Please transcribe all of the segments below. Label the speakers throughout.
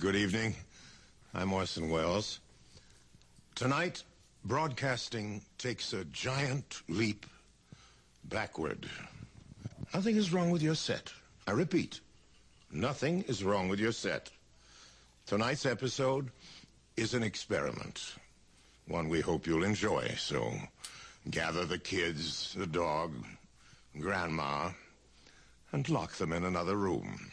Speaker 1: Good evening. I'm Orson Welles. Tonight, broadcasting takes a giant leap backward. Nothing is wrong with your set. I repeat, nothing is wrong with your set. Tonight's episode is an experiment, one we hope you'll enjoy. So gather the kids, the dog, grandma, and lock them in another room.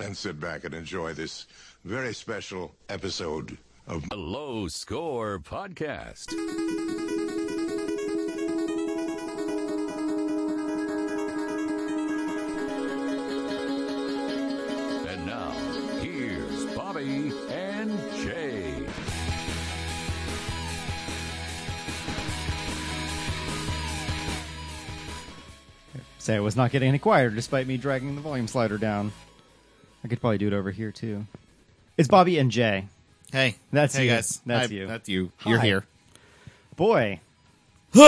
Speaker 1: And sit back and enjoy this very special episode of
Speaker 2: A Low Score Podcast. And now, here's Bobby and Jay.
Speaker 3: Say it was not getting any quieter despite me dragging the volume slider down. I could probably do it over here too. It's Bobby and Jay.
Speaker 4: Hey,
Speaker 3: That's
Speaker 4: hey
Speaker 3: you.
Speaker 4: guys.
Speaker 3: That's
Speaker 4: Hi,
Speaker 3: you.
Speaker 4: That's you. You're
Speaker 3: Hi.
Speaker 4: here.
Speaker 3: Boy, that's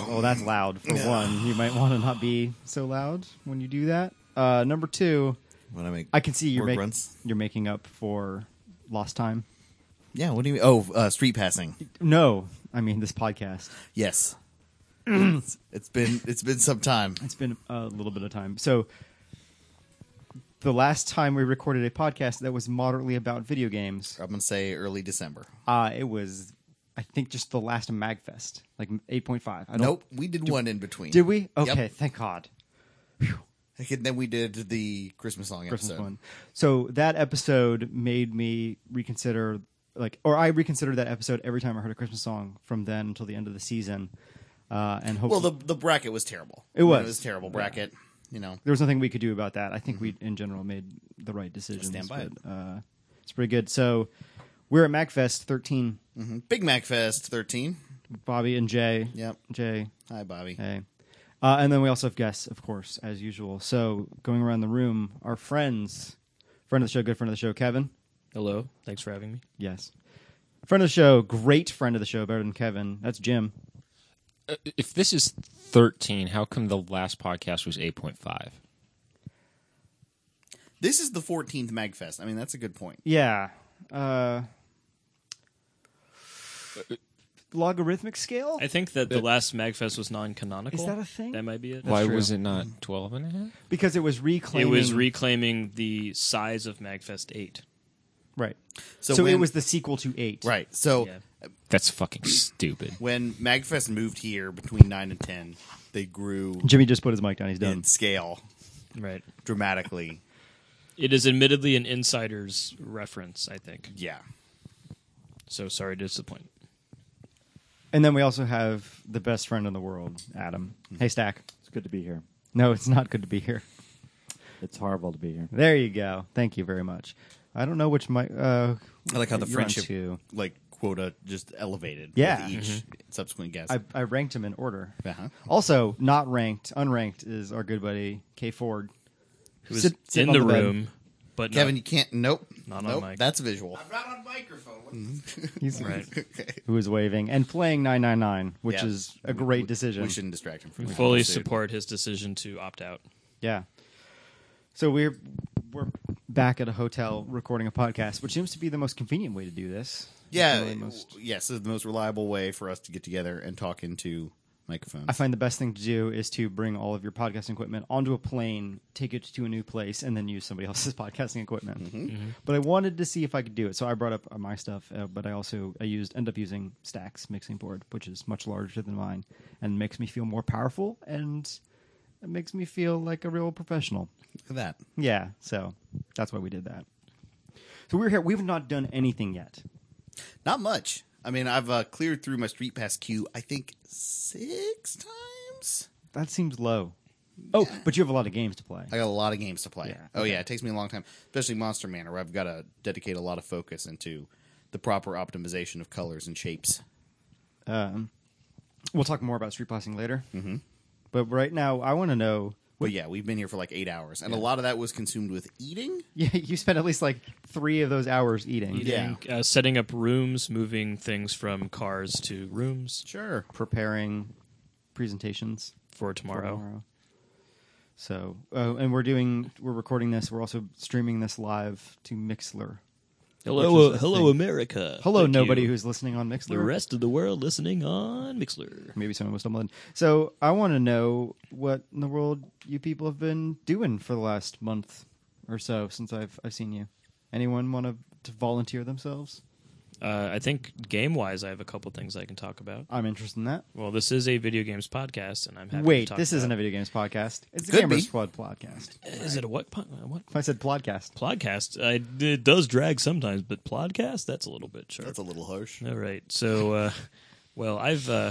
Speaker 3: oh, that's loud for one. You might want to not be so loud when you do that. Uh, number two,
Speaker 4: When I make,
Speaker 3: I can see you're
Speaker 4: Work
Speaker 3: making
Speaker 4: runs.
Speaker 3: you're making up for lost time.
Speaker 4: yeah. What do you mean? Oh, uh, street passing.
Speaker 3: No, I mean this podcast.
Speaker 4: Yes. it's, it's been it's been some time.
Speaker 3: It's been a little bit of time. So the last time we recorded a podcast that was moderately about video games.
Speaker 4: I'm gonna say early December.
Speaker 3: Uh, it was, I think, just the last Magfest, like 8.5. I don't,
Speaker 4: Nope, we did one in between.
Speaker 3: Did we? Okay,
Speaker 4: Yep.
Speaker 3: thank God.
Speaker 4: And then we did the Christmas song
Speaker 3: Christmas
Speaker 4: episode.
Speaker 3: one. So that episode made me reconsider, like, or I reconsidered that episode every time I heard a Christmas song from then until the end of the season. Uh, and
Speaker 4: Well,
Speaker 3: hopefully,
Speaker 4: the the bracket was terrible.
Speaker 3: It
Speaker 4: I mean,
Speaker 3: was.
Speaker 4: it was a terrible bracket. You know,
Speaker 3: there was nothing we could do about that. I think we, in general, made the right decision.
Speaker 4: Mm-hmm. Stand by it.
Speaker 3: Uh, it's pretty good. So we're at Magfest 13.
Speaker 4: Mm-hmm. Big Mac Fest 13.
Speaker 3: Bobby and Jay.
Speaker 4: Yep.
Speaker 3: Jay.
Speaker 4: Hi, Bobby.
Speaker 3: Hey. Uh, and then we also have guests, of course, as usual. So going around the room, our friends, friend of the show, good friend of the show, Kevin.
Speaker 5: Hello. Thanks for having me.
Speaker 3: Yes. Friend of the show, great friend of the show, better than Kevin. That's Jim.
Speaker 5: If this is 13, how come the last podcast was 8.5?
Speaker 4: This is the 14th Magfest. I mean, that's a good point.
Speaker 3: Yeah. Uh, logarithmic scale?
Speaker 6: I think that the last Magfest was non-canonical.
Speaker 3: Is that a thing?
Speaker 6: That might be it.
Speaker 5: Why
Speaker 3: true.
Speaker 5: was it not
Speaker 4: Mm-hmm.
Speaker 5: 12 and a half?
Speaker 3: Because it was
Speaker 6: It
Speaker 3: reclaiming.
Speaker 6: was reclaiming the size of Magfest 8.
Speaker 3: Right. So,
Speaker 4: So
Speaker 3: it
Speaker 4: when-
Speaker 3: was the sequel to 8.
Speaker 4: Right. So
Speaker 6: Yeah.
Speaker 5: That's fucking stupid.
Speaker 4: when Magfest moved here between nine and ten, they grew
Speaker 3: Jimmy just put his mic down. He's done.
Speaker 4: in scale
Speaker 6: Right.
Speaker 4: dramatically.
Speaker 6: It is admittedly an insider's reference, I think.
Speaker 4: Yeah.
Speaker 6: So sorry to disappoint.
Speaker 3: And then we also have the best friend in the world, Adam. Hey, Stack.
Speaker 7: Mm-hmm. It's good to be here.
Speaker 3: No, it's not good to be here.
Speaker 7: It's horrible to be here.
Speaker 3: There you go. Thank you very much. I don't know which my uh
Speaker 4: I like how the
Speaker 3: you're on
Speaker 4: friendship
Speaker 3: two.
Speaker 4: like quota just elevated.
Speaker 3: Yeah. Mm-hmm.
Speaker 4: with each subsequent guest.
Speaker 3: I, I ranked them in order.
Speaker 4: Uh-huh.
Speaker 3: Also, not ranked, unranked is our good buddy K Ford.
Speaker 6: It was
Speaker 3: Sit- sit
Speaker 6: in
Speaker 3: on
Speaker 6: the,
Speaker 3: the bed.
Speaker 6: room, but
Speaker 4: Kevin,
Speaker 6: not,
Speaker 4: you can't. Nope.
Speaker 6: Not on
Speaker 4: nope.
Speaker 6: mic.
Speaker 4: That's visual.
Speaker 3: He's
Speaker 6: Right.
Speaker 3: who is waving and playing nine nine nine, which
Speaker 4: Yeah.
Speaker 3: is a great decision.
Speaker 4: We shouldn't distract him from the
Speaker 6: fully
Speaker 4: conversation.
Speaker 6: support his decision to opt out.
Speaker 3: Yeah. So we're we're back at a hotel recording a podcast, which seems to be the most convenient way to do this.
Speaker 4: Yeah.
Speaker 3: Really
Speaker 4: it-
Speaker 3: most-
Speaker 4: Yes, it's the most reliable way for us to get together and talk into microphones.
Speaker 3: I find the best thing to do is to bring all of your podcasting equipment onto a plane, take it to a new place, and then use somebody else's podcasting equipment. But I wanted to see if I could do it, so I brought up uh, my stuff. Uh, but I also I used end up using Stack's mixing board, which is much larger than mine, and makes me feel more powerful, and it makes me feel like a real professional.
Speaker 4: Look at that.
Speaker 3: Yeah, so that's why we did that. So we're here. We've not done anything yet.
Speaker 4: Not much. I mean, I've uh, cleared through my street pass queue. I think six times.
Speaker 3: That seems low. Oh, but you have a lot of games to play.
Speaker 4: I got a lot of games to play.
Speaker 3: Yeah.
Speaker 4: Oh yeah, it takes me a long time, especially Monster Manor, where I've got to dedicate a lot of focus into the proper optimization of colors and shapes.
Speaker 3: We'll talk more about street passing later. Mm-hmm. But right now, I want to know.
Speaker 4: But yeah, we've been here for like eight hours, and a lot of that was consumed with eating.
Speaker 3: Yeah, you spent at least like three of those hours eating.
Speaker 4: Yeah.
Speaker 6: Eating, Uh, setting up rooms, moving things from cars to rooms
Speaker 4: Sure.
Speaker 3: preparing presentations
Speaker 6: for tomorrow.
Speaker 3: tomorrow. So, uh, and we're doing, we're recording this. We're also streaming this live to Mixler.
Speaker 6: Hello,
Speaker 3: Which is the
Speaker 6: hello,
Speaker 3: thing.
Speaker 6: America.
Speaker 3: Hello,
Speaker 6: Thank
Speaker 3: nobody
Speaker 6: you.
Speaker 3: who's listening on Mixler.
Speaker 6: the rest of the world listening on Mixler.
Speaker 3: Maybe someone was stumbling. So, I want to know what in the world you people have been doing for the last month or so since I've I've seen you. Anyone want to, to volunteer themselves?
Speaker 6: Uh, I think game wise, I have a couple things I can talk about.
Speaker 3: I'm interested in that.
Speaker 6: Well, this is a video games podcast, and I'm happy.
Speaker 3: Wait,
Speaker 6: to talk
Speaker 3: this
Speaker 6: about
Speaker 3: isn't a video games podcast. It's a
Speaker 4: Could
Speaker 3: Gamer
Speaker 4: be.
Speaker 3: Squad podcast.
Speaker 6: Is it a what? po- uh, What
Speaker 3: If I said podcast,
Speaker 6: podcast? I, it does drag sometimes, but podcast that's a little bit sharp.
Speaker 4: That's a little harsh.
Speaker 6: All right. So, uh, well, I've uh,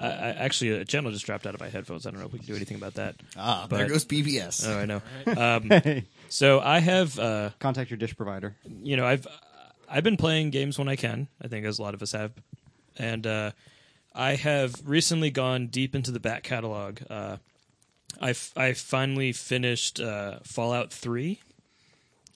Speaker 6: I, I actually a channel just dropped out of my headphones. I don't know if we can do anything about that.
Speaker 4: Ah,
Speaker 6: But-
Speaker 4: there goes PBS.
Speaker 6: Oh, I know. Um, so I have, uh,
Speaker 3: contact your dish provider.
Speaker 6: you know, I've I've been playing games when I can. I think as a lot of us have, and uh, I have recently gone deep into the back catalog. Uh, I f- I finally finished uh, Fallout Three.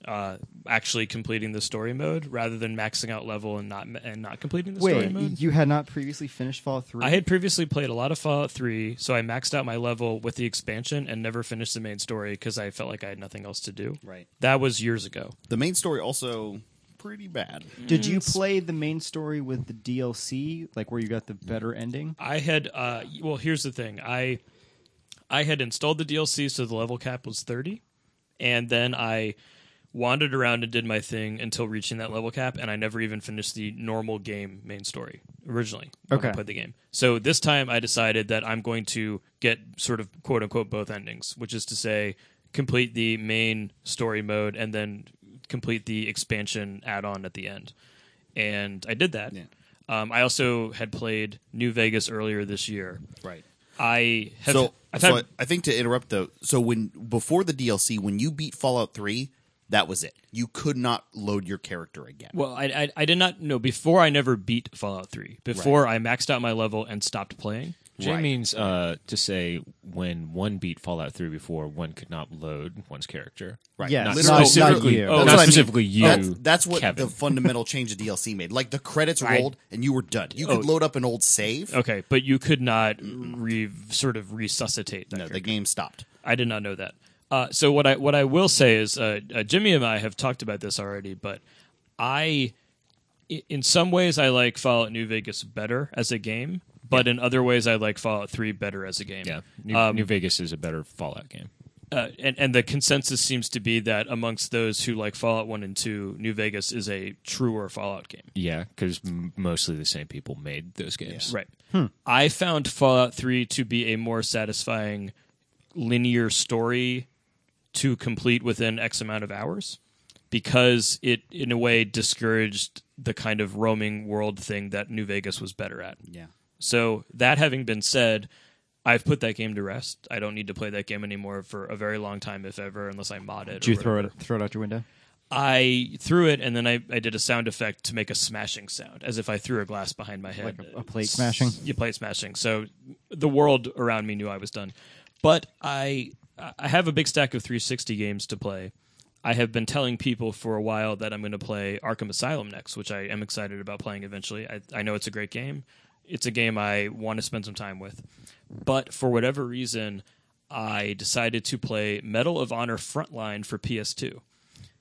Speaker 6: Uh, actually completing the story mode rather than maxing out level and not and not completing the story
Speaker 3: Wait,
Speaker 6: mode.
Speaker 3: you had not previously finished Fallout Three.
Speaker 6: I had previously played a lot of Fallout 3, so I maxed out my level with the expansion and never finished the main story because I felt like I had nothing else to do.
Speaker 4: Right.
Speaker 6: That was years ago.
Speaker 4: The main story also pretty bad.
Speaker 3: Did
Speaker 6: Mm.
Speaker 3: you play the main story with the DLC, like where you got the better ending?
Speaker 6: I had, uh, well, here's the thing. I, I had installed the DLC, so the level cap was 30, and then I wandered around and did my thing until reaching that level cap, and I never even finished the normal game main story originally. when
Speaker 3: Okay.
Speaker 6: I played the game. So this time I decided that I'm going to get sort of quote unquote both endings, which is to say, complete the main story mode and then complete the expansion add on at the end. And I did that.
Speaker 4: Yeah.
Speaker 6: Um, I also had played New Vegas earlier this year.
Speaker 4: Right.
Speaker 6: I have.
Speaker 4: so,
Speaker 6: I've
Speaker 4: so
Speaker 6: had,
Speaker 4: I, I think to interrupt though, so when before the DLC, when you beat Fallout Three, that was it. You could not load your character again.
Speaker 6: Well, I, I I did not know before. I never beat Fallout Three. Before I maxed out my level and stopped playing.
Speaker 5: J
Speaker 4: Right.
Speaker 5: means uh, to say when one beat Fallout 3 before, one could not load one's character.
Speaker 4: Right.
Speaker 3: Yes.
Speaker 5: Not
Speaker 4: Literally-
Speaker 5: specifically,
Speaker 3: Not you.
Speaker 5: not
Speaker 3: Oh,
Speaker 4: what I mean.
Speaker 5: specifically you.
Speaker 4: That's, that's what
Speaker 5: Kevin.
Speaker 4: the fundamental change the DLC made. Like the credits rolled and you were done. You could load up an old save.
Speaker 6: Oh. Okay, but you could not re sort of resuscitate that.
Speaker 4: No, the
Speaker 6: character.
Speaker 4: game stopped.
Speaker 6: I did not know that. Uh, so what I what I will say is uh, uh, Jimmy and I have talked about this already, but I, i- in some ways, I like Fallout New Vegas better as a game, but in other ways, I like Fallout Three better as a game.
Speaker 5: yeah. New,
Speaker 4: Um,
Speaker 5: New Vegas is a better Fallout game.
Speaker 6: uh, and and the consensus seems to be that amongst those who like Fallout One and Two, New Vegas is a truer Fallout game.
Speaker 5: Yeah, because m- mostly the same people made those games.
Speaker 6: Right. I found Fallout 3 to be a more satisfying linear story to complete within X amount of hours because it, in a way, discouraged the kind of roaming world thing that New Vegas was better at.
Speaker 4: Yeah.
Speaker 6: So, that having been said, I've put that game to rest. I don't need to play that game anymore for a very long time, if ever, unless I mod it.
Speaker 3: Did you throw it throw it out your window?
Speaker 6: I threw it, and then I, I did a sound effect to make a smashing sound, as if I threw a glass behind my head.
Speaker 3: Like a- a plate smashing?
Speaker 6: You plate smashing. So the world around me knew I was done. But I I have a big stack of 360 games to play. I have been telling people for a while that I'm going to play Arkham Asylum next, which I am excited about playing eventually. I, I know it's a great game. It's a game I want to spend some time with. But for whatever reason, I decided to play Medal of Honor Frontline for PS2.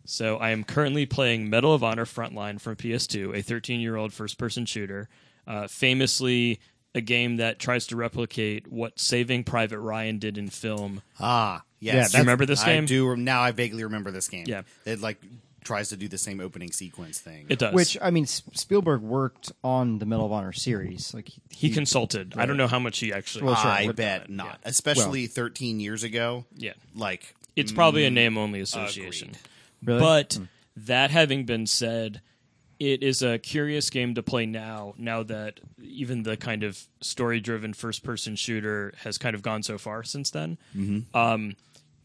Speaker 6: So I am currently playing Medal of Honor Frontline from PS2, a 13 year old first person shooter, uh, famously a game that tries to replicate what Saving Private Ryan did in film.
Speaker 4: Ah, yes.
Speaker 3: Yeah,
Speaker 4: that's-
Speaker 3: do you
Speaker 6: remember this
Speaker 4: I
Speaker 6: game?
Speaker 4: do. rem- Now I vaguely remember this game.
Speaker 6: Yeah.
Speaker 4: It like tries to do the same opening sequence thing.
Speaker 6: It does.
Speaker 3: Which I mean, S- Spielberg worked on the Medal of Honor series. Like he,
Speaker 6: he consulted. I don't know how much he actually.
Speaker 3: Well, sure.
Speaker 4: I
Speaker 3: would
Speaker 4: bet
Speaker 6: not,
Speaker 4: not. Especially 13 years ago.
Speaker 6: Yeah.
Speaker 4: Like
Speaker 6: It's probably a name only association.
Speaker 3: Really?
Speaker 6: But that having been said, it is a curious game to play now, now that even the kind of story driven first person shooter has kind of gone so far since then. Um,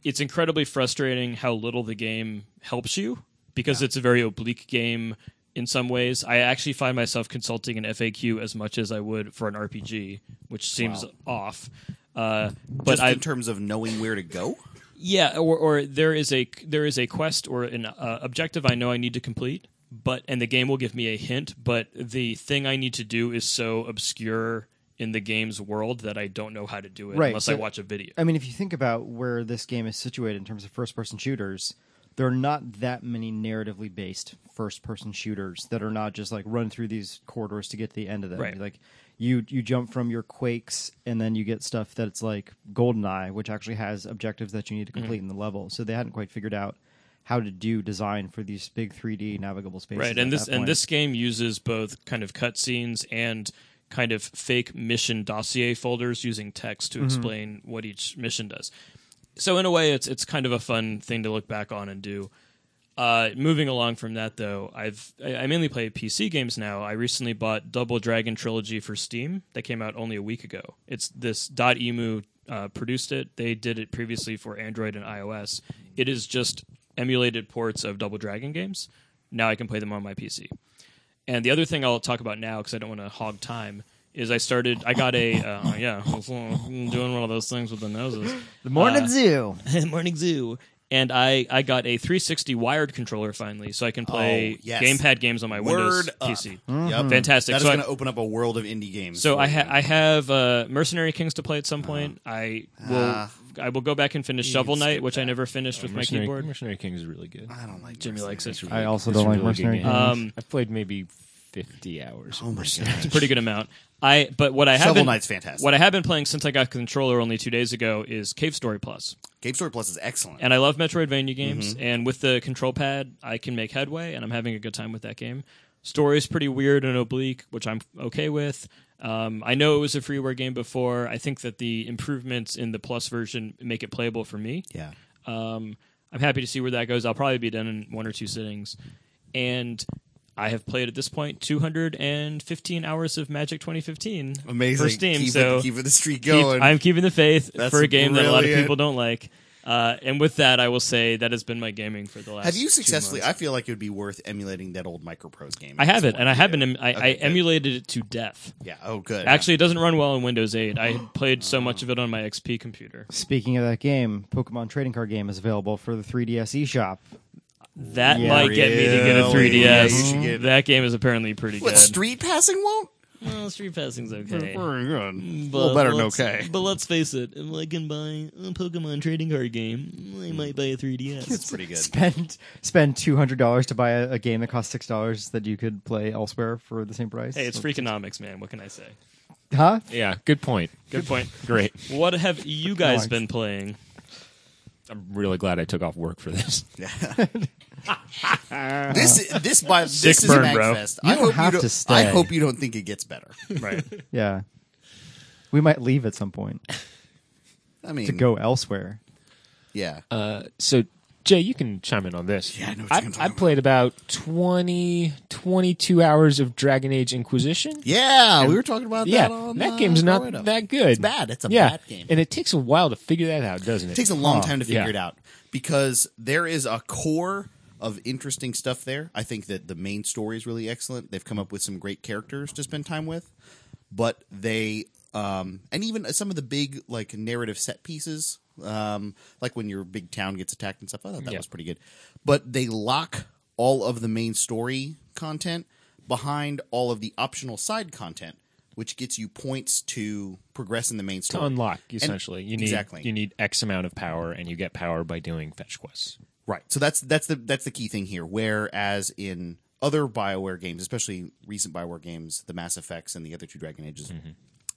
Speaker 6: it's incredibly frustrating how little the game helps you because it's a very oblique game in some ways. I actually find myself consulting an FAQ as much as I would for an RPG, which seems off. Uh, but
Speaker 4: just
Speaker 6: I,
Speaker 4: in terms of knowing where to go.
Speaker 6: yeah, or, or there is a there is a quest or an uh, objective I know I need to complete, but and the game will give me a hint, but the thing I need to do is so obscure in the game's world that I don't know how to do it
Speaker 3: Right,
Speaker 6: unless I
Speaker 3: so-
Speaker 6: watch a video.
Speaker 3: I mean, if you think about where this game is situated in terms of first person shooters, there are not that many narratively based first person shooters that are not just like run through these corridors to get to the end of them.
Speaker 6: Right.
Speaker 3: Like you you jump from your quakes and then you get stuff that's like Goldeneye, which actually has objectives that you need to
Speaker 6: Mm-hmm.
Speaker 3: complete in the level. So they hadn't quite figured out how to do design for these big 3D navigable spaces.
Speaker 6: right
Speaker 3: at
Speaker 6: and this
Speaker 3: that
Speaker 6: and
Speaker 3: point.
Speaker 6: this game uses both kind of cutscenes and kind of fake mission dossier folders using text to explain what each mission does so in a way it's it's kind of a fun thing to look back on and do uh, moving along from that though i've I, I mainly play pc games now i recently bought double dragon trilogy for steam that came out only a week ago it's this dot emu uh, produced it they did it previously for android and ios it is just emulated ports of double dragon games now i can play them on my pc and the other thing I'll talk about now, because I don't want to hog time, is I started. I got a uh, yeah, doing one of those things with the noses. The
Speaker 3: Morning Zoo.
Speaker 6: morning zoo. And I, I got a 360 wired controller finally, so I can play
Speaker 4: Oh, yes.
Speaker 6: gamepad games on my Windows
Speaker 4: Word up. Mm.
Speaker 6: PC.
Speaker 4: Yep.
Speaker 6: Fantastic.
Speaker 4: That is
Speaker 6: So I-
Speaker 4: going to open up a world of indie games.
Speaker 6: So
Speaker 4: for
Speaker 6: I
Speaker 4: you.
Speaker 6: ha- I have uh, Mercenary Kings to play at
Speaker 4: Uh-huh.
Speaker 6: some point. I will
Speaker 4: Ah.
Speaker 6: I will go back and finish Shovel
Speaker 4: can
Speaker 6: Knight,
Speaker 4: skip
Speaker 6: which I never finished with my
Speaker 5: Mercenary,
Speaker 6: keyboard.
Speaker 5: Mercenary King is really good.
Speaker 4: I don't like
Speaker 6: Jimmy likes it.
Speaker 3: I also don't like Mercenary Kings.
Speaker 6: Um,
Speaker 5: I've played maybe 50 hours.
Speaker 4: Oh my god.
Speaker 6: pretty good amount. I but what I have
Speaker 4: Shovel
Speaker 6: been,
Speaker 4: Knight's fantastic.
Speaker 6: What I have been playing since I got controller only two days ago is Cave Story Plus,
Speaker 4: Game Story Plus is excellent.
Speaker 6: and I love Metroidvania games.
Speaker 4: Mm-hmm.
Speaker 6: And with the control pad, I can make headway, and I'm having a good time with that game. Story is pretty weird and oblique, which I'm okay with. Um, I know it was a freeware game before. I think that the improvements in the Plus version make it playable for me.
Speaker 4: yeah.
Speaker 6: Um, I'm happy to see where that goes. I'll probably be done in one or two sittings. And I have played at this point 215 hours of Magic 2015
Speaker 4: Amazing.
Speaker 6: for Steam.
Speaker 4: Keep
Speaker 6: so
Speaker 4: it, keep it the streak
Speaker 6: keep-
Speaker 4: going.
Speaker 6: I'm keeping the faith
Speaker 4: That's
Speaker 6: for a game that a lot of
Speaker 4: brilliant.
Speaker 6: people don't like. Uh, and with that, I will say that has been my gaming for the last.
Speaker 4: have you
Speaker 6: two
Speaker 4: successfully?
Speaker 6: months.
Speaker 4: I feel like it would be worth emulating that old Microprose game.
Speaker 6: I
Speaker 4: at this
Speaker 6: have it,
Speaker 4: point.
Speaker 6: and I have been. em- I, I
Speaker 4: Okay, good.
Speaker 6: emulated it to death.
Speaker 4: Yeah. Oh, good.
Speaker 6: Actually, it doesn't run well in Windows 8. I played so much of it on my XP computer.
Speaker 3: Speaking of that game, Pokemon Trading Card Game is available for the 3DS eShop.
Speaker 6: That might get me to get a
Speaker 4: Really?
Speaker 6: 3DS.
Speaker 4: Yeah, you should get-
Speaker 6: that game is apparently pretty
Speaker 4: what
Speaker 6: good.
Speaker 4: street passing won't?
Speaker 6: Well, street passing's
Speaker 4: good.
Speaker 6: okay. But
Speaker 4: A little better than
Speaker 6: let's-
Speaker 4: okay.
Speaker 6: But let's face it, if I can buy a Pokemon trading card game, I might buy a 3DS.
Speaker 4: It's pretty good.
Speaker 3: Spend spend two hundred dollars to buy a, a game that costs six dollars that you could play elsewhere for the same price.
Speaker 6: hey, it's freakonomics, man. What can I say?
Speaker 3: huh?
Speaker 5: Yeah, good point.
Speaker 6: Good point.
Speaker 5: Great.
Speaker 6: What have you guys
Speaker 3: Economics.
Speaker 6: been playing?
Speaker 5: I'm really glad I took off work for this.
Speaker 4: This this by this
Speaker 6: Sick
Speaker 4: is
Speaker 6: burn, bro.
Speaker 4: Magfest.
Speaker 3: You
Speaker 4: I
Speaker 3: don't
Speaker 4: hope
Speaker 3: have
Speaker 4: you
Speaker 3: to
Speaker 4: don't,
Speaker 3: stay.
Speaker 4: I hope you don't think it gets better.
Speaker 6: Right.
Speaker 3: Yeah, we might leave at some point
Speaker 4: I mean,
Speaker 3: to go Uh, elsewhere.
Speaker 4: Yeah.
Speaker 5: So, Jay, you can chime in on this.
Speaker 4: Yeah, I know what you're
Speaker 5: I,
Speaker 4: gonna talk
Speaker 5: I
Speaker 4: about.
Speaker 5: played about 20, 22 hours of Dragon Age Inquisition.
Speaker 4: yeah, we were talking about
Speaker 5: Yeah,
Speaker 4: that. On,
Speaker 5: that
Speaker 4: uh,
Speaker 5: game's
Speaker 4: Pareto.
Speaker 5: not that good.
Speaker 4: It's bad. It's a
Speaker 5: yeah.
Speaker 4: bad game.
Speaker 5: and it takes a while to figure that out, doesn't it? Oh,
Speaker 4: It takes a long time to figure
Speaker 5: yeah.
Speaker 4: it out because there is a core of interesting stuff there. I think that the main story is really excellent. They've come up with some great characters to spend time with, but they um, and even some of the big like narrative set pieces, um, like when your big town gets attacked and stuff. I thought that
Speaker 5: Yeah.
Speaker 4: was pretty good, but they lock all of the main story content behind all of the optional side content. Which gets you points to progress in the main story.
Speaker 5: to unlock.
Speaker 4: And-
Speaker 5: Essentially, you need
Speaker 4: exactly.
Speaker 5: you need X amount of power, and you get power by doing fetch quests.
Speaker 4: Right. So that's that's the that's the key thing here. Whereas in other Bioware games, especially recent Bioware games, the Mass Effects and the other two Dragon Ages,
Speaker 5: Mm-hmm.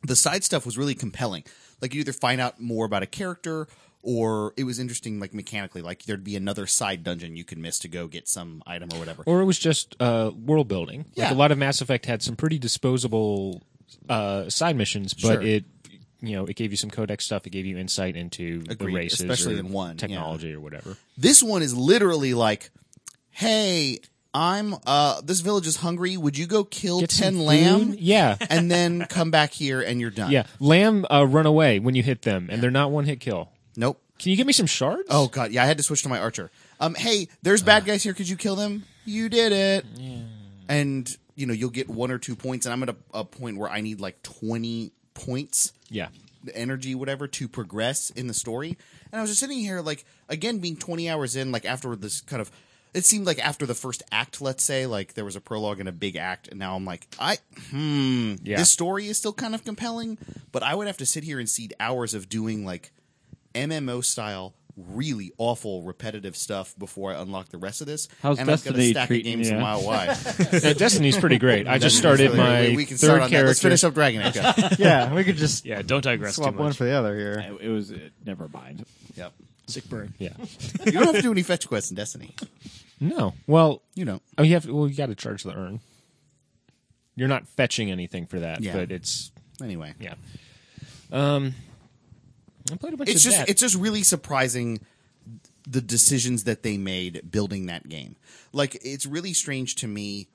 Speaker 4: the side stuff was really compelling. Like you either find out more about a character or it was interesting like mechanically, like there'd be another side dungeon you could miss to go get some item or whatever.
Speaker 5: Or it was just uh, world building.
Speaker 4: Yeah.
Speaker 5: Like a lot of Mass Effect had some pretty disposable uh, side missions, but
Speaker 4: Sure.
Speaker 5: it you know it gave you some codex stuff. It gave you insight into the
Speaker 4: Agreed,
Speaker 5: races,
Speaker 4: especially
Speaker 5: or
Speaker 4: in one, yeah.
Speaker 5: technology or whatever.
Speaker 4: This one is literally like, hey, I'm uh this village is hungry. Would you go kill
Speaker 5: Get some
Speaker 4: ten lamb?
Speaker 5: food? Yeah.
Speaker 4: And then come back here and you're done.
Speaker 5: Yeah, lamb uh, run away when you hit them, and they're not one hit kill.
Speaker 4: Nope.
Speaker 5: Can you give me some shards?
Speaker 4: Oh god, yeah, I had to switch to my archer. Um, hey, there's bad guys here. Could you kill them? You did it. And you know you'll get one or two points, and I'm at a, a point where I need like 20 points,
Speaker 5: yeah.
Speaker 4: the energy, whatever, to progress in the story. And I was just sitting here, like again, being 20 hours in, like after this kind of it seemed like after the first act, let's say, like there was a prologue and a big act, and now I'm like, I hmm,
Speaker 5: Yeah.
Speaker 4: this story is still kind of compelling, but I would have to sit here and see hours of doing like MMO style. Really awful, repetitive stuff before I unlock the rest of this.
Speaker 7: How's
Speaker 4: and I've got a
Speaker 7: Destiny
Speaker 4: stack
Speaker 7: treating
Speaker 4: of games
Speaker 7: you?
Speaker 4: from Mile Wide.
Speaker 5: Yeah, Uh, Destiny's pretty great. I just started my
Speaker 4: we, we can
Speaker 5: third
Speaker 4: start on
Speaker 5: character.
Speaker 4: That. Let's finish up Dragon Age. Okay.
Speaker 3: yeah, we could just
Speaker 6: Yeah, don't digress too
Speaker 3: swap one
Speaker 6: much.
Speaker 3: for the other here.
Speaker 7: It, it was uh, never mind.
Speaker 4: yep.
Speaker 6: Sick burn.
Speaker 5: Yeah.
Speaker 4: You don't have to do any fetch quests in Destiny.
Speaker 5: No. Well,
Speaker 4: You don't.
Speaker 5: oh, you have. Well, you got to charge the urn. You're not fetching anything for that,
Speaker 4: Yeah.
Speaker 5: but it's
Speaker 4: Anyway,
Speaker 5: yeah. Um, I played a bunch
Speaker 4: it's
Speaker 5: of
Speaker 4: just
Speaker 5: that.
Speaker 4: it's just really surprising the decisions that they made building that game. Like it's really strange to me.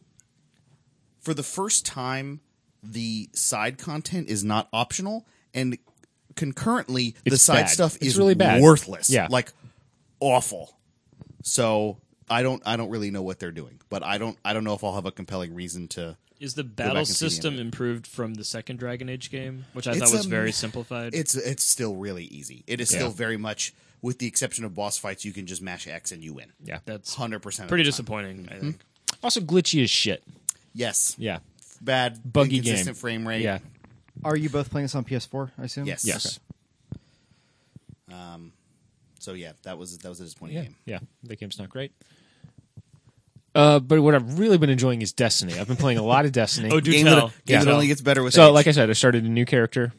Speaker 4: For the first time, the side content is not optional, and concurrently, the
Speaker 5: It's
Speaker 4: side
Speaker 5: bad.
Speaker 4: stuff
Speaker 5: It's
Speaker 4: is
Speaker 5: really bad.
Speaker 4: worthless.
Speaker 5: Yeah.
Speaker 4: like awful. So I don't I don't really know what they're doing, but I don't I don't know if I'll have a compelling reason to.
Speaker 6: Is the
Speaker 4: back
Speaker 6: battle
Speaker 4: and see the
Speaker 6: system
Speaker 4: end
Speaker 6: improved from the second Dragon Age game, which I
Speaker 4: It's
Speaker 6: thought was
Speaker 4: a
Speaker 6: very
Speaker 4: ma-
Speaker 6: simplified?
Speaker 4: It's it's still really easy. It is still
Speaker 5: Yeah.
Speaker 4: very much, with the exception of boss fights, you can just mash X and you win.
Speaker 5: yeah.
Speaker 6: That's
Speaker 4: hundred percent.
Speaker 6: pretty disappointing.
Speaker 4: Hmm?
Speaker 6: I think.
Speaker 5: Also glitchy as shit.
Speaker 4: Yes.
Speaker 5: Yeah.
Speaker 4: Bad
Speaker 5: Buggy
Speaker 4: inconsistent
Speaker 5: game.
Speaker 4: frame rate.
Speaker 5: Yeah.
Speaker 3: Are you both playing this on PS4? I assume.
Speaker 4: Yes.
Speaker 5: Yes.
Speaker 4: So yeah, that was that was a disappointing
Speaker 5: Yeah,
Speaker 4: game.
Speaker 5: yeah, the game's not great. Uh, but what I've really been enjoying is Destiny. I've been playing a lot of Destiny.
Speaker 6: Oh, do
Speaker 4: Game
Speaker 6: tell.
Speaker 4: that, game
Speaker 5: Yeah.
Speaker 4: that only gets better with
Speaker 5: so
Speaker 4: age.
Speaker 5: like I said, I started a new character.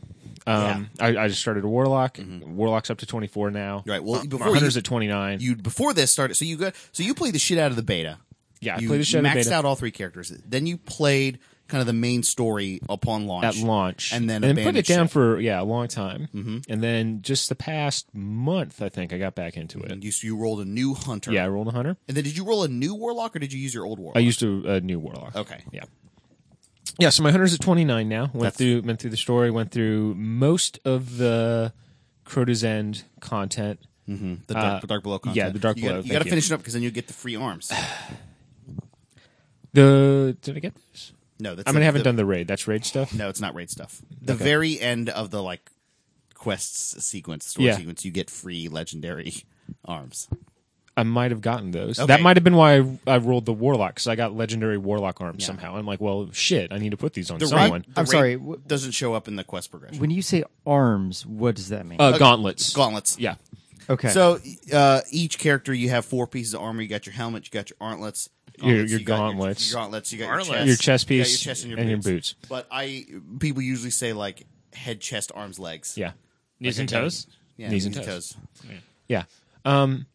Speaker 5: Um, I, I just started a warlock. Warlock's up to twenty four now.
Speaker 4: Mm-hmm. Right, well,
Speaker 5: Uh,
Speaker 4: before
Speaker 5: my hunter's
Speaker 4: you-
Speaker 5: at twenty nine.
Speaker 4: you before this started. So you got so you played the shit out of the beta.
Speaker 5: Yeah, I
Speaker 4: you
Speaker 5: played the shit out of
Speaker 4: maxed
Speaker 5: beta.
Speaker 4: out all three characters. Then you played kind of the main story upon launch.
Speaker 5: at launch,
Speaker 4: and then
Speaker 5: and put it
Speaker 4: abandoned
Speaker 5: down
Speaker 4: ship.
Speaker 5: for yeah a long time, mm-hmm. and then just the past month, I think I got back into it.
Speaker 4: You, you rolled a new hunter.
Speaker 5: Yeah, I rolled a hunter.
Speaker 4: And then did you roll a new warlock or did you use your old warlock?
Speaker 5: I used a, a new warlock.
Speaker 4: Okay.
Speaker 5: Yeah. Yeah, so my hunter's at 29 now. Went
Speaker 4: That's-
Speaker 5: through went through the story, went through most of the Crota's End content.
Speaker 4: the dark, dark below content.
Speaker 5: Uh, yeah, the dark
Speaker 4: you gotta-
Speaker 5: below,
Speaker 4: you got to
Speaker 5: thank you.
Speaker 4: finish it up because then you get the free arms.
Speaker 5: The did I get this?
Speaker 4: No, that's
Speaker 5: I mean, I
Speaker 4: the-
Speaker 5: haven't
Speaker 4: the-
Speaker 5: done the raid. That's raid stuff.
Speaker 4: No, it's not raid stuff. The very end of the like quests sequence, story
Speaker 5: Yeah.
Speaker 4: sequence, you get free legendary arms.
Speaker 5: I might have gotten those. That
Speaker 4: Okay.
Speaker 5: might have been why I, I rolled the warlock because I got legendary warlock arms
Speaker 4: Yeah.
Speaker 5: somehow. I'm like, well, shit, I need to put these on
Speaker 4: The
Speaker 5: someone.
Speaker 4: raid- the
Speaker 3: I'm
Speaker 4: raid
Speaker 3: sorry, wh-
Speaker 4: doesn't show up in the quest progression.
Speaker 3: When you say arms, what does that mean?
Speaker 5: Uh, gauntlets.
Speaker 4: Gauntlets.
Speaker 5: Yeah.
Speaker 3: okay.
Speaker 4: So uh, each character, you have four pieces of armor. You got your helmet. You got your gauntlets.
Speaker 5: Your-
Speaker 4: gauntlets,
Speaker 5: your
Speaker 4: you got Your,
Speaker 5: gauntlets.
Speaker 4: your gauntlets. You got
Speaker 6: Gauntlets.
Speaker 4: your chest.
Speaker 5: Your chest
Speaker 4: you got
Speaker 5: piece
Speaker 4: your chest and your,
Speaker 5: and your
Speaker 4: boots.
Speaker 5: boots.
Speaker 4: But I people usually say like head, chest, arms, legs.
Speaker 5: Yeah.
Speaker 6: Knees and toes.
Speaker 4: Yeah,
Speaker 5: Knees and toes. Yeah. Um,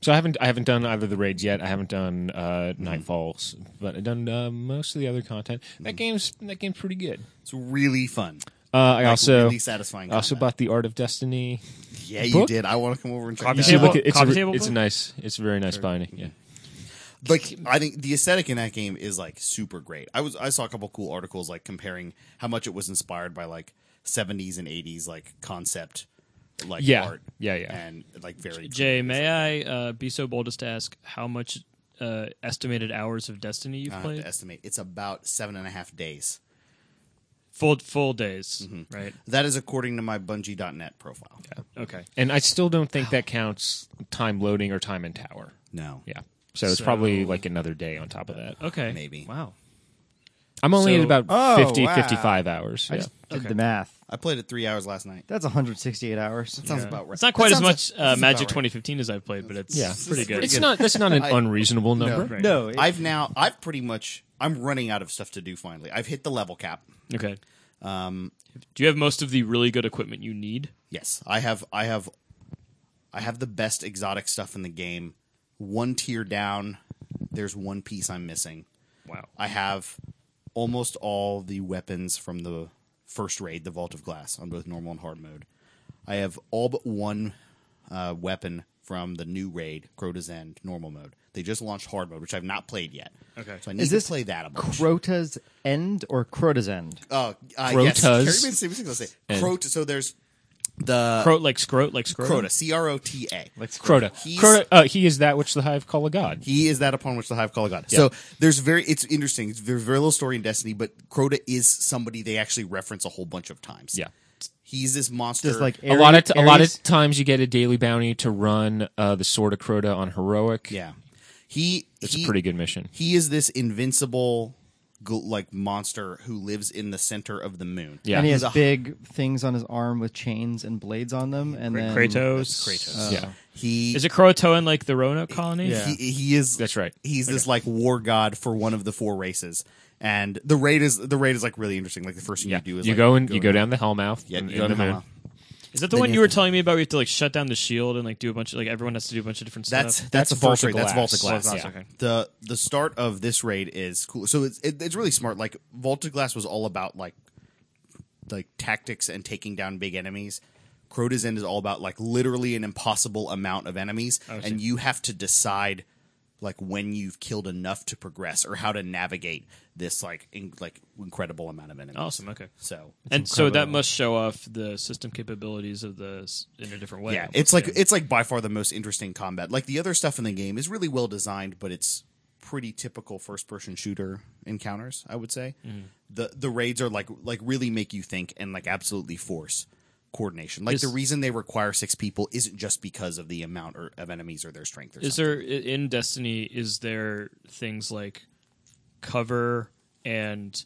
Speaker 5: so I haven't I haven't done either of the raids yet. I haven't done uh, Nightfalls, but I've done uh, most of the other content. That game's that game's pretty good.
Speaker 4: It's really fun.
Speaker 5: Uh, I also
Speaker 4: really satisfying
Speaker 5: I also
Speaker 4: combat.
Speaker 5: bought the Art of Destiny.
Speaker 4: Yeah, you
Speaker 5: Book?
Speaker 4: did. I want to come over and check
Speaker 6: Coffee
Speaker 4: that
Speaker 5: You should
Speaker 4: out.
Speaker 6: table
Speaker 5: look at- it's
Speaker 6: coffee
Speaker 5: a,
Speaker 6: table
Speaker 5: it's a
Speaker 6: book?
Speaker 5: nice it's a very nice binding. Yeah.
Speaker 4: like I think the aesthetic in that game is like super great. I was I saw a couple cool articles like comparing how much it was inspired by like 70s and 80s like concept like
Speaker 5: Yeah.
Speaker 4: art.
Speaker 5: Yeah, yeah.
Speaker 4: And like very
Speaker 6: Jay, may I uh, be so bold as to ask how much uh, estimated hours of Ah, Destiny you've
Speaker 4: I have
Speaker 6: played?
Speaker 4: to estimate. It's about seven and a half days.
Speaker 6: full full days, right?
Speaker 4: That is according to my Bungie.net profile.
Speaker 6: Okay.
Speaker 5: And I still don't think that counts time loading or time in tower.
Speaker 4: No.
Speaker 5: Yeah. So it's
Speaker 6: So-
Speaker 5: probably like another day on top of that.
Speaker 6: Okay.
Speaker 4: Maybe.
Speaker 6: Wow.
Speaker 5: I'm only
Speaker 6: So-
Speaker 5: at about
Speaker 3: Oh,
Speaker 5: 50
Speaker 3: wow.
Speaker 5: 55 hours.
Speaker 3: I
Speaker 5: Yeah.
Speaker 3: just did the math.
Speaker 4: I played it three hours last night.
Speaker 3: That's 168 hours.
Speaker 4: Sounds about right.
Speaker 6: It's not quite
Speaker 4: That
Speaker 6: as
Speaker 4: sounds-
Speaker 6: much uh,
Speaker 4: that's about
Speaker 6: Magic
Speaker 4: right.
Speaker 6: 2015 as I've played, but it's
Speaker 5: Yeah.
Speaker 6: pretty good.
Speaker 5: It's not that's not an
Speaker 4: I-
Speaker 5: unreasonable number.
Speaker 6: Right.
Speaker 3: No, it-
Speaker 4: I've now I've pretty much I'm running out of stuff to do finally. I've hit the level cap.
Speaker 6: Okay. Um, Do you have most of the really good equipment you need?
Speaker 4: Yes, I have. I have. I have the best exotic stuff in the game. One tier down. There's one piece I'm missing.
Speaker 6: Wow.
Speaker 4: I have almost all the weapons from the first raid, the Vault of Glass, on both normal and hard mode. I have all but one uh, weapon from the new raid, Crota's End, normal mode. They just launched hard mode, which I've not played yet. Okay, so I need
Speaker 3: is this
Speaker 4: to play that a bunch.
Speaker 3: Crota's end or Crota's end?
Speaker 4: Oh, uh, yes.
Speaker 5: Crotas.
Speaker 4: Carrie made the same mistake. Let's say Crota. So there's the
Speaker 6: Cro- like scrot, like scrot.
Speaker 4: Crota, C R O T A.
Speaker 5: Crota.
Speaker 4: He's-
Speaker 5: Crota. Uh, he is that which the hive call a god.
Speaker 4: He is that upon which the hive call a god.
Speaker 5: Yeah.
Speaker 4: So there's very it's interesting. There's very little story in Destiny, but Crota is somebody they actually reference a whole bunch of times.
Speaker 5: Yeah.
Speaker 4: He's this monster.
Speaker 3: Just like
Speaker 5: a lot of
Speaker 3: Ares-
Speaker 5: t- a lot
Speaker 3: Ares?
Speaker 5: of times you get a daily bounty to run uh, the Sword of Crota on heroic.
Speaker 4: yeah, he.
Speaker 5: it's
Speaker 4: he-
Speaker 5: a pretty good mission.
Speaker 4: He is this invincible, gl- like monster who lives in the center of the moon.
Speaker 5: Yeah.
Speaker 3: and he
Speaker 5: he's
Speaker 3: has
Speaker 4: a-
Speaker 3: big things on his arm with chains and blades on them, and then
Speaker 6: Kratos.
Speaker 4: Kratos.
Speaker 5: yeah,
Speaker 4: He
Speaker 6: Is it Croatoan like the Roanoke colony?
Speaker 5: Yeah.
Speaker 4: he, he is
Speaker 5: That's right.
Speaker 4: He's this like war god for one of the four races, and the raid is the raid is like really interesting. Like the first thing
Speaker 5: yeah.
Speaker 4: you do is
Speaker 5: you
Speaker 4: like,
Speaker 5: go and you go down the Hellmouth.
Speaker 4: Yeah,
Speaker 5: in-
Speaker 4: you
Speaker 5: in
Speaker 4: go
Speaker 5: the
Speaker 4: to
Speaker 5: moon.
Speaker 4: Hama.
Speaker 6: Is that the
Speaker 4: Then
Speaker 6: one
Speaker 4: you
Speaker 6: you
Speaker 4: have
Speaker 6: were
Speaker 4: to-
Speaker 6: telling me about? We have to like shut down the shield and like do a bunch of like everyone has to do a bunch of different
Speaker 4: That's
Speaker 6: stuff.
Speaker 4: that's, a false raid. That's Volta
Speaker 5: Glass.
Speaker 4: Glass.
Speaker 6: Volta Glass, okay.
Speaker 4: The the start of this raid is cool. So it's it, it's really smart. Like Volta Glass was all about like like tactics and taking down big enemies. Crota's End is all about like literally an impossible amount of enemies, and you have to decide like when you've killed enough to progress or how to navigate this like in, like incredible amount of enemies.
Speaker 6: Awesome. Okay.
Speaker 4: So
Speaker 6: and so that must show off the system capabilities of the s- in a different way.
Speaker 4: yeah, it's like it's like by far the most interesting combat. Like the other stuff in the game is really well designed, but it's pretty typical first person shooter encounters. I would say
Speaker 5: Mm-hmm.
Speaker 4: the the raids are like like really make you think and like absolutely force coordination. Like
Speaker 6: Is-
Speaker 4: the reason they require six people isn't just because of the amount or, of enemies or their strength. Or
Speaker 6: Is
Speaker 4: something.
Speaker 6: there i- in Destiny? Is there things like cover and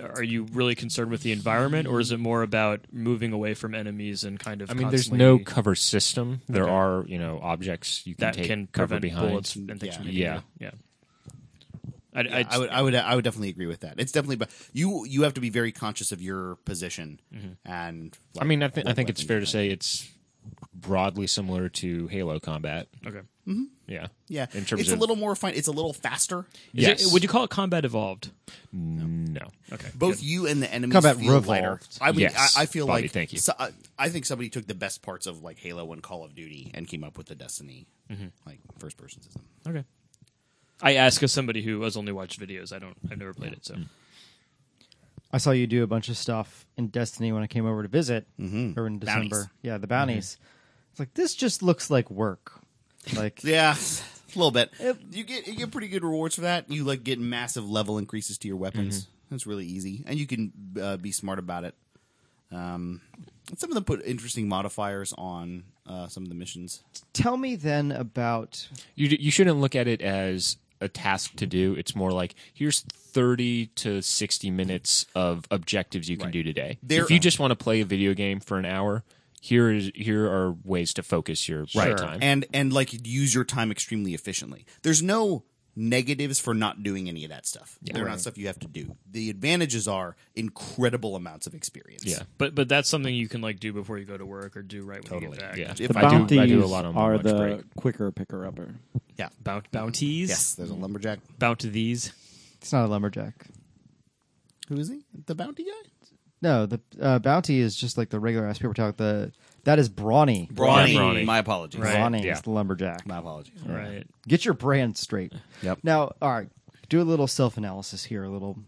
Speaker 6: are you really concerned with the environment, or is it more about moving away from enemies and kind of?
Speaker 5: I mean, there's
Speaker 6: constantly
Speaker 5: no cover system. There are you know objects you can
Speaker 6: that
Speaker 5: take
Speaker 6: can
Speaker 5: cover
Speaker 6: prevent
Speaker 5: behind.
Speaker 6: bullets and things
Speaker 4: Yeah.
Speaker 6: from hitting you.
Speaker 5: Yeah.
Speaker 6: yeah. I,
Speaker 4: Yeah, I, would, I would, I would definitely agree with that. It's definitely, but you, you have to be very conscious of your position. And
Speaker 5: Mm-hmm. I
Speaker 4: like,
Speaker 5: mean, I, th- I
Speaker 4: what
Speaker 5: think it's
Speaker 4: weapon
Speaker 5: fair
Speaker 4: you
Speaker 5: to
Speaker 4: have.
Speaker 5: say it's broadly similar to Halo combat.
Speaker 6: okay.
Speaker 5: Yeah,
Speaker 4: yeah,
Speaker 5: In terms
Speaker 4: it's
Speaker 5: of
Speaker 4: a little more fine. It's a little faster.
Speaker 6: Is
Speaker 5: yes,
Speaker 6: it, would you call it combat evolved?
Speaker 5: no.
Speaker 6: Okay.
Speaker 4: both you and the enemies
Speaker 3: Combat
Speaker 4: feel lighter.
Speaker 3: revolved.
Speaker 4: I mean,
Speaker 5: Yes.
Speaker 4: I, I feel
Speaker 5: Bobby,
Speaker 4: like
Speaker 5: thank you.
Speaker 4: So, I, I think somebody took the best parts of like Halo and Call of Duty and came up with the Destiny
Speaker 5: Mm-hmm.
Speaker 4: like first person system.
Speaker 6: Okay. I ask as somebody who has only watched videos. I don't. I've never played it. So
Speaker 3: I saw you do a bunch of stuff in Destiny when I came over to visit mm-hmm. or in December.
Speaker 4: Bounties.
Speaker 3: Yeah, the bounties. It's like this just looks like work. Like
Speaker 4: Yeah, a little bit. You get you get pretty good rewards for that. You like get massive level increases to your weapons.
Speaker 5: Mm-hmm.
Speaker 4: That's really easy, and you can uh, be smart about it. Um, some of them put interesting modifiers on uh, some of the missions.
Speaker 3: tell me then about
Speaker 5: You d- you shouldn't look at it as a task to do. It's more like here's thirty to sixty minutes of objectives you can do today.
Speaker 4: There-
Speaker 5: if you just want to play a video game for an hour, here is here are ways to focus your time.
Speaker 4: and and like use your time extremely efficiently. There's no negatives for not doing any of that stuff. They're not stuff you have to do. The advantages are incredible amounts of experience.
Speaker 5: Yeah.
Speaker 6: But but that's something you can like do before you go to work or do right when you get back.
Speaker 5: yeah, Uh,
Speaker 4: If
Speaker 5: I do- I do
Speaker 7: Bounties
Speaker 5: a lot on my
Speaker 7: are
Speaker 5: lunch
Speaker 7: the
Speaker 5: break.
Speaker 7: quicker picker upper.
Speaker 4: Yeah.
Speaker 6: Bount, bounties.
Speaker 4: Yes, there's a lumberjack.
Speaker 6: Bount these.
Speaker 3: it's not a lumberjack.
Speaker 4: Who is he? The bounty guy?
Speaker 3: No, the uh, bounty is just like the regular ass paper talk. The that is brawny.
Speaker 6: Brawny.
Speaker 4: My apologies.
Speaker 6: Right.
Speaker 3: Brawny
Speaker 5: yeah.
Speaker 3: is the lumberjack.
Speaker 4: My apologies.
Speaker 6: Right.
Speaker 3: Get your brand straight.
Speaker 4: Yep.
Speaker 3: Now, all right, do a little self analysis here, a little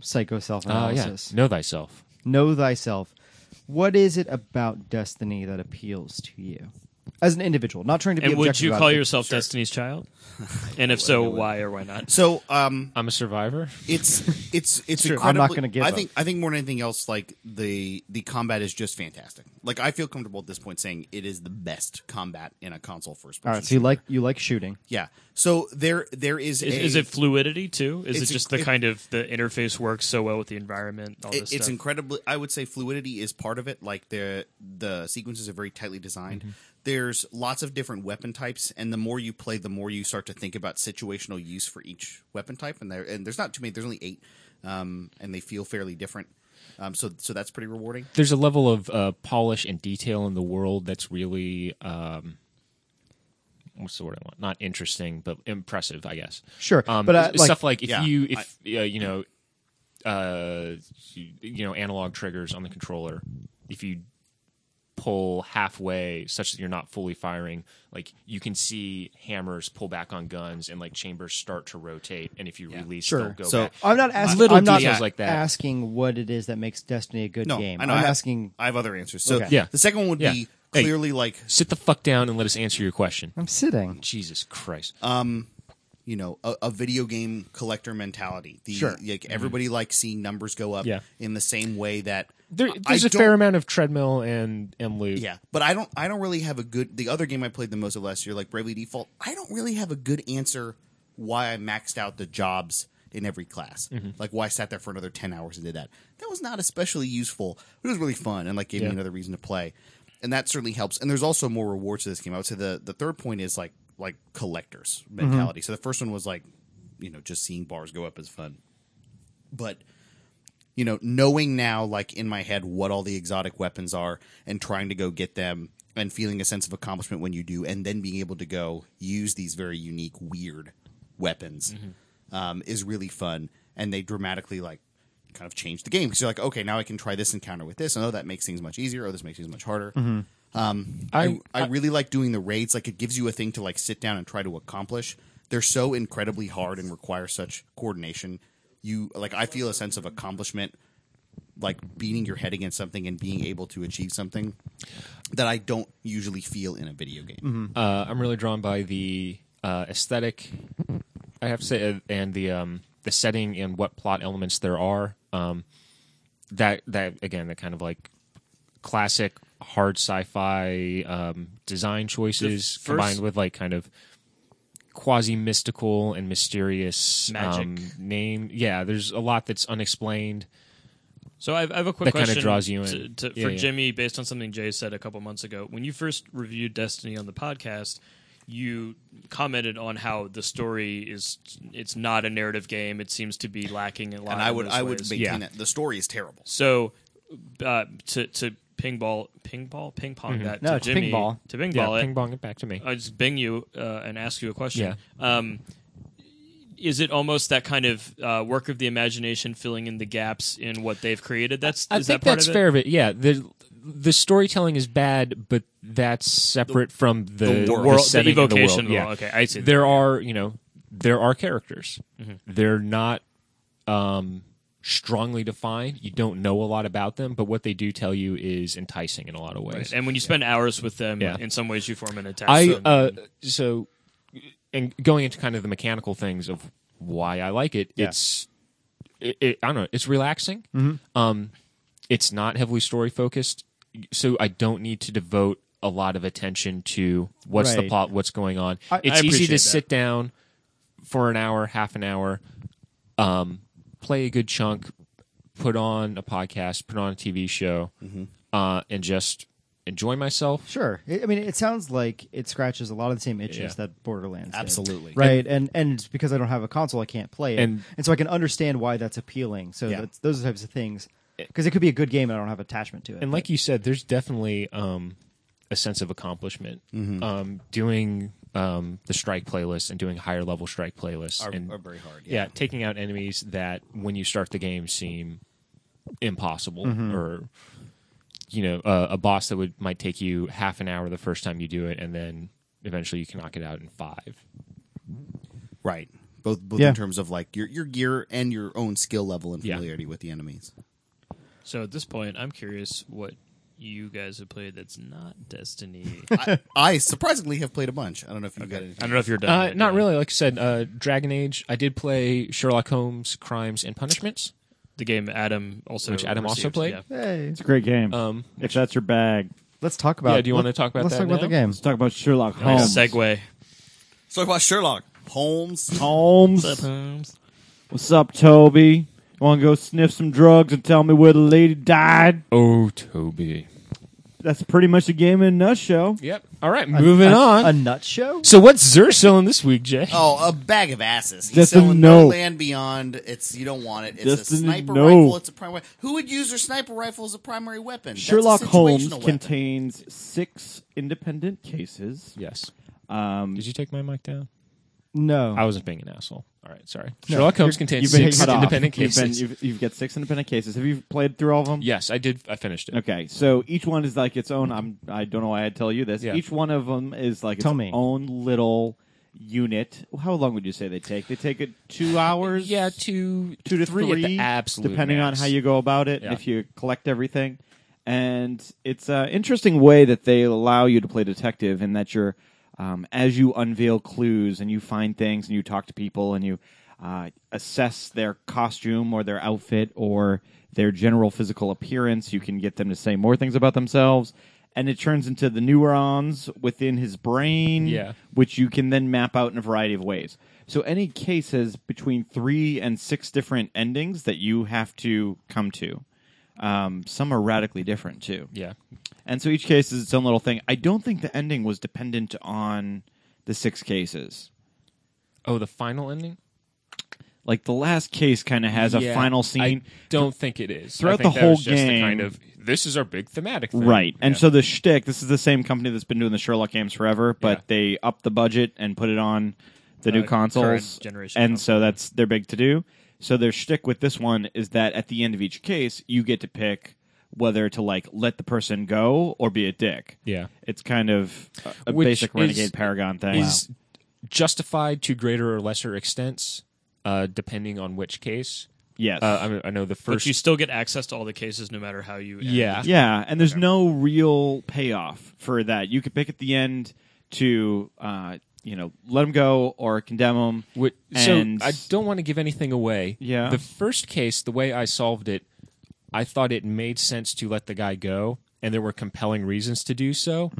Speaker 3: psycho self
Speaker 5: Uh, yeah,
Speaker 3: analysis.
Speaker 5: know thyself.
Speaker 3: Know thyself. What is it about Destiny that appeals to you as an individual? Not trying to be.
Speaker 6: And would
Speaker 3: objective
Speaker 6: you
Speaker 3: about
Speaker 6: call
Speaker 3: it.
Speaker 6: yourself Destiny's Child? and if so, why or why not?
Speaker 4: So um
Speaker 5: I'm a survivor.
Speaker 4: it's it's it's
Speaker 3: Sure,
Speaker 4: incredibly,
Speaker 3: I'm not gonna give
Speaker 4: I
Speaker 3: up.
Speaker 4: think I think more than anything else, like the the combat is just fantastic. Like I feel comfortable at this point saying it is the best combat in a console first person.
Speaker 3: All right, so you like you like shooting.
Speaker 4: yeah. So there there is
Speaker 6: Is,
Speaker 4: a,
Speaker 6: is it fluidity too? Is it
Speaker 4: It's
Speaker 6: just
Speaker 4: inc-
Speaker 6: the kind of the interface works so well with the environment? All
Speaker 4: It-
Speaker 6: this
Speaker 4: it's
Speaker 6: stuff.
Speaker 4: incredibly i would say fluidity is part of it like the the sequences are very tightly designed there's lots of different weapon types and the more you play the more you start to think about situational use for each weapon type and there and there's not too many there's only eight um, and they feel fairly different um, so so that's pretty rewarding
Speaker 5: There's a level of uh, polish and detail in the world that's really um, what's the word I want? Not interesting, but impressive, I guess.
Speaker 3: Sure,
Speaker 5: um,
Speaker 3: but, uh,
Speaker 5: it's stuff
Speaker 3: like-
Speaker 5: like if
Speaker 4: yeah,
Speaker 5: you if uh, you know uh, you, you know analog triggers on the controller, if you pull halfway such that you're not fully firing like you can see hammers pull back on guns and like chambers start to rotate and if you release
Speaker 3: Sure.
Speaker 5: they'll go
Speaker 4: So-
Speaker 5: back
Speaker 3: I'm not asking.
Speaker 5: Little
Speaker 3: I'm not
Speaker 5: details like that.
Speaker 3: asking what it is that makes Destiny a good
Speaker 4: no
Speaker 3: game.
Speaker 4: i know
Speaker 3: I'm
Speaker 4: I have,
Speaker 3: asking.
Speaker 4: i have other answers so
Speaker 3: Okay.
Speaker 5: Yeah.
Speaker 4: the second one would
Speaker 5: Yeah.
Speaker 4: be
Speaker 5: Hey.
Speaker 4: clearly like
Speaker 5: sit the fuck down and let us answer your question
Speaker 3: I'm sitting.
Speaker 5: jesus christ
Speaker 4: um you know a, a video game collector mentality. The,
Speaker 8: Sure.
Speaker 4: like everybody likes seeing numbers go up
Speaker 5: Yeah.
Speaker 4: in the same way that
Speaker 5: There,
Speaker 4: I-
Speaker 5: there's
Speaker 4: I
Speaker 5: a fair
Speaker 4: don't-
Speaker 5: amount of treadmill and and loot.
Speaker 4: Yeah, but I don't. I don't really have a good. The other game I played the most of last year, like Bravely Default, I don't really have a good answer why I maxed out the jobs in every class. Like why I sat there for another ten hours and did that. That was not especially useful. But it was really fun and like gave me another reason to play, and that certainly helps. And there's also more rewards to this game. I would say the the third point is like like collectors mentality. So the first one was like, you know, just seeing bars go up is fun, but you know, knowing now, like in my head, what all the exotic weapons are and trying to go get them and feeling a sense of accomplishment when you do, and then being able to go use these very unique, weird weapons um, is really fun. And they dramatically, like, kind of change the game because you're like, okay, now I can try this encounter with this. And oh, that makes things much easier. Oh, this makes things much harder. Um, I, I, really like doing the raids. Like, it gives you a thing to, like, sit down and try to accomplish. They're so incredibly hard and require such coordination. You, like, I feel a sense of accomplishment like beating your head against something and being able to achieve something that I don't usually feel in a video game.
Speaker 5: Uh, I'm really drawn by the uh, aesthetic. I have to say, uh, and the um, the setting and what plot elements there are. Um, that that again, that kind of like classic hard sci-fi um, design choices
Speaker 6: first-
Speaker 5: combined with like kind of quasi mystical and mysterious
Speaker 6: Magic.
Speaker 5: um, name. Yeah, there's a lot that's unexplained.
Speaker 6: So I've, I have a quick
Speaker 5: That kinda
Speaker 6: question
Speaker 5: draws you in.
Speaker 6: to- to-
Speaker 5: Yeah,
Speaker 6: for
Speaker 5: yeah.
Speaker 6: Jimmy, based on something Jay said a couple months ago. When you first reviewed Destiny on the podcast, you commented on how the story is it's not a narrative game. It seems to be lacking in a lot.
Speaker 4: And I
Speaker 6: in
Speaker 4: would
Speaker 6: those
Speaker 4: I would
Speaker 6: ways.
Speaker 4: maintain
Speaker 5: Yeah.
Speaker 4: that the story is terrible.
Speaker 6: So uh, to to ping ball, ping ball, ping pong
Speaker 5: Mm-hmm.
Speaker 6: that
Speaker 3: No,
Speaker 6: to
Speaker 3: it's
Speaker 6: Jimmy,
Speaker 3: ping ball.
Speaker 6: to ping
Speaker 5: Yeah,
Speaker 6: ball it.
Speaker 5: ping pong it back to me.
Speaker 6: I just bing you uh, and ask you a question. Um, is it almost that kind of uh, work of the imagination filling in the gaps in what they've created? That's
Speaker 5: I
Speaker 6: is
Speaker 5: think
Speaker 6: that part
Speaker 5: that's
Speaker 6: of it?
Speaker 5: fair of it. Yeah, the the storytelling is bad, but that's separate from the,
Speaker 6: world.
Speaker 5: the
Speaker 6: The
Speaker 5: setting and
Speaker 6: evocation of the
Speaker 5: the world. Yeah.
Speaker 6: world. Okay, I see. Mm-hmm.
Speaker 5: There are you know there are characters. They're not um, strongly defined. You don't know a lot about them, but what they do tell you is enticing in a lot of ways.
Speaker 6: And when you spend hours with them,
Speaker 5: Yeah.
Speaker 6: in some ways you form an
Speaker 5: I
Speaker 6: attachment.
Speaker 5: uh, so and going into kind of the mechanical things of why I like it. It's it, it, I don't know. It's relaxing.
Speaker 6: Mm-hmm.
Speaker 5: Um, it's not heavily story focused, so I don't need to devote a lot of attention to what's the
Speaker 3: Right.
Speaker 5: plot, what's going on. it's
Speaker 6: I
Speaker 5: easy to
Speaker 6: appreciate that.
Speaker 5: sit down for an hour, half an hour, um, play a good chunk, put on a podcast, put on a TV show,
Speaker 6: Mm-hmm.
Speaker 5: uh, and just enjoy myself.
Speaker 3: Sure. I I mean, it sounds like it scratches a lot of the same itches
Speaker 5: Yeah.
Speaker 3: that Borderlands did.
Speaker 4: Absolutely.
Speaker 3: right? And and it's because I don't have a console, I can't play it,
Speaker 5: And-
Speaker 3: and, so I can understand why that's appealing. So
Speaker 4: Yeah.
Speaker 3: that's, those are the types of things because it could be a good game and I don't have attachment to it.
Speaker 5: and like you said, there's definitely um, a sense of accomplishment um, doing um, the strike playlist and doing higher level strike playlists
Speaker 4: Are-
Speaker 5: and
Speaker 4: are very hard,
Speaker 5: Yeah.
Speaker 4: yeah.
Speaker 5: taking out enemies that when you start the game seem impossible or you know uh, a boss that would might take you half an hour the first time you do it and then eventually you can knock it out in five.
Speaker 4: Right. Both both
Speaker 3: Yeah.
Speaker 4: in terms of like your your gear and your own skill level and
Speaker 5: Yeah.
Speaker 4: familiarity with the enemies.
Speaker 6: so at this point, I'm curious what you guys have played that's not Destiny. I
Speaker 4: I, I surprisingly have played a bunch. I don't know if you got anything.
Speaker 6: don't know if you're done.
Speaker 5: Uh,
Speaker 6: yet,
Speaker 5: not
Speaker 6: yeah.
Speaker 5: really. Like I said, uh, Dragon Age. I did play Sherlock Holmes: Crimes and Punishments.
Speaker 6: The game Adam also
Speaker 5: Which Adam also
Speaker 6: received,
Speaker 5: played?
Speaker 6: yeah.
Speaker 3: hey,
Speaker 7: It's a great game.
Speaker 5: Um,
Speaker 7: if that's your bag,
Speaker 3: let's talk about.
Speaker 5: Yeah, do you wanna talk about
Speaker 3: Let's
Speaker 5: that
Speaker 3: talk about the
Speaker 5: now?
Speaker 3: game.
Speaker 7: let's talk about Sherlock
Speaker 5: Oh.
Speaker 6: Nice
Speaker 7: Holmes.
Speaker 6: segue.
Speaker 4: So I watched Sherlock Holmes.
Speaker 7: Holmes, what's up, Toby? You want to go sniff some drugs and tell me where the lady died?
Speaker 5: Oh, Toby.
Speaker 7: That's pretty much the game in a nutshell.
Speaker 5: Yep. All right, moving on.
Speaker 3: A nut show.
Speaker 5: So what's Zer selling this week, Jay?
Speaker 4: Oh, a bag of asses. He's
Speaker 7: Just a
Speaker 4: selling no
Speaker 7: note.
Speaker 4: land beyond. It's you don't want it. It's
Speaker 7: Just
Speaker 4: a
Speaker 7: a
Speaker 4: sniper
Speaker 7: note.
Speaker 4: rifle. It's a primary. Who would use their sniper rifle as a primary weapon? That's a
Speaker 7: Sherlock Holmes
Speaker 4: situational weapon.
Speaker 7: contains six independent cases.
Speaker 5: Yes.
Speaker 7: Um,
Speaker 5: Did you take my mic down?
Speaker 3: No,
Speaker 5: I wasn't being an asshole. All right, sorry. Sherlock Holmes contains
Speaker 7: You've been
Speaker 5: six
Speaker 7: cut off.
Speaker 5: independent
Speaker 7: You've been-
Speaker 5: cases.
Speaker 7: You've, you've, got six independent cases. Have you played through all of them?
Speaker 5: yes, I did. I finished it.
Speaker 7: Okay, so each one is like its own. I'm. I don't know why I'd tell you this.
Speaker 5: Yeah.
Speaker 7: Each one of them is like
Speaker 3: Tell
Speaker 7: its
Speaker 3: me.
Speaker 7: own little unit. How long would you say they take? They take it two hours.
Speaker 5: Yeah, Uh, two,
Speaker 7: two to
Speaker 5: three,
Speaker 7: three,
Speaker 5: at the absolute
Speaker 7: depending
Speaker 5: max.
Speaker 7: on how you go about it
Speaker 5: Yeah.
Speaker 7: and if you collect everything. And it's an interesting way that they allow you to play detective in that you're
Speaker 9: um, as you unveil clues and you find things and you talk to people and you uh, assess their costume or their outfit or their general physical appearance, you can get them to say more things about themselves. And it turns into the neurons within his brain,
Speaker 5: Yeah.
Speaker 9: which you can then map out in a variety of ways. So any case has between three and six different endings that you have to come to. Um, some are radically different too.
Speaker 5: Yeah.
Speaker 9: And so each case is its own little thing. I don't think the ending was dependent on the six cases.
Speaker 5: Oh, the final ending
Speaker 9: Like the last case kind of has a
Speaker 5: Yeah,
Speaker 9: final
Speaker 5: I
Speaker 9: scene.
Speaker 5: don't think it is
Speaker 9: Throughout
Speaker 5: I think
Speaker 9: the
Speaker 5: that
Speaker 9: whole
Speaker 5: was just the
Speaker 9: game-
Speaker 5: kind of this is our big thematic, thing.
Speaker 9: Right. And
Speaker 5: Yeah.
Speaker 9: so the shtick, this is the same company that's been doing the Sherlock games forever, but
Speaker 5: Yeah.
Speaker 9: they upped the budget and put it on the new
Speaker 6: Uh,
Speaker 9: consoles.
Speaker 6: current generation
Speaker 9: and
Speaker 6: console.
Speaker 9: so that's their big to do. So their shtick with this one is that at the end of each case, you get to pick whether to like let the person go or be a dick.
Speaker 5: Yeah.
Speaker 9: It's kind of a, a
Speaker 5: Which
Speaker 9: basic
Speaker 5: is-
Speaker 9: renegade paragon thing.
Speaker 5: is justified to greater or lesser extents, uh, depending on which case.
Speaker 9: Yes.
Speaker 5: Uh, I, mean, I know the
Speaker 6: But
Speaker 5: first.
Speaker 6: you still get access to all the cases no matter how you. end.
Speaker 5: yeah,
Speaker 9: Yeah, and there's no real payoff for that. You could pick at the end to, uh, you know, let them go or condemn them.
Speaker 5: Wh-
Speaker 9: and
Speaker 5: so I don't want to give anything away.
Speaker 9: Yeah.
Speaker 5: The first case, the way I solved it, I thought it made sense to let the guy go, and there were compelling reasons to do so.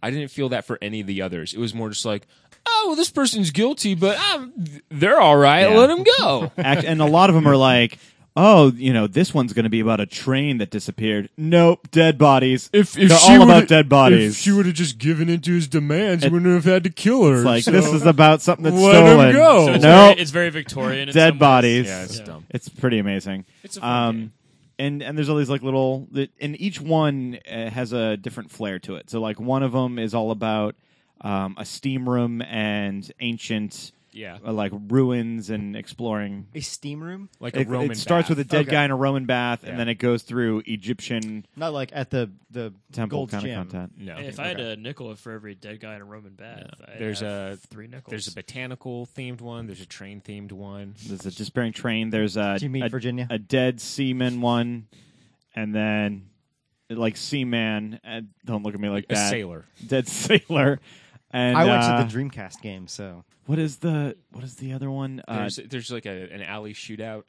Speaker 5: I didn't feel that for any of the others. It was more just like, oh, well, this person's guilty, but i they're all right.
Speaker 9: Yeah.
Speaker 5: Let him go.
Speaker 9: act, and a lot of them are like, oh, you know, this one's going to be about a train that disappeared. Nope, dead bodies. They're all
Speaker 5: would've-
Speaker 9: about dead bodies.
Speaker 5: if she would have just given in to his demands,
Speaker 9: It-
Speaker 5: we wouldn't have had to kill her.
Speaker 9: it's like
Speaker 5: so-
Speaker 9: this is about something that's
Speaker 5: Let 'em
Speaker 9: stolen.
Speaker 5: go.
Speaker 6: So it's,
Speaker 9: Nope.
Speaker 6: very, it's very Victorian. in
Speaker 9: dead
Speaker 6: some ways.
Speaker 9: bodies.
Speaker 5: Yeah, it's dumb.
Speaker 9: It's pretty amazing. Um,
Speaker 5: It's a fun game.
Speaker 9: And and there's all these like little, that- and each one uh, has a different flair to it. So like one of them is all about um, a steam room and ancient,
Speaker 5: Yeah.
Speaker 9: uh, like ruins and exploring.
Speaker 3: A steam room,
Speaker 5: like a
Speaker 9: It,
Speaker 5: Roman.
Speaker 9: it starts
Speaker 5: bath.
Speaker 9: with a dead
Speaker 3: Okay.
Speaker 9: guy in a Roman bath,
Speaker 5: Yeah.
Speaker 9: and then it goes through Egyptian
Speaker 3: not like at the the
Speaker 9: temple
Speaker 3: Gold's
Speaker 9: kind
Speaker 3: Gym.
Speaker 9: of content.
Speaker 5: no.
Speaker 6: If I had a nickel for every dead guy in a Roman bath, I'd
Speaker 5: There's
Speaker 6: have
Speaker 5: a-
Speaker 6: three nickels.
Speaker 5: There's a botanical themed one. There's a train themed one.
Speaker 9: There's a despairing train. There's a
Speaker 3: Do you mean
Speaker 9: a,
Speaker 3: Virginia?
Speaker 9: a dead seaman one, and then like seaman. And don't look at me like
Speaker 5: A
Speaker 9: that.
Speaker 5: sailor.
Speaker 9: dead sailor. And
Speaker 3: I went
Speaker 9: uh,
Speaker 3: to the Dreamcast game, so
Speaker 9: what is the what is the other one? Uh,
Speaker 5: There's, there's like a, an alley shootout.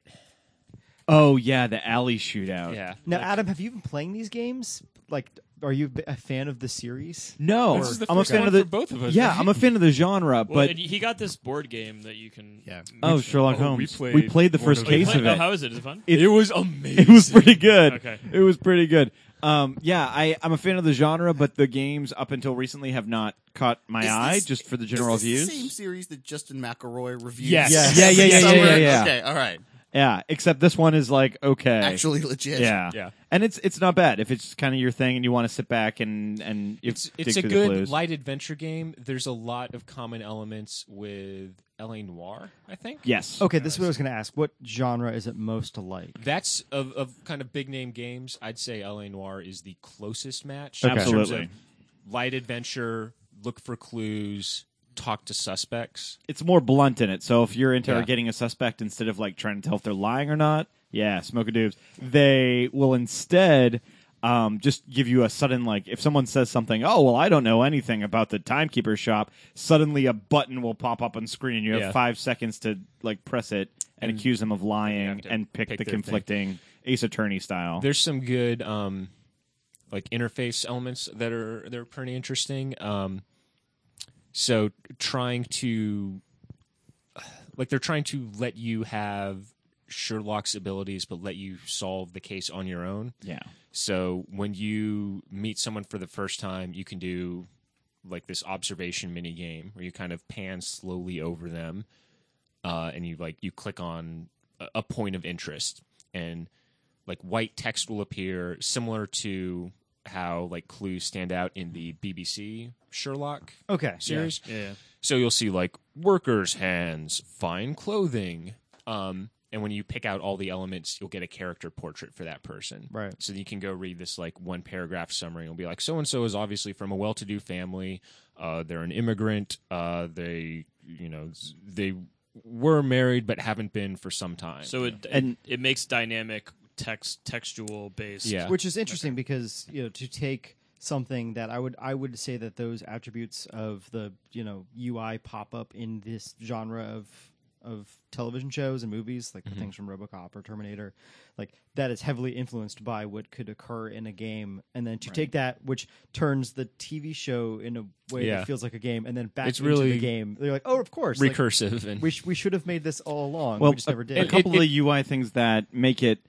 Speaker 9: oh yeah, the alley shootout.
Speaker 5: Yeah.
Speaker 3: now Adam, have you been playing these games? Like, are you a fan of the series?
Speaker 9: No,
Speaker 5: This is the
Speaker 9: I'm a
Speaker 5: first
Speaker 9: fan
Speaker 5: one
Speaker 9: of the
Speaker 5: for both of us,
Speaker 9: Yeah,
Speaker 5: right?
Speaker 9: I'm a fan of the genre,
Speaker 6: Well,
Speaker 9: but
Speaker 6: and he got this board game that you can.
Speaker 3: Yeah.
Speaker 9: oh, Sherlock
Speaker 5: Oh,
Speaker 9: Holmes.
Speaker 5: we
Speaker 9: We
Speaker 5: played
Speaker 9: played, the
Speaker 5: one
Speaker 9: first
Speaker 5: of
Speaker 6: Wait,
Speaker 9: case
Speaker 5: those.
Speaker 6: play-
Speaker 9: of
Speaker 6: oh,
Speaker 9: it.
Speaker 6: how is it? Is it fun?
Speaker 9: It-
Speaker 5: was amazing.
Speaker 9: it was pretty good.
Speaker 6: Okay.
Speaker 9: It was pretty good. Um, yeah, I, I'm a fan of the genre, but the games up until recently have not caught my
Speaker 4: Is
Speaker 9: eye
Speaker 4: this-
Speaker 9: just for the
Speaker 4: Is
Speaker 9: general
Speaker 4: this the
Speaker 9: views.
Speaker 4: same series that Justin McElroy reviewed.
Speaker 5: Yes. Yes.
Speaker 9: Yeah, yeah, yeah, yeah,
Speaker 4: Somewhere?
Speaker 9: yeah, yeah.
Speaker 4: Okay, all right.
Speaker 9: Yeah, except this one is like okay.
Speaker 4: Actually legit.
Speaker 9: yeah.
Speaker 5: Yeah.
Speaker 9: And it's it's not bad if it's kind of your thing and you want to sit back and and you
Speaker 5: It's,
Speaker 9: dig
Speaker 5: it's a
Speaker 9: through the
Speaker 5: good
Speaker 9: clues.
Speaker 5: light adventure game. There's a lot of common elements with L.A. Noir, I think.
Speaker 9: Yes.
Speaker 3: Okay, this is what I was going to ask. What genre is it most alike?
Speaker 5: That's of, of kind of big name games. I'd say L.A. Noir is the closest match.
Speaker 9: Okay.
Speaker 5: in terms of
Speaker 9: Absolutely.
Speaker 5: light adventure, look for clues, talk to suspects.
Speaker 9: It's more blunt in it. So if you're interrogating
Speaker 5: Yeah.
Speaker 9: a suspect instead of like trying to tell if they're lying or not, yeah, smoke a doobs. They will instead um, just give you a sudden like if someone says something, oh well, I don't know anything about the timekeeper shop. Suddenly a button will pop up on screen and you have
Speaker 5: Yeah.
Speaker 9: five seconds to like press it and, accuse them of lying
Speaker 5: to
Speaker 9: and pick,
Speaker 5: pick
Speaker 9: the
Speaker 5: their thing.
Speaker 9: conflicting Ace Attorney style.
Speaker 5: There's some good um, like interface elements that are they're pretty interesting. Um, so trying to like they're trying to let you have Sherlock's abilities, but let you solve the case on your own.
Speaker 9: yeah.
Speaker 5: So when you meet someone for the first time, you can do like this observation mini game where you kind of pan slowly over them, uh, and you like you click on a, a point of interest, and like white text will appear, similar to how like clues stand out in the BBC Sherlock
Speaker 3: Okay,
Speaker 5: series.
Speaker 6: Yeah.
Speaker 5: So you'll see like workers' hands, fine clothing. Um, and when you pick out all the elements, you'll get a character portrait for that person.
Speaker 3: Right.
Speaker 5: So you can go read this like one paragraph summary. It'll be like, so and so is obviously from a well to do family. Uh, they're an immigrant. Uh, they, you know, s- they were married but haven't been for some time.
Speaker 6: So it
Speaker 9: And-
Speaker 6: it, it makes dynamic text textual based.
Speaker 5: yeah.
Speaker 3: which is interesting because you know to take something that I would I would say that those attributes of the you know UI pop up in this genre of of television shows and movies, like
Speaker 5: Mm-hmm.
Speaker 3: the things from RoboCop or Terminator, like that is heavily influenced by what could occur in a game, and then to take that, which turns the TV show in a way
Speaker 5: Yeah.
Speaker 3: that feels like a game, and then back
Speaker 5: It's
Speaker 3: into
Speaker 5: really
Speaker 3: the game, they're like, oh, of course, like,
Speaker 5: recursive and
Speaker 3: we, sh- we should have made this all along. we just
Speaker 5: uh,
Speaker 3: never did.
Speaker 9: A couple of the UI things that make it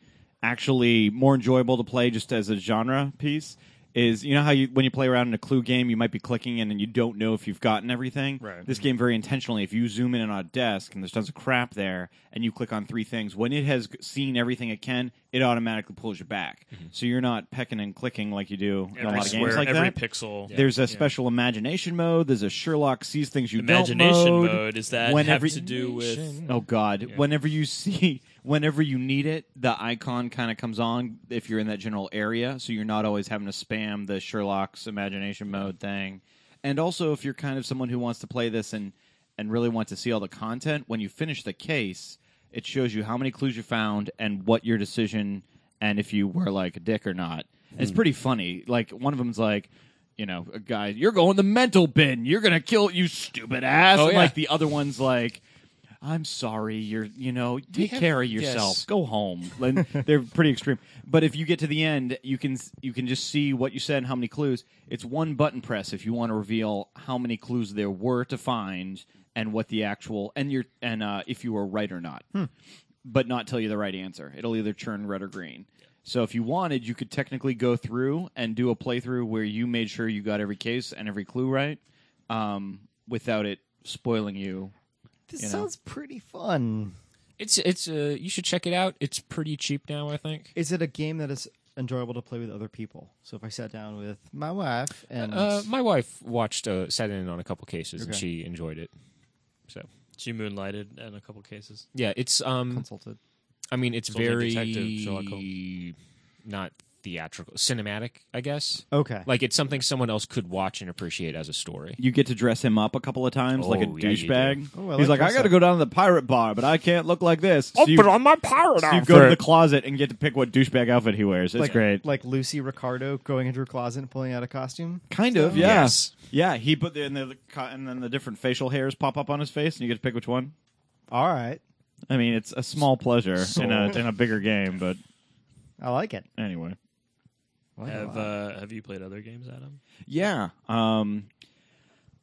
Speaker 9: actually more enjoyable to play just as a genre piece is you know how you when you play around in a clue game you might be clicking and, and you don't know if you've gotten everything
Speaker 5: Right.
Speaker 9: this game very intentionally if you zoom in on a desk and there's tons of crap there and you click on three things when it has seen everything it can it automatically pulls you back so you're not pecking and clicking like you do in a
Speaker 6: Every
Speaker 9: lot of games
Speaker 6: square,
Speaker 9: like
Speaker 6: every
Speaker 9: that
Speaker 6: pixel.
Speaker 9: there's a special imagination mode there's a sherlock sees things you
Speaker 6: Imagination
Speaker 9: don't mode,
Speaker 6: mode, is that
Speaker 9: when
Speaker 6: have
Speaker 9: every-
Speaker 6: to do with
Speaker 9: Oh God! Whenever you see, whenever you need it, the icon kind of comes on if you're in that general area, so you're not always having to spam the Sherlock's imagination mode thing. And also, if you're kind of someone who wants to play this and and really want to see all the content, when you finish the case, it shows you how many clues you found and what your decision and if you were like a dick or not.
Speaker 5: Hmm.
Speaker 9: It's pretty funny. Like one of them's like. You know, a guy, you're going the mental bin. You're gonna kill you, stupid ass.
Speaker 5: Oh,
Speaker 9: And,
Speaker 5: yeah.
Speaker 9: Like the other one's like, I'm sorry, you're you know, take
Speaker 5: have-
Speaker 9: care of yourself.
Speaker 5: yes.
Speaker 9: Go home. And they're pretty extreme. But if you get to the end, you can you can just see what you said and how many clues. It's one button press if you want to reveal how many clues there were to find and what the actual and your and uh, if you were right or not.
Speaker 5: Hmm.
Speaker 9: But not tell you the right answer. It'll either turn red or green. So if you wanted, you could technically go through and do a playthrough where you made sure you got every case and every clue right, um, without it spoiling you
Speaker 3: this
Speaker 9: you know.
Speaker 3: sounds pretty fun.
Speaker 5: it's it's uh you should check it out. It's pretty cheap now, I think.
Speaker 3: Is it a game that is enjoyable to play with other people? So if I sat down with my wife and
Speaker 5: Uh, my wife watched uh, sat in on a couple cases and
Speaker 3: Okay.
Speaker 5: she enjoyed it. So
Speaker 6: she moonlighted in a couple cases.
Speaker 5: yeah, it's um
Speaker 3: consulted,
Speaker 5: I mean it's
Speaker 6: Consulting
Speaker 5: very
Speaker 6: detective, Sherlock
Speaker 5: not theatrical, cinematic, I guess.
Speaker 3: okay,
Speaker 5: Like it's something someone else could watch and appreciate as a story.
Speaker 9: you get to dress him up a couple of times like a
Speaker 5: Oh, yeah, you
Speaker 9: douchebag.
Speaker 3: do. Oh, I
Speaker 9: He's
Speaker 3: like
Speaker 9: like, I
Speaker 3: dress
Speaker 9: got to
Speaker 3: up."
Speaker 9: go down to the pirate bar, but I can't look like this. So you,
Speaker 5: my pirate
Speaker 9: so you go to the closet and get to pick what douchebag outfit he wears. It's
Speaker 3: like
Speaker 9: great.
Speaker 3: like Lucy Ricardo going into her closet and pulling out a costume.
Speaker 9: kind of, yeah.
Speaker 5: Yes.
Speaker 9: Yeah, he put the, and, the, and then the different facial hairs pop up on his face, and you get to pick which one.
Speaker 3: All right,
Speaker 9: I mean, it's a small pleasure in a, in a bigger game, but
Speaker 3: I like it.
Speaker 9: anyway.
Speaker 6: Have uh, Have you played other games, Adam?
Speaker 9: Yeah. Um,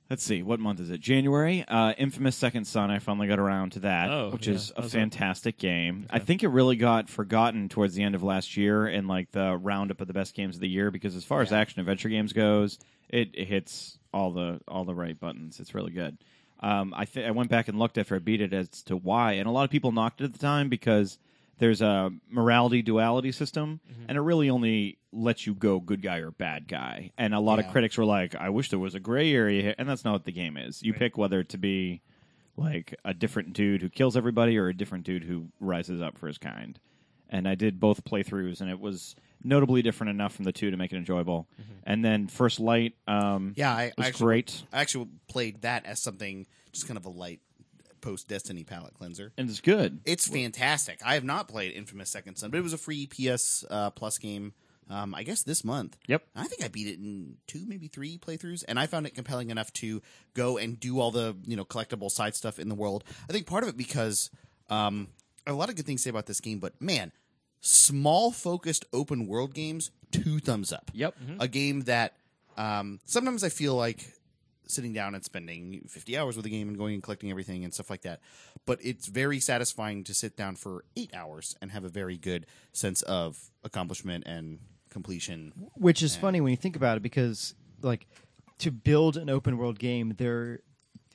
Speaker 9: let's see. What month is it? January. Uh, Infamous Second Son. I finally got around to that,
Speaker 6: Oh,
Speaker 9: which
Speaker 6: yeah.
Speaker 9: is a
Speaker 6: How's that?
Speaker 9: fantastic game. I think it really got forgotten towards the end of last year in like the roundup of the best games of the year because as far as action adventure games goes, it, it hits all the all the right buttons. It's really good. Um, I th- I went back and looked after I beat it as to why, and a lot of people knocked it at the time because there's a morality duality system, and it really only lets you go good guy or bad guy. And a lot of critics were like, "I wish there was a gray area," here. and that's not what the game is. You pick whether to be like a different dude who kills everybody or a different dude who rises up for his kind. And I did both playthroughs, and it was notably different enough from the two to make it enjoyable. And then First Light, um,
Speaker 4: Yeah, I, I
Speaker 9: was
Speaker 4: actually,
Speaker 9: great.
Speaker 4: I actually played that as something just kind of a light post Destiny palette cleanser.
Speaker 9: and it's good.
Speaker 4: It's fantastic. I have not played Infamous Second Son, but it was a free PS uh, Plus game. Um, I guess this month.
Speaker 9: Yep.
Speaker 4: I think I beat it in two, maybe three playthroughs, and I found it compelling enough to go and do all the you know collectible side stuff in the world. I think part of it because um, a lot of good things to say about this game, but man, small focused open world games, two thumbs up.
Speaker 9: Yep.
Speaker 3: Mm-hmm.
Speaker 4: A game that um, sometimes I feel like sitting down and spending 50 hours with a game and going and collecting everything and stuff like that. But it's very satisfying to sit down for eight hours and have a very good sense of accomplishment and completion.
Speaker 3: Which is funny when you think about it because like to build an open world game, there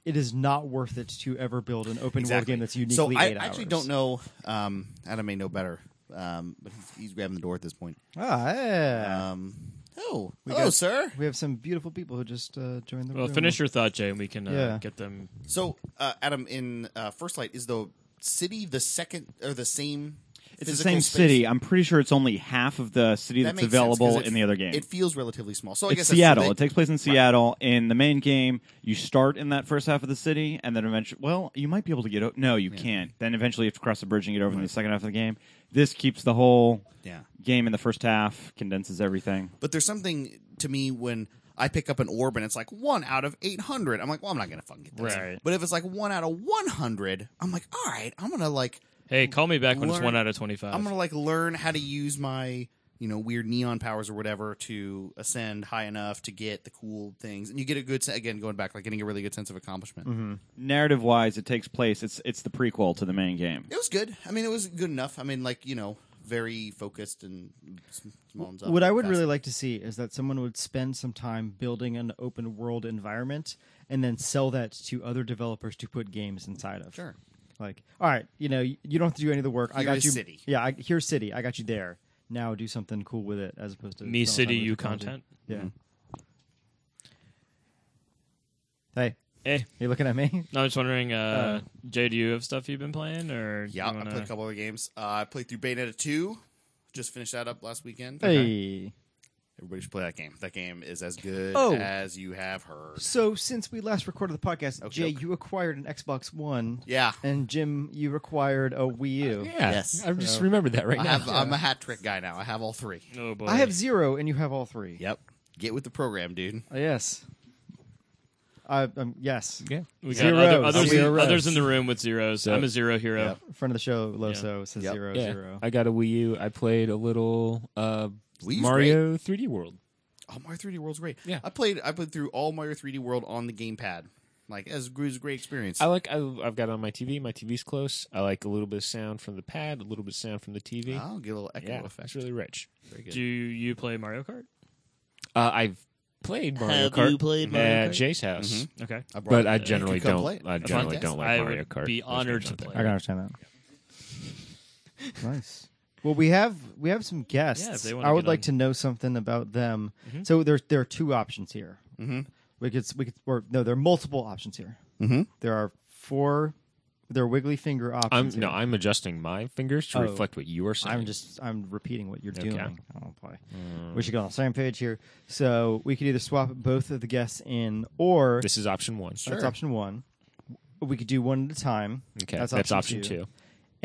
Speaker 3: it is not worth it to ever build an open world game that's uniquely
Speaker 4: So I
Speaker 3: eight
Speaker 4: actually
Speaker 3: hours.
Speaker 4: don't know. Um, Adam may know better, um, but he's, he's grabbing the door at this point.
Speaker 3: Ah, yeah.
Speaker 4: Um, oh, hello,
Speaker 3: got-
Speaker 4: sir.
Speaker 3: we have some beautiful people who just uh, joined the
Speaker 6: Well,
Speaker 3: room.
Speaker 6: finish your thought, Jay, and we can uh,
Speaker 3: Yeah.
Speaker 6: get them.
Speaker 4: So, uh, Adam, in uh, First Light, is the city the second or the same?
Speaker 7: it's the
Speaker 4: physical
Speaker 7: same
Speaker 4: space.
Speaker 7: city. I'm pretty sure it's only half of the city
Speaker 4: That
Speaker 7: that's
Speaker 4: makes sense, 'cause
Speaker 7: available
Speaker 4: it-
Speaker 7: in the other game.
Speaker 4: It feels relatively small. So I
Speaker 7: it's
Speaker 4: guess
Speaker 7: Seattle.
Speaker 4: That's,
Speaker 7: it takes place in Seattle. In the main game, you start in that first half of the city, and then eventually, well, you might be able to get. O- no, you can't. Then eventually, you have to cross the bridge and get over in the second half of the game. This keeps the whole
Speaker 4: Yeah.
Speaker 7: game in the first half, condenses everything.
Speaker 4: But there's something to me when I pick up an orb and it's like one out of 800. I'm like, well, I'm not going to fucking get this.
Speaker 6: Right.
Speaker 4: But if it's like one out of 100, I'm like, all right, I'm going to like,
Speaker 6: Hey, call me back when it's
Speaker 4: Learn-
Speaker 6: one out of twenty-five.
Speaker 4: I'm going to like learn how to use my, you know, weird neon powers or whatever to ascend high enough to get the cool things. And you get a good, se- again, going back, like getting a really good sense of accomplishment.
Speaker 7: Mm-hmm. Narrative wise, it takes place. It's it's the prequel to the main game.
Speaker 4: It was good. I mean, it was good enough. I mean, like, you know, very focused and s- small and
Speaker 3: What I would
Speaker 4: fast.
Speaker 3: really like to see is that someone would spend some time building an open world environment and then sell that to other developers to put games inside of.
Speaker 4: Sure.
Speaker 3: Like, all right, you know, you you don't have to do any of the work. I
Speaker 4: Here
Speaker 3: got
Speaker 4: is
Speaker 3: you.
Speaker 4: city.
Speaker 3: Yeah, I, here's city. I got you there. Now do something cool with it as opposed to
Speaker 6: Me
Speaker 3: spend all
Speaker 6: city,
Speaker 3: time with
Speaker 6: you
Speaker 3: technology.
Speaker 6: content. Mm-hmm.
Speaker 3: Yeah. Hey,
Speaker 6: Hey,
Speaker 3: you looking at me?
Speaker 6: no, I'm just wondering, uh, Jay, do you have stuff you've been playing, or do
Speaker 4: Yeah,
Speaker 6: you
Speaker 4: I played a couple other games. Uh, I played through Bayonetta 2. Just finished that up last weekend.
Speaker 3: Hey.
Speaker 4: Everybody should play that game. That game is as good
Speaker 3: Oh.
Speaker 4: as you have heard.
Speaker 3: So since we last recorded the podcast, Jay,
Speaker 4: doke.
Speaker 3: you acquired an Xbox One.
Speaker 4: Yeah.
Speaker 3: And Jim, you acquired a Wii U.
Speaker 5: Yeah,
Speaker 4: Yes.
Speaker 5: I just remembered that right
Speaker 4: I
Speaker 5: now.
Speaker 4: have, I'm a hat trick guy now. I have all three.
Speaker 6: Oh boy,
Speaker 3: I have zero, and you have all three.
Speaker 4: Yep. Get with the program, dude.
Speaker 3: Yes. I, um, yes.
Speaker 5: yeah.
Speaker 6: we got
Speaker 3: zeros.
Speaker 6: other, others, in,
Speaker 3: Zeros.
Speaker 6: others in the room with zeros. I'm a zero hero.
Speaker 3: Friend of the show, Loso, says
Speaker 4: Yep.
Speaker 3: zero,
Speaker 5: Yeah,
Speaker 3: zero.
Speaker 5: I got a Wii U. I played a little uh,
Speaker 4: Wii U's
Speaker 5: Mario 3D World.
Speaker 4: Oh, Mario 3D World's great.
Speaker 5: Yeah.
Speaker 4: I played I played through all Mario 3D World on the gamepad. Like as it was a great experience.
Speaker 5: I like. I, I've got it on my TV. My TV's close. I like a little bit of sound from the pad, a little bit of sound from the TV.
Speaker 4: I'll get a little echo
Speaker 5: yeah,
Speaker 4: Ah, effect.
Speaker 5: it's really rich.
Speaker 4: Very good.
Speaker 6: Do you play Mario Kart?
Speaker 5: Uh, I've played Mario
Speaker 4: Have
Speaker 5: Kart.
Speaker 4: you played Mario
Speaker 5: at
Speaker 4: Kart? Mm-hmm.
Speaker 5: Jay's house,
Speaker 6: Okay,
Speaker 4: I brought
Speaker 5: but
Speaker 4: it.
Speaker 5: I
Speaker 4: You
Speaker 5: generally
Speaker 4: can come
Speaker 5: don't.
Speaker 4: play it.
Speaker 5: Oh, I
Speaker 4: It's
Speaker 5: generally
Speaker 4: fantastic.
Speaker 5: don't like
Speaker 6: I
Speaker 5: Mario
Speaker 6: would
Speaker 5: Kart.
Speaker 6: be
Speaker 5: Those
Speaker 6: honored
Speaker 5: games
Speaker 6: to
Speaker 5: aren't
Speaker 6: play.
Speaker 5: that-
Speaker 3: can understand that. nice. Well, we have we have some guests.
Speaker 6: Yeah, if they wanna
Speaker 3: I
Speaker 6: get
Speaker 3: would like
Speaker 6: on.
Speaker 3: to know something about them. So there's there are two options here. Mm-hmm. We could s- we could or no, there are multiple options here. Mm-hmm. There are four. There are wiggly finger
Speaker 5: I'm
Speaker 3: options.
Speaker 5: no.
Speaker 3: here.
Speaker 5: I'm adjusting my fingers to
Speaker 3: Oh.
Speaker 5: reflect what you are saying.
Speaker 3: I'm just I'm repeating what you're
Speaker 5: Okay.
Speaker 3: doing. Oh boy, we should get on the same page here. So we could either swap both of the guests in, or
Speaker 5: This is option one.
Speaker 3: that's option one. We could do one at a time.
Speaker 5: Okay, that's option two.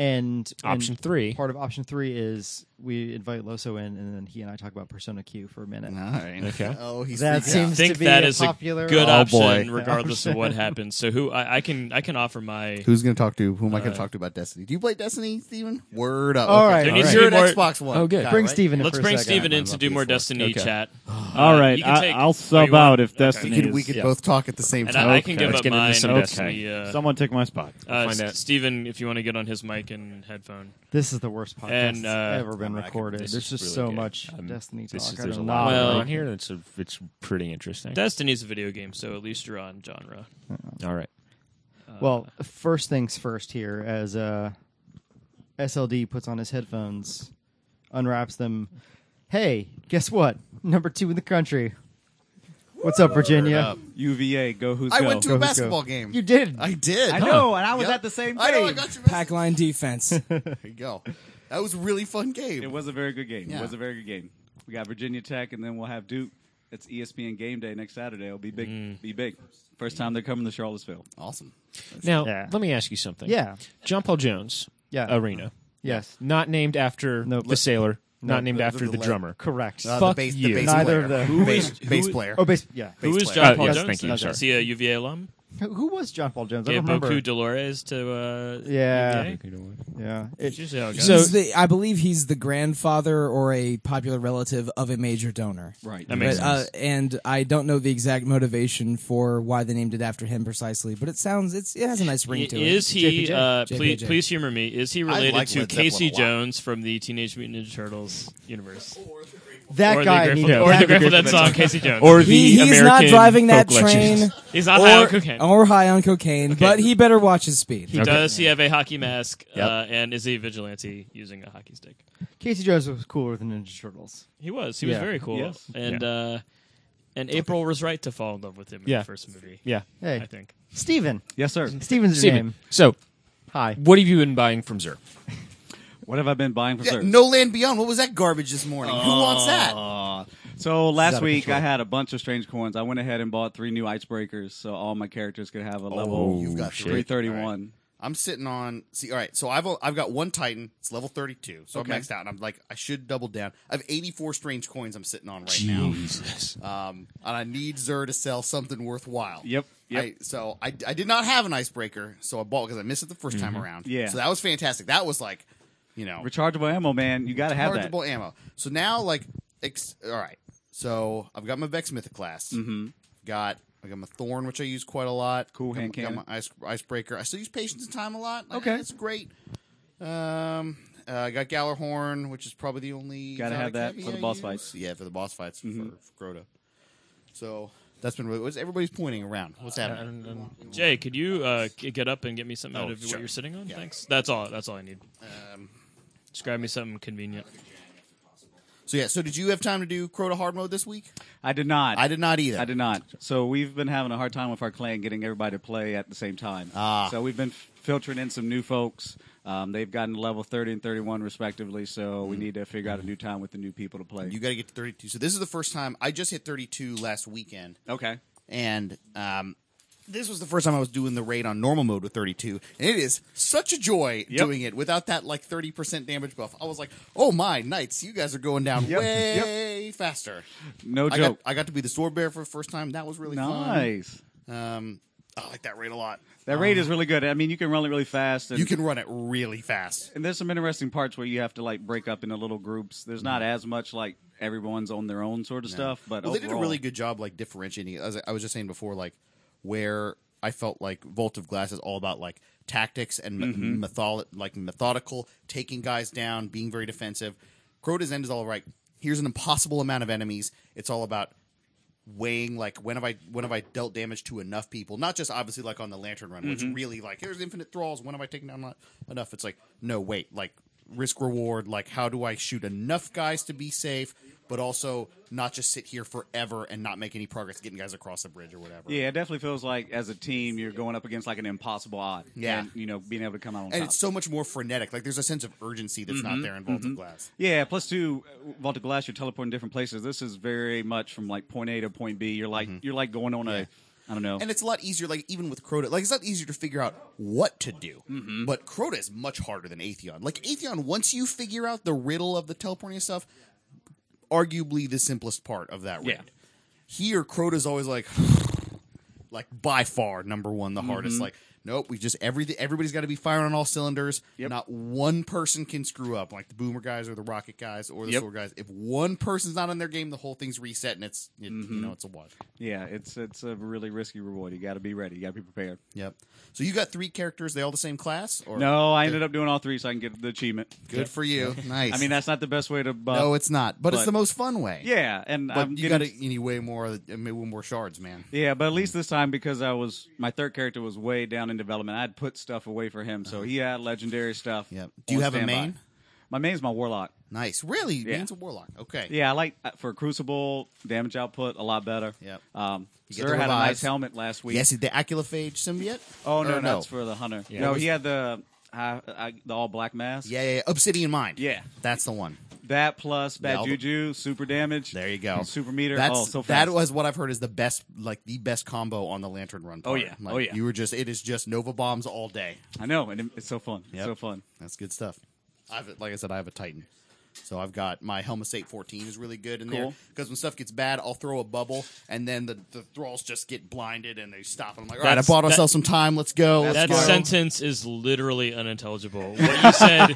Speaker 3: And and
Speaker 5: Option three.
Speaker 3: Part of option three is we invite Loso in, and then he and I talk about Persona Q for a minute.
Speaker 4: All right.
Speaker 5: Okay.
Speaker 4: Oh, he's
Speaker 3: That
Speaker 4: freaked out.
Speaker 3: seems
Speaker 6: think
Speaker 3: to be
Speaker 6: that
Speaker 3: a
Speaker 6: is
Speaker 3: popular.
Speaker 6: a good
Speaker 4: Oh,
Speaker 6: option,
Speaker 4: boy.
Speaker 6: regardless of what happens. So who I, I can I can offer my
Speaker 4: Who's going to talk to? Who am I going to talk to about Destiny? Do you play Destiny, Steven? Word up.
Speaker 3: All
Speaker 4: Okay.
Speaker 3: right,
Speaker 6: There needs all to
Speaker 4: You're
Speaker 6: be
Speaker 4: an
Speaker 6: more-
Speaker 4: Xbox One.
Speaker 5: Oh, good.
Speaker 4: guy,
Speaker 3: Bring
Speaker 4: right?
Speaker 3: Steven. In
Speaker 6: Let's
Speaker 3: for
Speaker 6: bring
Speaker 3: a second.
Speaker 6: Steven in
Speaker 4: I'm
Speaker 6: to
Speaker 4: up
Speaker 6: do
Speaker 4: here
Speaker 6: more
Speaker 4: for it.
Speaker 6: Destiny
Speaker 5: Okay.
Speaker 6: chat.
Speaker 7: All
Speaker 6: Uh,
Speaker 7: right,
Speaker 6: you can
Speaker 7: I,
Speaker 6: take-
Speaker 7: I'll
Speaker 6: oh,
Speaker 7: sub
Speaker 6: you want-
Speaker 7: out if
Speaker 6: okay.
Speaker 7: Destiny.
Speaker 4: We could, we
Speaker 7: is-
Speaker 4: could
Speaker 5: Yeah.
Speaker 4: both talk at the same
Speaker 6: And
Speaker 4: time.
Speaker 6: I, I can
Speaker 5: Okay.
Speaker 6: give
Speaker 5: Let's
Speaker 6: up
Speaker 5: get into
Speaker 6: mine.
Speaker 5: some
Speaker 6: as
Speaker 5: Destiny.
Speaker 6: the, uh,
Speaker 7: Someone take my spot.
Speaker 6: uh,
Speaker 5: find out.
Speaker 6: Steven, if you want to get on his mic and headphone.
Speaker 3: This is the worst podcast
Speaker 6: And,
Speaker 3: that's
Speaker 6: uh,
Speaker 3: ever been
Speaker 4: I can-
Speaker 3: recorded.
Speaker 5: This
Speaker 3: There's
Speaker 5: is
Speaker 3: just
Speaker 5: really
Speaker 3: so
Speaker 5: good.
Speaker 3: much
Speaker 5: Um,
Speaker 3: Destiny talk.
Speaker 5: This is,
Speaker 3: I
Speaker 5: there's a
Speaker 3: don't
Speaker 5: lot
Speaker 3: know.
Speaker 6: Well-
Speaker 5: on here, and it's a, it's pretty interesting.
Speaker 6: Destiny's a video game, so at least you're on genre.
Speaker 5: All right.
Speaker 3: Well, first things first here, as uh, SLD puts on his headphones, unwraps them. Hey, guess what? Number two in the country. What's up, Virginia?
Speaker 7: UVA, go who's
Speaker 4: I went to a
Speaker 3: Go, who's
Speaker 4: basketball
Speaker 3: go?
Speaker 4: game.
Speaker 3: You did.
Speaker 4: I did.
Speaker 8: I know, and I was
Speaker 4: Yep.
Speaker 8: at the same game.
Speaker 4: I know, I got your
Speaker 8: Pack
Speaker 4: message.
Speaker 8: line defense.
Speaker 4: There you go. That was a really fun game.
Speaker 9: It was a very good game.
Speaker 4: Yeah.
Speaker 9: It was a very good game. We got Virginia Tech, and then we'll have Duke. It's E ESPN game day next Saturday. It'll be big. Be big. First time they're coming to Charlottesville.
Speaker 4: awesome.
Speaker 5: Now,
Speaker 3: Yeah.
Speaker 5: let me ask you something.
Speaker 3: Yeah.
Speaker 5: John Paul Jones
Speaker 3: Yeah.
Speaker 5: Arena.
Speaker 3: Yes.
Speaker 5: Not named after
Speaker 3: No,
Speaker 5: the
Speaker 3: but-
Speaker 5: sailor, not named
Speaker 4: the-
Speaker 5: after
Speaker 4: the
Speaker 5: the,
Speaker 4: leg.
Speaker 5: drummer.
Speaker 3: Correct.
Speaker 4: Uh,
Speaker 5: Fuck
Speaker 4: the bass,
Speaker 5: you.
Speaker 4: The bass
Speaker 3: Neither
Speaker 4: player.
Speaker 3: of the-
Speaker 4: bass, bass player.
Speaker 3: oh, base. Yeah.
Speaker 6: Who is
Speaker 4: player.
Speaker 6: John
Speaker 5: Oh,
Speaker 6: Paul
Speaker 5: yes,
Speaker 6: Jones?
Speaker 5: thank you,
Speaker 6: Is
Speaker 5: sorry.
Speaker 6: he a UVA alum?
Speaker 3: Who who was John Paul Jones? I
Speaker 6: Yeah,
Speaker 3: don't remember.
Speaker 6: Boku Dolores to uh,
Speaker 3: Yeah.
Speaker 6: UVA?
Speaker 3: yeah.
Speaker 6: It's usually how it goes.
Speaker 5: So-
Speaker 8: He's the- I believe he's the grandfather or a popular relative of a major donor.
Speaker 9: Right.
Speaker 6: That makes
Speaker 8: But, uh,
Speaker 6: sense.
Speaker 8: and I don't know the exact motivation for why they named it after him precisely, but it sounds it's, it has a nice ring
Speaker 6: I-
Speaker 8: to it.
Speaker 6: Is he?
Speaker 8: JPJ.
Speaker 6: Uh, please,
Speaker 8: JPJ.
Speaker 6: please humor me. Is he related
Speaker 4: like
Speaker 6: to
Speaker 4: Led Zeppelin a
Speaker 6: Casey
Speaker 4: lot.
Speaker 6: Jones from the Teenage Mutant Ninja Turtles universe,
Speaker 3: That
Speaker 6: or
Speaker 3: guy.
Speaker 6: the Grateful,
Speaker 3: needed-
Speaker 6: or
Speaker 3: that
Speaker 6: the
Speaker 3: guy-
Speaker 6: Grateful Dead song, Casey Jones?
Speaker 5: Or the
Speaker 8: He- he's not
Speaker 5: American
Speaker 8: driving that
Speaker 5: folk legend.
Speaker 8: train
Speaker 6: he's not high on cocaine.
Speaker 8: or oh, high on cocaine, but he better watch his speed.
Speaker 6: Does he have a hockey mask? Uh, and is he a vigilante using a hockey stick?
Speaker 3: Casey Jones was cooler than Ninja Turtles.
Speaker 6: He was. He was
Speaker 3: Yeah.
Speaker 6: very cool.
Speaker 9: Yes.
Speaker 6: And uh, and April was right to fall in love with him in
Speaker 5: Yeah.
Speaker 6: the first movie.
Speaker 5: Yeah.
Speaker 3: Hey,
Speaker 6: I think.
Speaker 3: Steven.
Speaker 9: Yes, sir.
Speaker 3: Steven's your
Speaker 5: Steven.
Speaker 3: name.
Speaker 5: So,
Speaker 3: Hi.
Speaker 5: what have you been buying from Zer?
Speaker 9: What have I been buying for
Speaker 4: Yeah,
Speaker 9: service?
Speaker 4: no Land Beyond. What was that garbage this morning? Who wants that?
Speaker 9: Aw. Uh, So last
Speaker 3: of
Speaker 9: week
Speaker 3: control.
Speaker 9: I had a bunch of strange coins. I went ahead and bought three new icebreakers, so all my characters could have a level
Speaker 4: Oh, You've got
Speaker 9: three
Speaker 4: three.
Speaker 9: thirty one.
Speaker 4: I'm sitting on. See, all right. So I've I've got one Titan. It's level 32. So I'm maxed out, and I'm like, I should double down. I have 84 strange coins. I'm sitting on right
Speaker 5: Jesus.
Speaker 4: now, um, and I need Zer to sell something worthwhile.
Speaker 9: Yep, yep.
Speaker 4: I, so I, I did not have an icebreaker, so I bought because I missed it the 1st time around.
Speaker 9: Mm-hmm. Yeah.
Speaker 4: So that was fantastic. That was like, you know,
Speaker 9: Rechargeable ammo, man. You got to have that.
Speaker 4: rechargeable ammo. So now, like, ex- all right. So I've got my Vex Mythic class. Mm-hmm. Got I got my Thorn, which I use quite a lot.
Speaker 9: Cool
Speaker 4: got,
Speaker 9: hand
Speaker 4: got
Speaker 9: cannon.
Speaker 4: my ice, Icebreaker. I still use Patience and Time a lot. Like,
Speaker 9: Okay.
Speaker 4: that's great. Um, uh, I got Gallarhorn, which is probably the only
Speaker 9: Gotta
Speaker 4: exotic
Speaker 9: have that
Speaker 4: heavy
Speaker 9: for the
Speaker 4: I
Speaker 9: boss
Speaker 4: use.
Speaker 9: fights. Mm-hmm.
Speaker 4: Yeah, for the boss fights for, for Grota. So that's been really. What's everybody's pointing around? What's happening?
Speaker 6: Jay, could you uh, g- get up and get me something out
Speaker 4: Oh,
Speaker 6: of
Speaker 4: sure.
Speaker 6: what you're sitting on?
Speaker 4: Yeah. Um,
Speaker 6: Thanks. That's all. That's all I need. Just grab me something convenient.
Speaker 4: So yeah. So did you have time to do Crota hard mode this week?
Speaker 9: I did not.
Speaker 4: I did not either.
Speaker 9: I did not. So we've been having a hard time with our clan getting everybody to play at the same time. Ah. So we've been f- filtering in some new folks. Um, they've gotten to level 30 and 31 respectively, so we need to figure out a new time with the new people to play.
Speaker 4: Mm-hmm. You got to get to 32. So this is the first time I just hit 32 last weekend.
Speaker 9: okay.
Speaker 4: and um, this was the first time I was doing the raid on normal mode with 32, and it is such a joy
Speaker 9: Yep.
Speaker 4: doing it without that like 30 percent damage buff. I was like, oh my knights, you guys are going down way faster.
Speaker 9: No
Speaker 4: I
Speaker 9: joke.
Speaker 4: got I got to be the sword bearer for the first time. That was really
Speaker 9: nice.
Speaker 4: fun. Um, I like that raid a lot.
Speaker 9: That raid is really good. I mean, you can run it really fast. And
Speaker 4: You can run it really fast.
Speaker 9: and there's some interesting parts where you have to like break up into little groups. There's not as much like everyone's on their own sort of stuff, but
Speaker 4: Mm-hmm. well, they did a
Speaker 9: overall-
Speaker 4: really good job like differentiating. it. As I- I was just saying before, like where I felt like Vault of Glass is all about like tactics and me-
Speaker 9: Mm-hmm.
Speaker 4: method- like methodical, taking guys down, being very defensive. Crota's end is all right. Here's an impossible amount of enemies. It's all about weighing like when have I when have I dealt damage to enough people? Not just obviously like on the Lantern Run, which really like here's infinite thralls. When have I taken down not enough? It's like no wait, like risk reward. Like how do I shoot enough guys to be safe, but also not just sit here forever and not make any progress getting guys across the bridge or whatever.
Speaker 9: Yeah, it definitely feels like as a team you're going up against like an impossible odd.
Speaker 4: Yeah.
Speaker 9: and, you know, being able to come out on
Speaker 4: and
Speaker 9: top.
Speaker 4: it's so much more frenetic. Like there's a sense of urgency that's not there in Vault of Glass.
Speaker 9: Yeah, plus two, uh, Vault of Glass, you're teleporting different places. This is very much from like point A to point B. You're like you're like going on a I don't know.
Speaker 4: Mm-hmm. And it's a lot easier, like even with Crota, like it's not easier to figure out what to do.
Speaker 9: Mm-hmm.
Speaker 4: But Crota is much harder than Atheon. Like Atheon, once you figure out the riddle of the teleporting stuff, arguably the simplest part of that raid.
Speaker 9: Yeah.
Speaker 4: Here, Crota's always like, like by far number one, the
Speaker 9: Mm-hmm.
Speaker 4: hardest. Like, nope, we just everything. Everybody's got to be firing on all cylinders. Not one person can screw up, like the boomer guys or the rocket guys or the
Speaker 9: Yep.
Speaker 4: sword guys. If one person's not in their game, the whole thing's reset, and it's it,
Speaker 9: Mm-hmm.
Speaker 4: you know it's a wash.
Speaker 9: yeah, it's it's a really risky reward. You got to be ready. You got to be prepared.
Speaker 4: Yep. So you got three characters. They all the same class? Or
Speaker 9: No, I ended up doing all three so I can get the achievement.
Speaker 4: Good for you. Nice.
Speaker 9: I mean, that's not the best way to. bu-
Speaker 4: no, it's not. But, it's
Speaker 9: but-
Speaker 4: the most fun way.
Speaker 9: yeah, and
Speaker 4: But
Speaker 9: I'm
Speaker 4: you got
Speaker 9: getting-
Speaker 4: to you need way more. I mean, way more shards, man.
Speaker 9: Yeah, but at least this time because I was my third character was way down in development. I had put stuff away for him, so he had legendary stuff.
Speaker 4: Uh-huh. Yep. Do you
Speaker 9: on
Speaker 4: have a
Speaker 9: standby.
Speaker 4: main?
Speaker 9: My main's my warlock.
Speaker 4: Nice. Really?
Speaker 9: Yeah.
Speaker 4: Means a warlock. Okay.
Speaker 9: Yeah, I like uh, for Crucible damage output a lot better.
Speaker 4: Yep.
Speaker 9: Um,
Speaker 4: You get
Speaker 9: Zer
Speaker 4: the
Speaker 9: had a
Speaker 4: revives.
Speaker 9: nice helmet last week.
Speaker 4: Yes, the aculophage symbiote.
Speaker 9: Oh no,
Speaker 4: Or
Speaker 9: no, that's for the hunter. No, he had the uh, uh, the all black mask.
Speaker 4: yeah, yeah, yeah, obsidian mind.
Speaker 9: Yeah.
Speaker 4: that's the one.
Speaker 9: That plus bad
Speaker 4: all the-
Speaker 9: juju, super damage.
Speaker 4: There you go.
Speaker 9: Super meter.
Speaker 4: That's
Speaker 9: oh, so fast.
Speaker 4: that was what I've heard is the best, like the best combo on the lantern run. Part.
Speaker 9: yeah.
Speaker 4: Like,
Speaker 9: Oh, yeah.
Speaker 4: You were just it is just nova bombs all day.
Speaker 9: I know, and it- it's so fun.
Speaker 4: Yep.
Speaker 9: So fun.
Speaker 4: That's good stuff. I've like I said, I have a Titan, so I've got my Helmus eight fourteen is really good in there
Speaker 9: Cool.
Speaker 4: because when stuff gets bad, I'll throw a bubble and then the, the thralls just get blinded and they stop. And I'm like, all right, I
Speaker 6: That's-
Speaker 4: bought
Speaker 6: that-
Speaker 4: ourselves some time. Let's go. Let's
Speaker 6: That
Speaker 4: go.
Speaker 6: sentence is literally unintelligible. What you said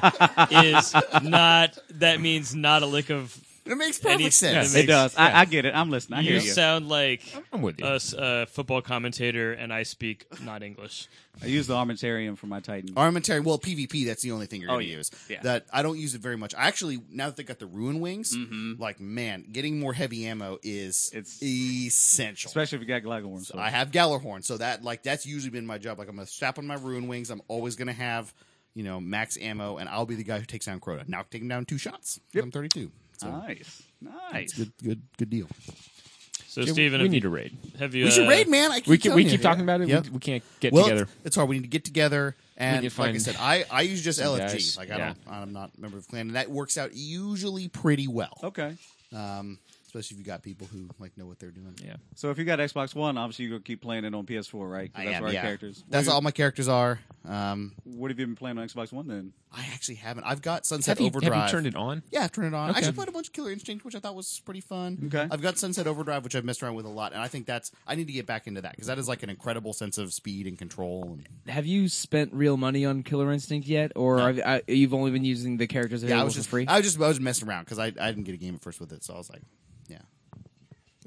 Speaker 6: is not. That means not a lick of.
Speaker 4: it makes perfect
Speaker 6: Any-
Speaker 4: sense.
Speaker 6: yeah,
Speaker 9: It does. I, I get it. I'm listening. I
Speaker 6: You
Speaker 9: hear you.
Speaker 6: sound like
Speaker 5: I'm with you.
Speaker 6: a s- a football commentator, and I speak not English.
Speaker 9: I use the armamentarium for my titan.
Speaker 4: Armamentarium, well, PvP, that's the only thing you're
Speaker 9: Oh,
Speaker 4: going to
Speaker 9: yeah.
Speaker 4: use.
Speaker 9: Yeah.
Speaker 4: That I don't use it very much. I actually, now that they got the Ruin Wings, like, man, getting more heavy ammo is
Speaker 9: It's-
Speaker 4: essential.
Speaker 9: Especially if you got Glagorn. So.
Speaker 4: I have Gallarhorn, so that like that's usually been my job. Like I'm gonna strap on my rune wings. I'm always gonna have you know max ammo, and I'll be the guy who takes down Crota. Now taking down two shots. 'cause I'm 32. So
Speaker 9: nice. Nice.
Speaker 4: good, good, good deal.
Speaker 6: So, Steven,
Speaker 5: we
Speaker 6: have
Speaker 5: need
Speaker 6: you-
Speaker 5: to raid.
Speaker 6: Have you?
Speaker 4: we should
Speaker 6: uh,
Speaker 4: raid, man. I keep
Speaker 5: We keep, we
Speaker 4: telling
Speaker 5: keep
Speaker 4: you.
Speaker 5: talking about it.
Speaker 4: Yeah.
Speaker 5: We, we can't get
Speaker 4: well,
Speaker 5: together.
Speaker 4: It's hard. We need to get together. And
Speaker 5: need
Speaker 4: like
Speaker 5: to
Speaker 4: I
Speaker 5: find
Speaker 4: said, I, I use just LFG.
Speaker 5: guys.
Speaker 4: Like I
Speaker 5: Yeah.
Speaker 4: don't I'm not a member of clan, and that works out usually pretty well.
Speaker 9: Okay.
Speaker 4: Um, especially if you got people who like know what they're doing.
Speaker 5: Yeah.
Speaker 9: So if you got Xbox One, obviously you're gonna keep playing it on PS4, right? 'Cause
Speaker 4: I
Speaker 9: that's
Speaker 4: am,
Speaker 9: where our
Speaker 4: yeah.
Speaker 9: characters.
Speaker 4: That's
Speaker 9: what,
Speaker 4: all my characters are. Um,
Speaker 9: What have you been playing on Xbox One then?
Speaker 4: I actually haven't. I've got Sunset
Speaker 5: Have you,
Speaker 4: Overdrive.
Speaker 5: have you turned it on?
Speaker 4: Yeah, turn it on. I
Speaker 5: Okay.
Speaker 4: actually played a bunch of Killer Instinct, which I thought was pretty fun.
Speaker 9: Okay.
Speaker 4: I've got Sunset Overdrive, which I've messed around with a lot, and I think that's I need to get back into that because that is like an incredible sense of speed and control. And,
Speaker 10: Have you spent real money on Killer Instinct yet, or have, I, you've only been using the characters available
Speaker 4: yeah, I was just
Speaker 10: for free?
Speaker 4: I was just I was messing around because I, I didn't get a game at first with it, so I was like, yeah.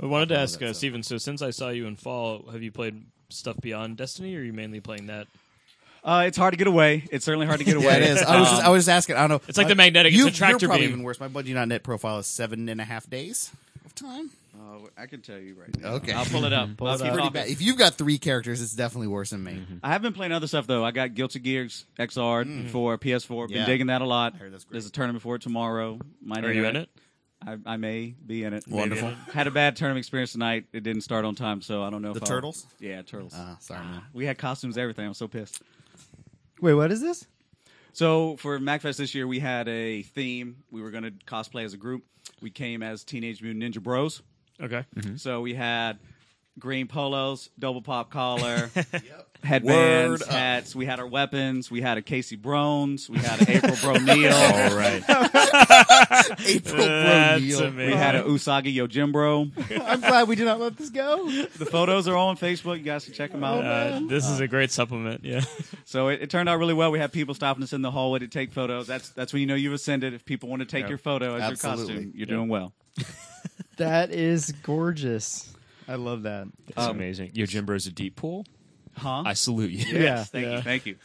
Speaker 6: I wanted to ask
Speaker 4: that
Speaker 6: uh,
Speaker 4: stuff.
Speaker 6: Steven. So, since I saw you in fall, have you played stuff beyond Destiny, or are you mainly playing that?
Speaker 9: Uh, it's hard to get away. It's certainly hard to get away.
Speaker 4: Yeah, it is. I was just, I was just asking. I don't know.
Speaker 6: It's like the magnetic- it's
Speaker 4: You,
Speaker 6: a tractor
Speaker 4: you're probably
Speaker 6: beam.
Speaker 4: even worse. My budget.net profile is seven and a half days of time.
Speaker 9: Oh, I can tell you right now.
Speaker 4: Okay.
Speaker 9: I'll pull it up. I'll Mm-hmm.
Speaker 4: It's
Speaker 9: keep
Speaker 4: pretty
Speaker 9: talking.
Speaker 4: bad. If you've got three characters, it's definitely worse than me.
Speaker 9: I have been playing other stuff though. I got Guilty Gears XR for PS4. Been
Speaker 4: Mm. Yeah.
Speaker 9: digging that a lot.
Speaker 4: heard that's great.
Speaker 9: There's a tournament for it tomorrow. Might
Speaker 6: Are
Speaker 9: enter
Speaker 6: you in it?
Speaker 9: I, I may be in it.
Speaker 4: Wonderful.
Speaker 9: Had a bad tournament experience tonight. It didn't start on time, so I don't know.
Speaker 4: The
Speaker 9: if I'll-
Speaker 4: turtles?
Speaker 9: Yeah, turtles.
Speaker 4: Uh, sorry, man.
Speaker 9: we had costumes, everything. I'm so pissed.
Speaker 3: Wait, what is this?
Speaker 9: So for MacFest this year, we had a theme. We were going to cosplay as a group. We came as Teenage Mutant Ninja Bros.
Speaker 6: Okay.
Speaker 9: So we had green polos, double pop collar, headbands,
Speaker 4: Word up.
Speaker 9: hats. We had our weapons. We had a Casey Brones. We had an April Broneal. All right.
Speaker 4: April
Speaker 6: That's
Speaker 4: O'Neil.
Speaker 9: We
Speaker 6: amazing.
Speaker 9: had an Usagi Yojimbo.
Speaker 3: I'm glad we did not let this go.
Speaker 9: The photos are on Facebook. You guys can check them out.
Speaker 6: Uh, this is a great supplement. Yeah.
Speaker 9: So it, it turned out really well. We had people stopping us in the hallway to take photos. That's that's when you know you've ascended. If people want to take your photo as
Speaker 4: Absolutely.
Speaker 9: your costume, you're doing well.
Speaker 3: That is gorgeous. I love that.
Speaker 5: That's amazing. Yo, Jimbo's a deep pool.
Speaker 9: Huh?
Speaker 5: I salute you.
Speaker 3: Yeah.
Speaker 9: Yes, thank you, thank you.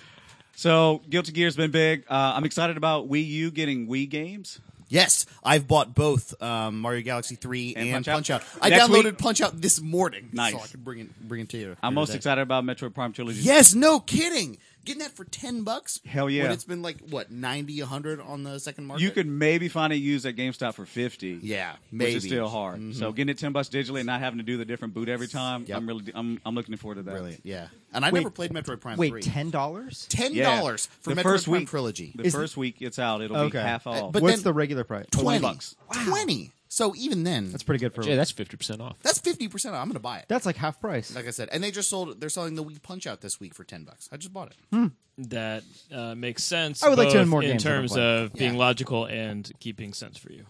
Speaker 9: So, Guilty Gear's been big. Uh, I'm excited about Wii U getting Wii games.
Speaker 4: Yes, I've bought both um, Mario Galaxy Three and, Punch Out.
Speaker 9: Punch-Out.
Speaker 4: I
Speaker 9: Next
Speaker 4: downloaded
Speaker 9: week-
Speaker 4: Punch Out this morning,
Speaker 9: Nice.
Speaker 4: so I can bring it bring it to you.
Speaker 9: I'm most
Speaker 4: today.
Speaker 9: excited about Metroid Prime Trilogy.
Speaker 4: Yes, no kidding. Getting that for ten bucks.
Speaker 9: Hell yeah.
Speaker 4: When it's been like what 90, 100 on the second market.
Speaker 9: you could maybe find it used at GameStop for 50.
Speaker 4: Yeah,
Speaker 9: Which
Speaker 4: maybe. Mm-hmm.
Speaker 9: is still hard. So getting it ten bucks digitally and not having to do the different boot every time,
Speaker 4: Yep.
Speaker 9: I'm really I'm, I'm looking forward to that.
Speaker 4: Brilliant. Yeah, and I never played Metroid Prime Three.
Speaker 3: Wait, ten dollars?
Speaker 4: ten
Speaker 9: Yeah.
Speaker 4: dollars for
Speaker 9: The
Speaker 4: Metroid
Speaker 9: first
Speaker 4: Prime
Speaker 9: week-
Speaker 4: Trilogy.
Speaker 9: The
Speaker 3: Is-
Speaker 9: first week it's out, it'll be
Speaker 3: Okay.
Speaker 9: half
Speaker 4: Uh,
Speaker 9: off.
Speaker 4: but
Speaker 3: What's
Speaker 4: then-
Speaker 3: the regular price?
Speaker 4: 20
Speaker 9: bucks.
Speaker 4: Twenty. So even then,
Speaker 3: That's pretty good for.
Speaker 5: Jay, that's 50% off.
Speaker 4: that's fifty percent. I'm going to buy it.
Speaker 3: That's like half price.
Speaker 4: Like I said, and they just sold. They're selling the Wii Punch Out this week for ten bucks. I just bought it.
Speaker 6: that uh, makes sense.
Speaker 3: I would like to
Speaker 6: both
Speaker 3: own more
Speaker 6: in
Speaker 3: games than
Speaker 6: terms
Speaker 3: one.
Speaker 6: of being
Speaker 4: Yeah.
Speaker 6: logical and keeping sense for you.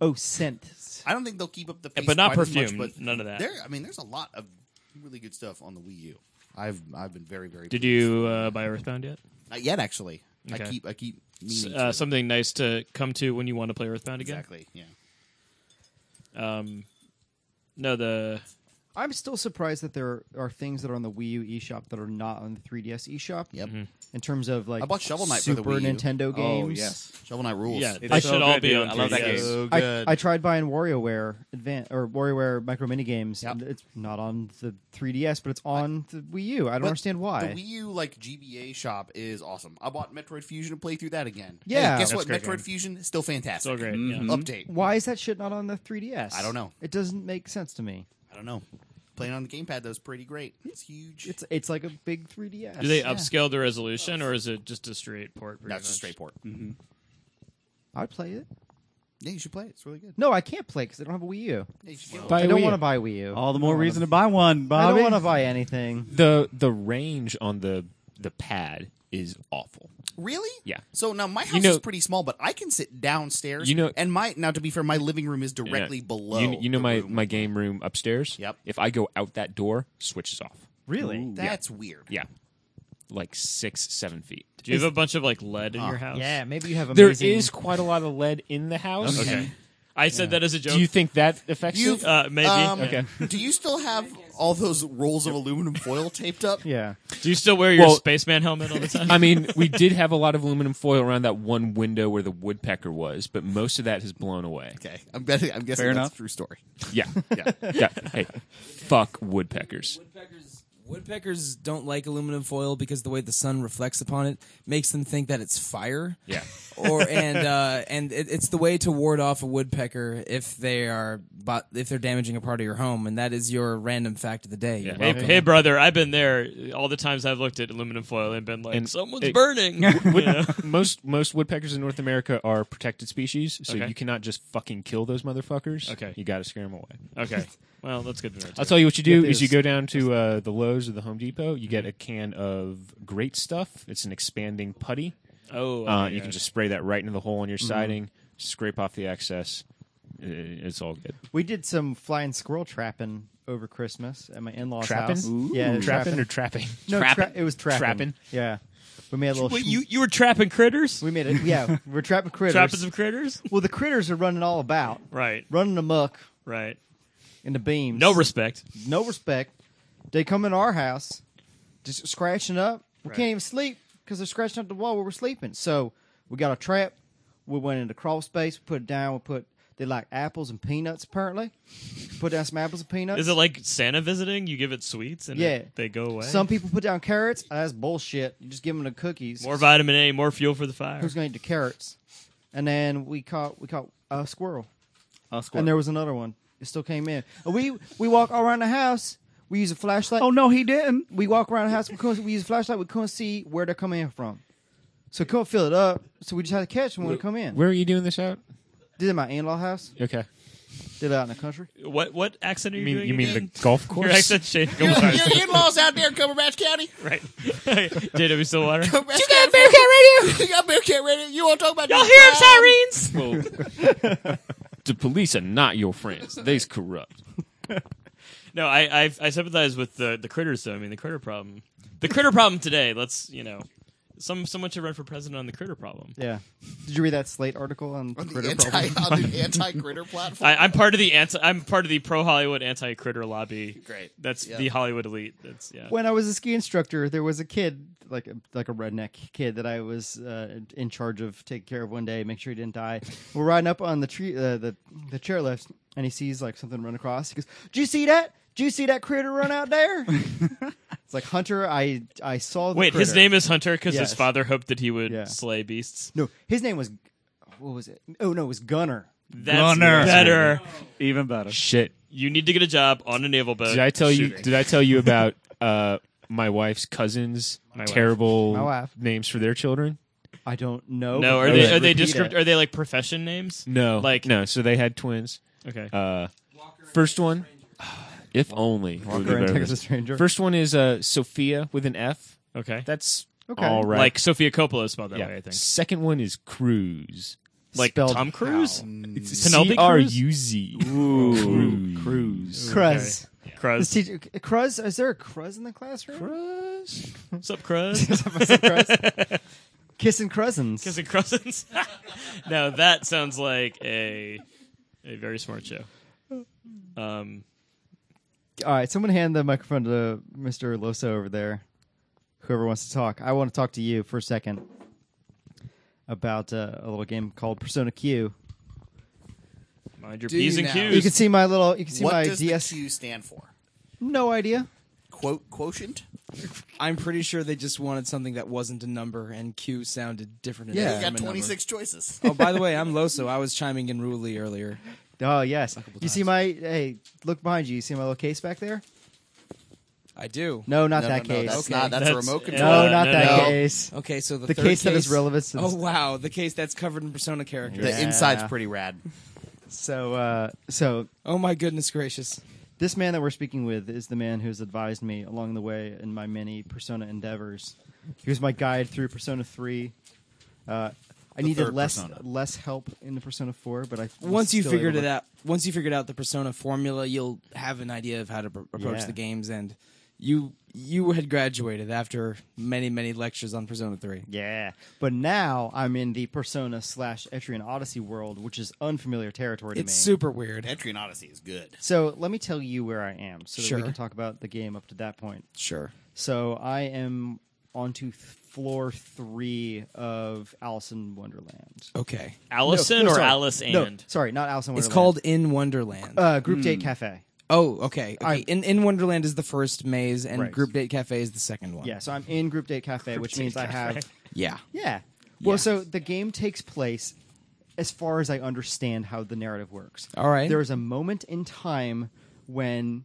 Speaker 3: oh, cents.
Speaker 4: I don't think they'll keep up the pace,
Speaker 6: but not
Speaker 4: quite as
Speaker 6: perfume,
Speaker 4: Much, but
Speaker 6: none of that.
Speaker 4: There, I mean, there's a lot of really good stuff on the Wii U. I've I've been very very.
Speaker 6: Did
Speaker 4: pleased.
Speaker 6: you uh, buy Earthbound yet?
Speaker 4: Not yet, actually. I
Speaker 6: Okay.
Speaker 4: keep I keep meaning
Speaker 6: Uh,
Speaker 4: to.
Speaker 6: something nice to come to when you want to play Earthbound again.
Speaker 4: exactly. Yeah.
Speaker 6: No, the
Speaker 3: I'm still surprised that there are things that are on the Wii U eShop that are not on the 3DS eShop.
Speaker 4: Yep.
Speaker 6: Mm-hmm.
Speaker 3: In terms of like
Speaker 4: I bought Shovel Knight for the
Speaker 3: Super
Speaker 4: Wii U.
Speaker 3: Nintendo games.
Speaker 9: oh yes.
Speaker 4: Shovel Knight rules.
Speaker 6: yeah,
Speaker 9: It
Speaker 6: I
Speaker 9: is
Speaker 6: should
Speaker 9: so
Speaker 6: all
Speaker 9: good,
Speaker 6: be
Speaker 9: dude.
Speaker 6: on.
Speaker 9: I love that
Speaker 6: 3DS.
Speaker 9: game.
Speaker 4: so
Speaker 3: I,
Speaker 4: good.
Speaker 3: I tried buying WarioWare Advan or WarioWare micro mini games.
Speaker 4: Yep.
Speaker 3: It's not on the 3DS, but it's on the Wii U. I don't
Speaker 4: But
Speaker 3: understand
Speaker 4: The
Speaker 3: why.
Speaker 4: Wii U like GBA shop is awesome. I bought Metroid Fusion and played through that again.
Speaker 3: Yeah.
Speaker 4: Hey, guess
Speaker 3: That's
Speaker 4: what?
Speaker 6: a great
Speaker 4: Metroid
Speaker 6: game.
Speaker 4: Fusion is still fantastic. Mm-hmm.
Speaker 6: So great. Yeah.
Speaker 4: Update.
Speaker 3: Why is that shit not on the 3DS?
Speaker 4: I don't know.
Speaker 3: It doesn't make sense to me.
Speaker 4: I don't know. Playing on the gamepad though is pretty great. It's huge.
Speaker 3: It's it's like a big 3DS.
Speaker 6: Do they upscale the resolution, or is it just a straight port? pretty
Speaker 4: that's a
Speaker 6: much? Mm-hmm.
Speaker 4: straight port.
Speaker 3: I'd play it.
Speaker 4: Yeah, you should play it. It's really good.
Speaker 3: No, I can't play because I don't have a Wii U.
Speaker 4: Yeah, you should get one.
Speaker 3: I don't want to buy a Wii U.
Speaker 9: All the more reason to buy one,
Speaker 3: I
Speaker 9: Bobby.
Speaker 3: don't want to buy anything.
Speaker 5: The the range on the the pad is awful.
Speaker 4: Really?
Speaker 5: Yeah.
Speaker 4: So now my house
Speaker 5: know-
Speaker 4: is pretty small, but I can sit downstairs.
Speaker 5: You know-
Speaker 4: and my now to be fair, my living room is
Speaker 5: Yeah.
Speaker 4: directly below.
Speaker 5: You, you know
Speaker 4: the
Speaker 5: my
Speaker 4: room.
Speaker 5: my game room upstairs.
Speaker 4: Yep.
Speaker 5: If I go out that door, switches off.
Speaker 3: Really?
Speaker 4: That's weird.
Speaker 5: Yeah, like six seven feet.
Speaker 6: Do you have a bunch of like lead in your house?
Speaker 3: Yeah, maybe you have a.
Speaker 5: There is quite a lot of lead in the house.
Speaker 6: Okay. I said that as a joke.
Speaker 5: Do you think that affects you?
Speaker 4: You've-
Speaker 6: uh, maybe.
Speaker 4: Um,
Speaker 6: okay.
Speaker 4: Do you still have all those rolls of aluminum foil taped up?
Speaker 3: Yeah.
Speaker 6: Do you still wear your
Speaker 5: Well-
Speaker 6: spaceman helmet all the time?
Speaker 5: I mean, we did have a lot of aluminum foil around that one window where the woodpecker was, but most of that has blown away.
Speaker 4: Okay. I'm guessing. I'm guessing
Speaker 9: Fair
Speaker 4: that's
Speaker 9: enough.
Speaker 4: a true story.
Speaker 5: Yeah, yeah, yeah. Hey, fuck woodpeckers.
Speaker 10: Woodpeckers, woodpeckers don't like aluminum foil because the way the sun reflects upon it makes them think that it's fire.
Speaker 5: Yeah.
Speaker 8: or and uh, and it, it's the way to ward off a woodpecker if they are bo- if they're damaging a part of your home, and that is your random fact of the day. You're
Speaker 6: Hey,
Speaker 8: welcome.
Speaker 6: hey, brother, I've been there all the times I've looked at aluminum foil and been like,
Speaker 5: And-
Speaker 6: someone's
Speaker 5: hey,
Speaker 6: burning. You know?
Speaker 5: most most woodpeckers in North America are protected species, so
Speaker 6: Okay.
Speaker 5: you cannot just fucking kill those motherfuckers.
Speaker 6: Okay.
Speaker 5: you got to scare them away.
Speaker 6: Okay. Well, that's good to know.
Speaker 5: I'll
Speaker 6: too.
Speaker 5: tell you what you do
Speaker 3: there's-
Speaker 5: is Mm-hmm. you go down to uh, the Lowe's or the Home Depot. You get a can of Great Stuff. It's an expanding putty.
Speaker 6: Oh,
Speaker 5: Uh,
Speaker 6: okay,
Speaker 5: you
Speaker 6: yeah.
Speaker 5: can just spray that right into the hole in your siding, scrape off the excess. I- It's all good.
Speaker 3: We did some flying squirrel trapping over Christmas at my in laws'
Speaker 5: Trapping?
Speaker 3: house. Yeah,
Speaker 5: trapping or trapping?
Speaker 3: no, tra-
Speaker 5: trapping?
Speaker 3: it was trapping.
Speaker 5: Trapping.
Speaker 3: Yeah, we made a little.
Speaker 6: Wait,
Speaker 3: sh-
Speaker 6: you, you were trapping critters?
Speaker 3: we made it. Yeah, we're trapping critters.
Speaker 6: Trapping some critters?
Speaker 3: well, the critters are running all about,
Speaker 6: Right,
Speaker 3: running amok
Speaker 6: right.
Speaker 3: in the beams.
Speaker 6: No respect.
Speaker 3: no respect. They come in our house, just scratching up. We can't even sleep because they're scratching up the wall where we're sleeping. So we got a trap. We went into crawl space. We put it down. We put they like apples and peanuts apparently. Put down some apples and peanuts.
Speaker 6: Is it like Santa visiting? You give it sweets and
Speaker 3: Yeah.
Speaker 6: it- they go away?
Speaker 3: Some people put down carrots. Ah, that's bullshit. You just give them the cookies.
Speaker 6: more vitamin A, more fuel for the fire.
Speaker 3: Who's gonna eat the carrots? And then we caught we caught a squirrel.
Speaker 9: Uh,
Speaker 3: And there was another one. It still came in. And we we walk all around the house. We use a flashlight.
Speaker 9: oh no, he didn't.
Speaker 3: we walk around the house. We couldn't, we use a flashlight. We couldn't see where they're coming in from, so couldn't fill it up. So we just had to catch them when they come in.
Speaker 5: Where are you doing this out?
Speaker 3: Did it at my in-law house.
Speaker 5: Okay.
Speaker 3: Did it out in the country.
Speaker 6: What what accent are you,
Speaker 5: You mean
Speaker 6: doing?
Speaker 5: you mean the
Speaker 6: again?
Speaker 5: golf course?
Speaker 6: Your accent changed. Go
Speaker 4: Your,
Speaker 6: on.
Speaker 4: your in-laws out there in Cumberbatch County.
Speaker 6: right. JW Stillwater.
Speaker 4: You got Bearcat Radio. you got Bearcat Radio. You want to talk about
Speaker 6: Y'all
Speaker 4: your
Speaker 6: hear him,
Speaker 4: crime?
Speaker 6: sirens?
Speaker 5: Well, the police are not your friends. They's corrupt.
Speaker 6: No, I, I I sympathize with the the critters though. I mean the critter problem. The critter problem today. Let's you know, some someone should run for president on the critter problem.
Speaker 3: Yeah. Did you read that Slate article on
Speaker 4: On
Speaker 3: critter
Speaker 4: the anti
Speaker 3: problem?
Speaker 4: on the anti critter platform.
Speaker 6: I, I'm part of the anti. I'm part of the pro Hollywood anti critter lobby.
Speaker 4: Great.
Speaker 6: That's
Speaker 4: Yeah.
Speaker 6: the Hollywood elite. That's yeah.
Speaker 3: When I was a ski instructor, there was a kid like a, like a redneck kid that I was uh, in charge of taking care of one day, make sure he didn't die. We're riding up on the tree, uh, the the chairlift, and he sees like something run across. He goes, "Did you see that? Did you see that critter run out there?" it's like Hunter. I I saw. The
Speaker 6: Wait, his
Speaker 3: critter."
Speaker 6: name is Hunter because
Speaker 3: Yes.
Speaker 6: his father hoped that he would
Speaker 3: Yeah.
Speaker 6: slay beasts.
Speaker 3: No, his name was what was it? Oh no, it was Gunner.
Speaker 6: That's
Speaker 9: Gunner.
Speaker 6: better.
Speaker 9: Even better.
Speaker 5: Shit.
Speaker 6: You need to get a job on a naval boat.
Speaker 5: Did I tell you?
Speaker 6: shooting.
Speaker 5: Did I tell you about uh, my wife's cousins'
Speaker 6: wife.
Speaker 5: terrible
Speaker 3: My wife.
Speaker 5: names for their children?
Speaker 3: I don't know.
Speaker 6: No,
Speaker 3: but
Speaker 6: are they
Speaker 3: just
Speaker 6: are they
Speaker 3: repeat
Speaker 6: descript-
Speaker 3: it.
Speaker 6: Are they like profession names?
Speaker 5: No,
Speaker 6: Like-
Speaker 5: like no. So they had twins.
Speaker 6: Okay.
Speaker 5: Uh, first one, if only. would be
Speaker 3: and
Speaker 5: better.
Speaker 3: Texas Ranger.
Speaker 5: First one is uh, Sophia with an F.
Speaker 6: okay.
Speaker 5: That's
Speaker 3: Okay.
Speaker 5: all right.
Speaker 6: Like Sophia Coppola is spelled that
Speaker 5: yeah.
Speaker 6: way, I think.
Speaker 5: Second one is Cruz.
Speaker 6: Like
Speaker 3: Spelled
Speaker 6: Tom Cruise,
Speaker 5: It's
Speaker 6: Penelope
Speaker 5: C R U Z. Ooh, Cruz.
Speaker 3: Cruz. This
Speaker 6: Cruz.
Speaker 3: teacher, Cruz, is there a Cruz in the classroom?
Speaker 5: Cruz.
Speaker 6: What's up, Cruz?
Speaker 3: Kissing Cruzins.
Speaker 6: Kissing Cruzins. now that sounds like a a very smart show. Um,
Speaker 3: All right, someone hand the microphone to Mr. Loso over there, whoever wants to talk. I want to talk to you for a second about uh, a little game called Persona Q.
Speaker 6: mind your
Speaker 4: Do
Speaker 6: p's
Speaker 4: you
Speaker 6: and
Speaker 4: now?
Speaker 3: You
Speaker 6: q's.
Speaker 3: can see my little. You can see my
Speaker 4: What does the
Speaker 3: DS.
Speaker 4: Q stand for?
Speaker 3: no idea.
Speaker 4: Quote quotient.
Speaker 8: I'm pretty sure they just wanted something that wasn't a number, and Q sounded different.
Speaker 4: Yeah,
Speaker 8: than
Speaker 4: you got
Speaker 8: a number.
Speaker 4: twenty six choices.
Speaker 8: oh, by the way, I'm Loso. I was chiming in rudely earlier.
Speaker 3: Oh yes. You see
Speaker 8: times.
Speaker 3: my. Hey, look behind you. You see my little case back there?
Speaker 8: I do.
Speaker 3: No, not
Speaker 4: no,
Speaker 3: that
Speaker 4: no, no,
Speaker 3: case.
Speaker 4: That's not. That's, a
Speaker 6: That's-
Speaker 4: remote
Speaker 6: yeah.
Speaker 4: control.
Speaker 3: No,
Speaker 6: Uh,
Speaker 3: not
Speaker 6: no,
Speaker 3: that
Speaker 4: no.
Speaker 3: case.
Speaker 8: Okay, so the,
Speaker 3: The
Speaker 8: third
Speaker 3: case that is relevant to
Speaker 8: Oh
Speaker 3: this-
Speaker 8: wow, the case that's covered in persona characters.
Speaker 4: The inside's
Speaker 3: Yeah.
Speaker 4: pretty rad.
Speaker 3: So, uh, so
Speaker 8: Oh my goodness gracious!
Speaker 3: this man that we're speaking with is the man who's advised me along the way in my many persona endeavors. He was my guide through Persona Three. Uh, I needed
Speaker 4: third
Speaker 3: less
Speaker 4: Persona.
Speaker 3: less help in the Persona Four, but I was
Speaker 8: Once you
Speaker 3: still
Speaker 8: figured
Speaker 3: able
Speaker 8: it
Speaker 3: to-
Speaker 8: out, once you figured out the persona formula, you'll have an idea of how to pr- approach
Speaker 3: Yeah.
Speaker 8: the games, and you you had graduated after many many lectures on Persona Three.
Speaker 3: Yeah, but now I'm in the Persona slash Etrian Odyssey world, which is unfamiliar territory to
Speaker 8: It's
Speaker 3: me.
Speaker 8: super weird.
Speaker 4: Entry and Odyssey is good.
Speaker 3: so let me tell you where I am, so that
Speaker 8: Sure.
Speaker 3: we can talk about the game up to that point.
Speaker 8: Sure.
Speaker 3: So I am onto th- floor three of Alice in Wonderland.
Speaker 8: Okay.
Speaker 6: Allison
Speaker 3: No,
Speaker 6: Oh, or
Speaker 3: sorry.
Speaker 6: Alice and?
Speaker 3: No, sorry, not Alice in Wonderland.
Speaker 8: It's called In Wonderland.
Speaker 3: uh, Group Date Cafe.
Speaker 8: oh, okay. okay.
Speaker 3: I-
Speaker 8: in In Wonderland is the first maze, and
Speaker 3: Right.
Speaker 8: Group Date Cafe is the second one.
Speaker 3: Yeah, so I'm in Group Date Cafe, which means I have
Speaker 8: Yeah.
Speaker 3: yeah, Well, so the game takes place as far as I understand how the narrative works.
Speaker 8: All right.
Speaker 3: There is a moment in time when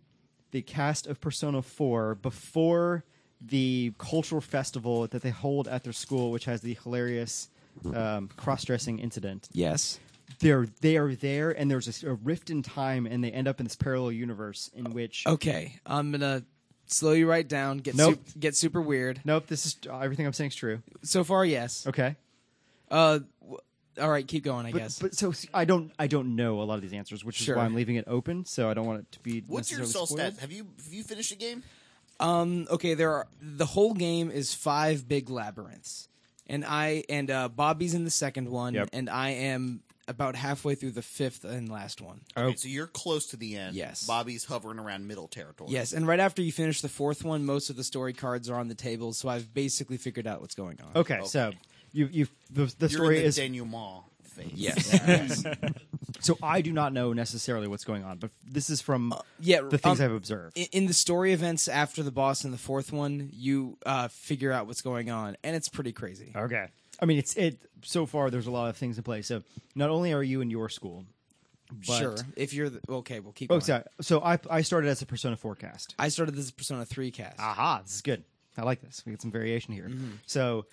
Speaker 3: the cast of Persona 4, before the cultural festival that they hold at their school, which has the hilarious um, cross dressing incident,
Speaker 8: Yes.
Speaker 3: they're, they are there and there's a s- a, rift in time and they end up in this parallel universe in which.
Speaker 8: Okay. I'm gonna slow you right down. Get
Speaker 3: Nope.
Speaker 8: sup- get super weird.
Speaker 3: Nope, this is everything I'm saying is true.
Speaker 8: So far, yes.
Speaker 3: Okay.
Speaker 8: Uh, w- all right. Keep going. I
Speaker 3: But,
Speaker 8: guess.
Speaker 3: but so see, I don't I don't know a lot of these answers, which
Speaker 8: Sure.
Speaker 3: is why I'm leaving it open. So I don't want it to be.
Speaker 4: What's your
Speaker 3: necessarily
Speaker 4: soul
Speaker 3: spoiled.
Speaker 4: stats? Have you have you finished the game?
Speaker 8: okay, there are the whole game is five big labyrinths, and I and uh, Bobby's in the second one,
Speaker 3: Yep.
Speaker 8: and I am about halfway through the fifth and last one.
Speaker 4: Okay, so you're close to the end.
Speaker 8: Yes.
Speaker 4: Bobby's hovering around middle territory.
Speaker 8: Yes, and right after you finish the fourth one, most of the story cards are on the table, so I've basically figured out what's going on.
Speaker 3: Okay, so you you the, the
Speaker 4: You're
Speaker 3: story
Speaker 4: in the
Speaker 3: is
Speaker 4: denouement phase.
Speaker 8: Yes.
Speaker 3: so I do not know necessarily what's going on, but this is from
Speaker 8: yeah,
Speaker 3: the things
Speaker 8: um,
Speaker 3: I've observed.
Speaker 8: In, in the story events after the boss in the fourth one, you uh, figure out what's going on, and it's pretty crazy.
Speaker 3: okay, I mean it's it so far. There's a lot of things in play. So not only are you in your school, but
Speaker 8: sure, if you're the, okay, we'll keep.
Speaker 3: Oh,
Speaker 8: going.
Speaker 3: sorry. So I I started as a Persona forecast.
Speaker 8: I started this Persona Three cast.
Speaker 3: aha, this is good. I like this. We get some variation here.
Speaker 8: Mm-hmm.
Speaker 3: So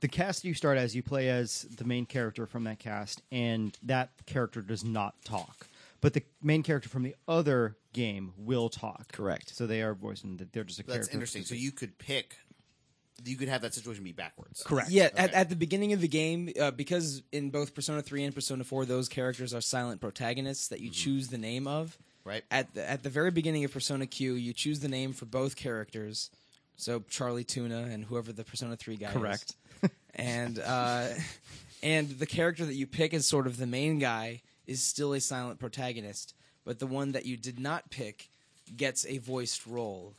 Speaker 3: the cast you start as, you play as the main character from that cast, and that character does not talk. But the main character from the other game will talk.
Speaker 8: Correct.
Speaker 3: So they are voiced and they're just a
Speaker 4: That's
Speaker 3: character.
Speaker 4: interesting. So you could pick. You could have that situation be backwards.
Speaker 3: Correct.
Speaker 8: Yeah, at,
Speaker 4: Okay.
Speaker 8: at the beginning of the game, uh, because in both Persona Three and Persona Four, those characters are silent protagonists that you choose the name of.
Speaker 4: Right.
Speaker 8: At the, at the very beginning of Persona Q, you choose the name for both characters. So Charlie Tuna and whoever the Persona Three guy
Speaker 3: Correct.
Speaker 8: is. and uh, and the character that you pick as sort of the main guy is still a silent protagonist, but the one that you did not pick gets a voiced role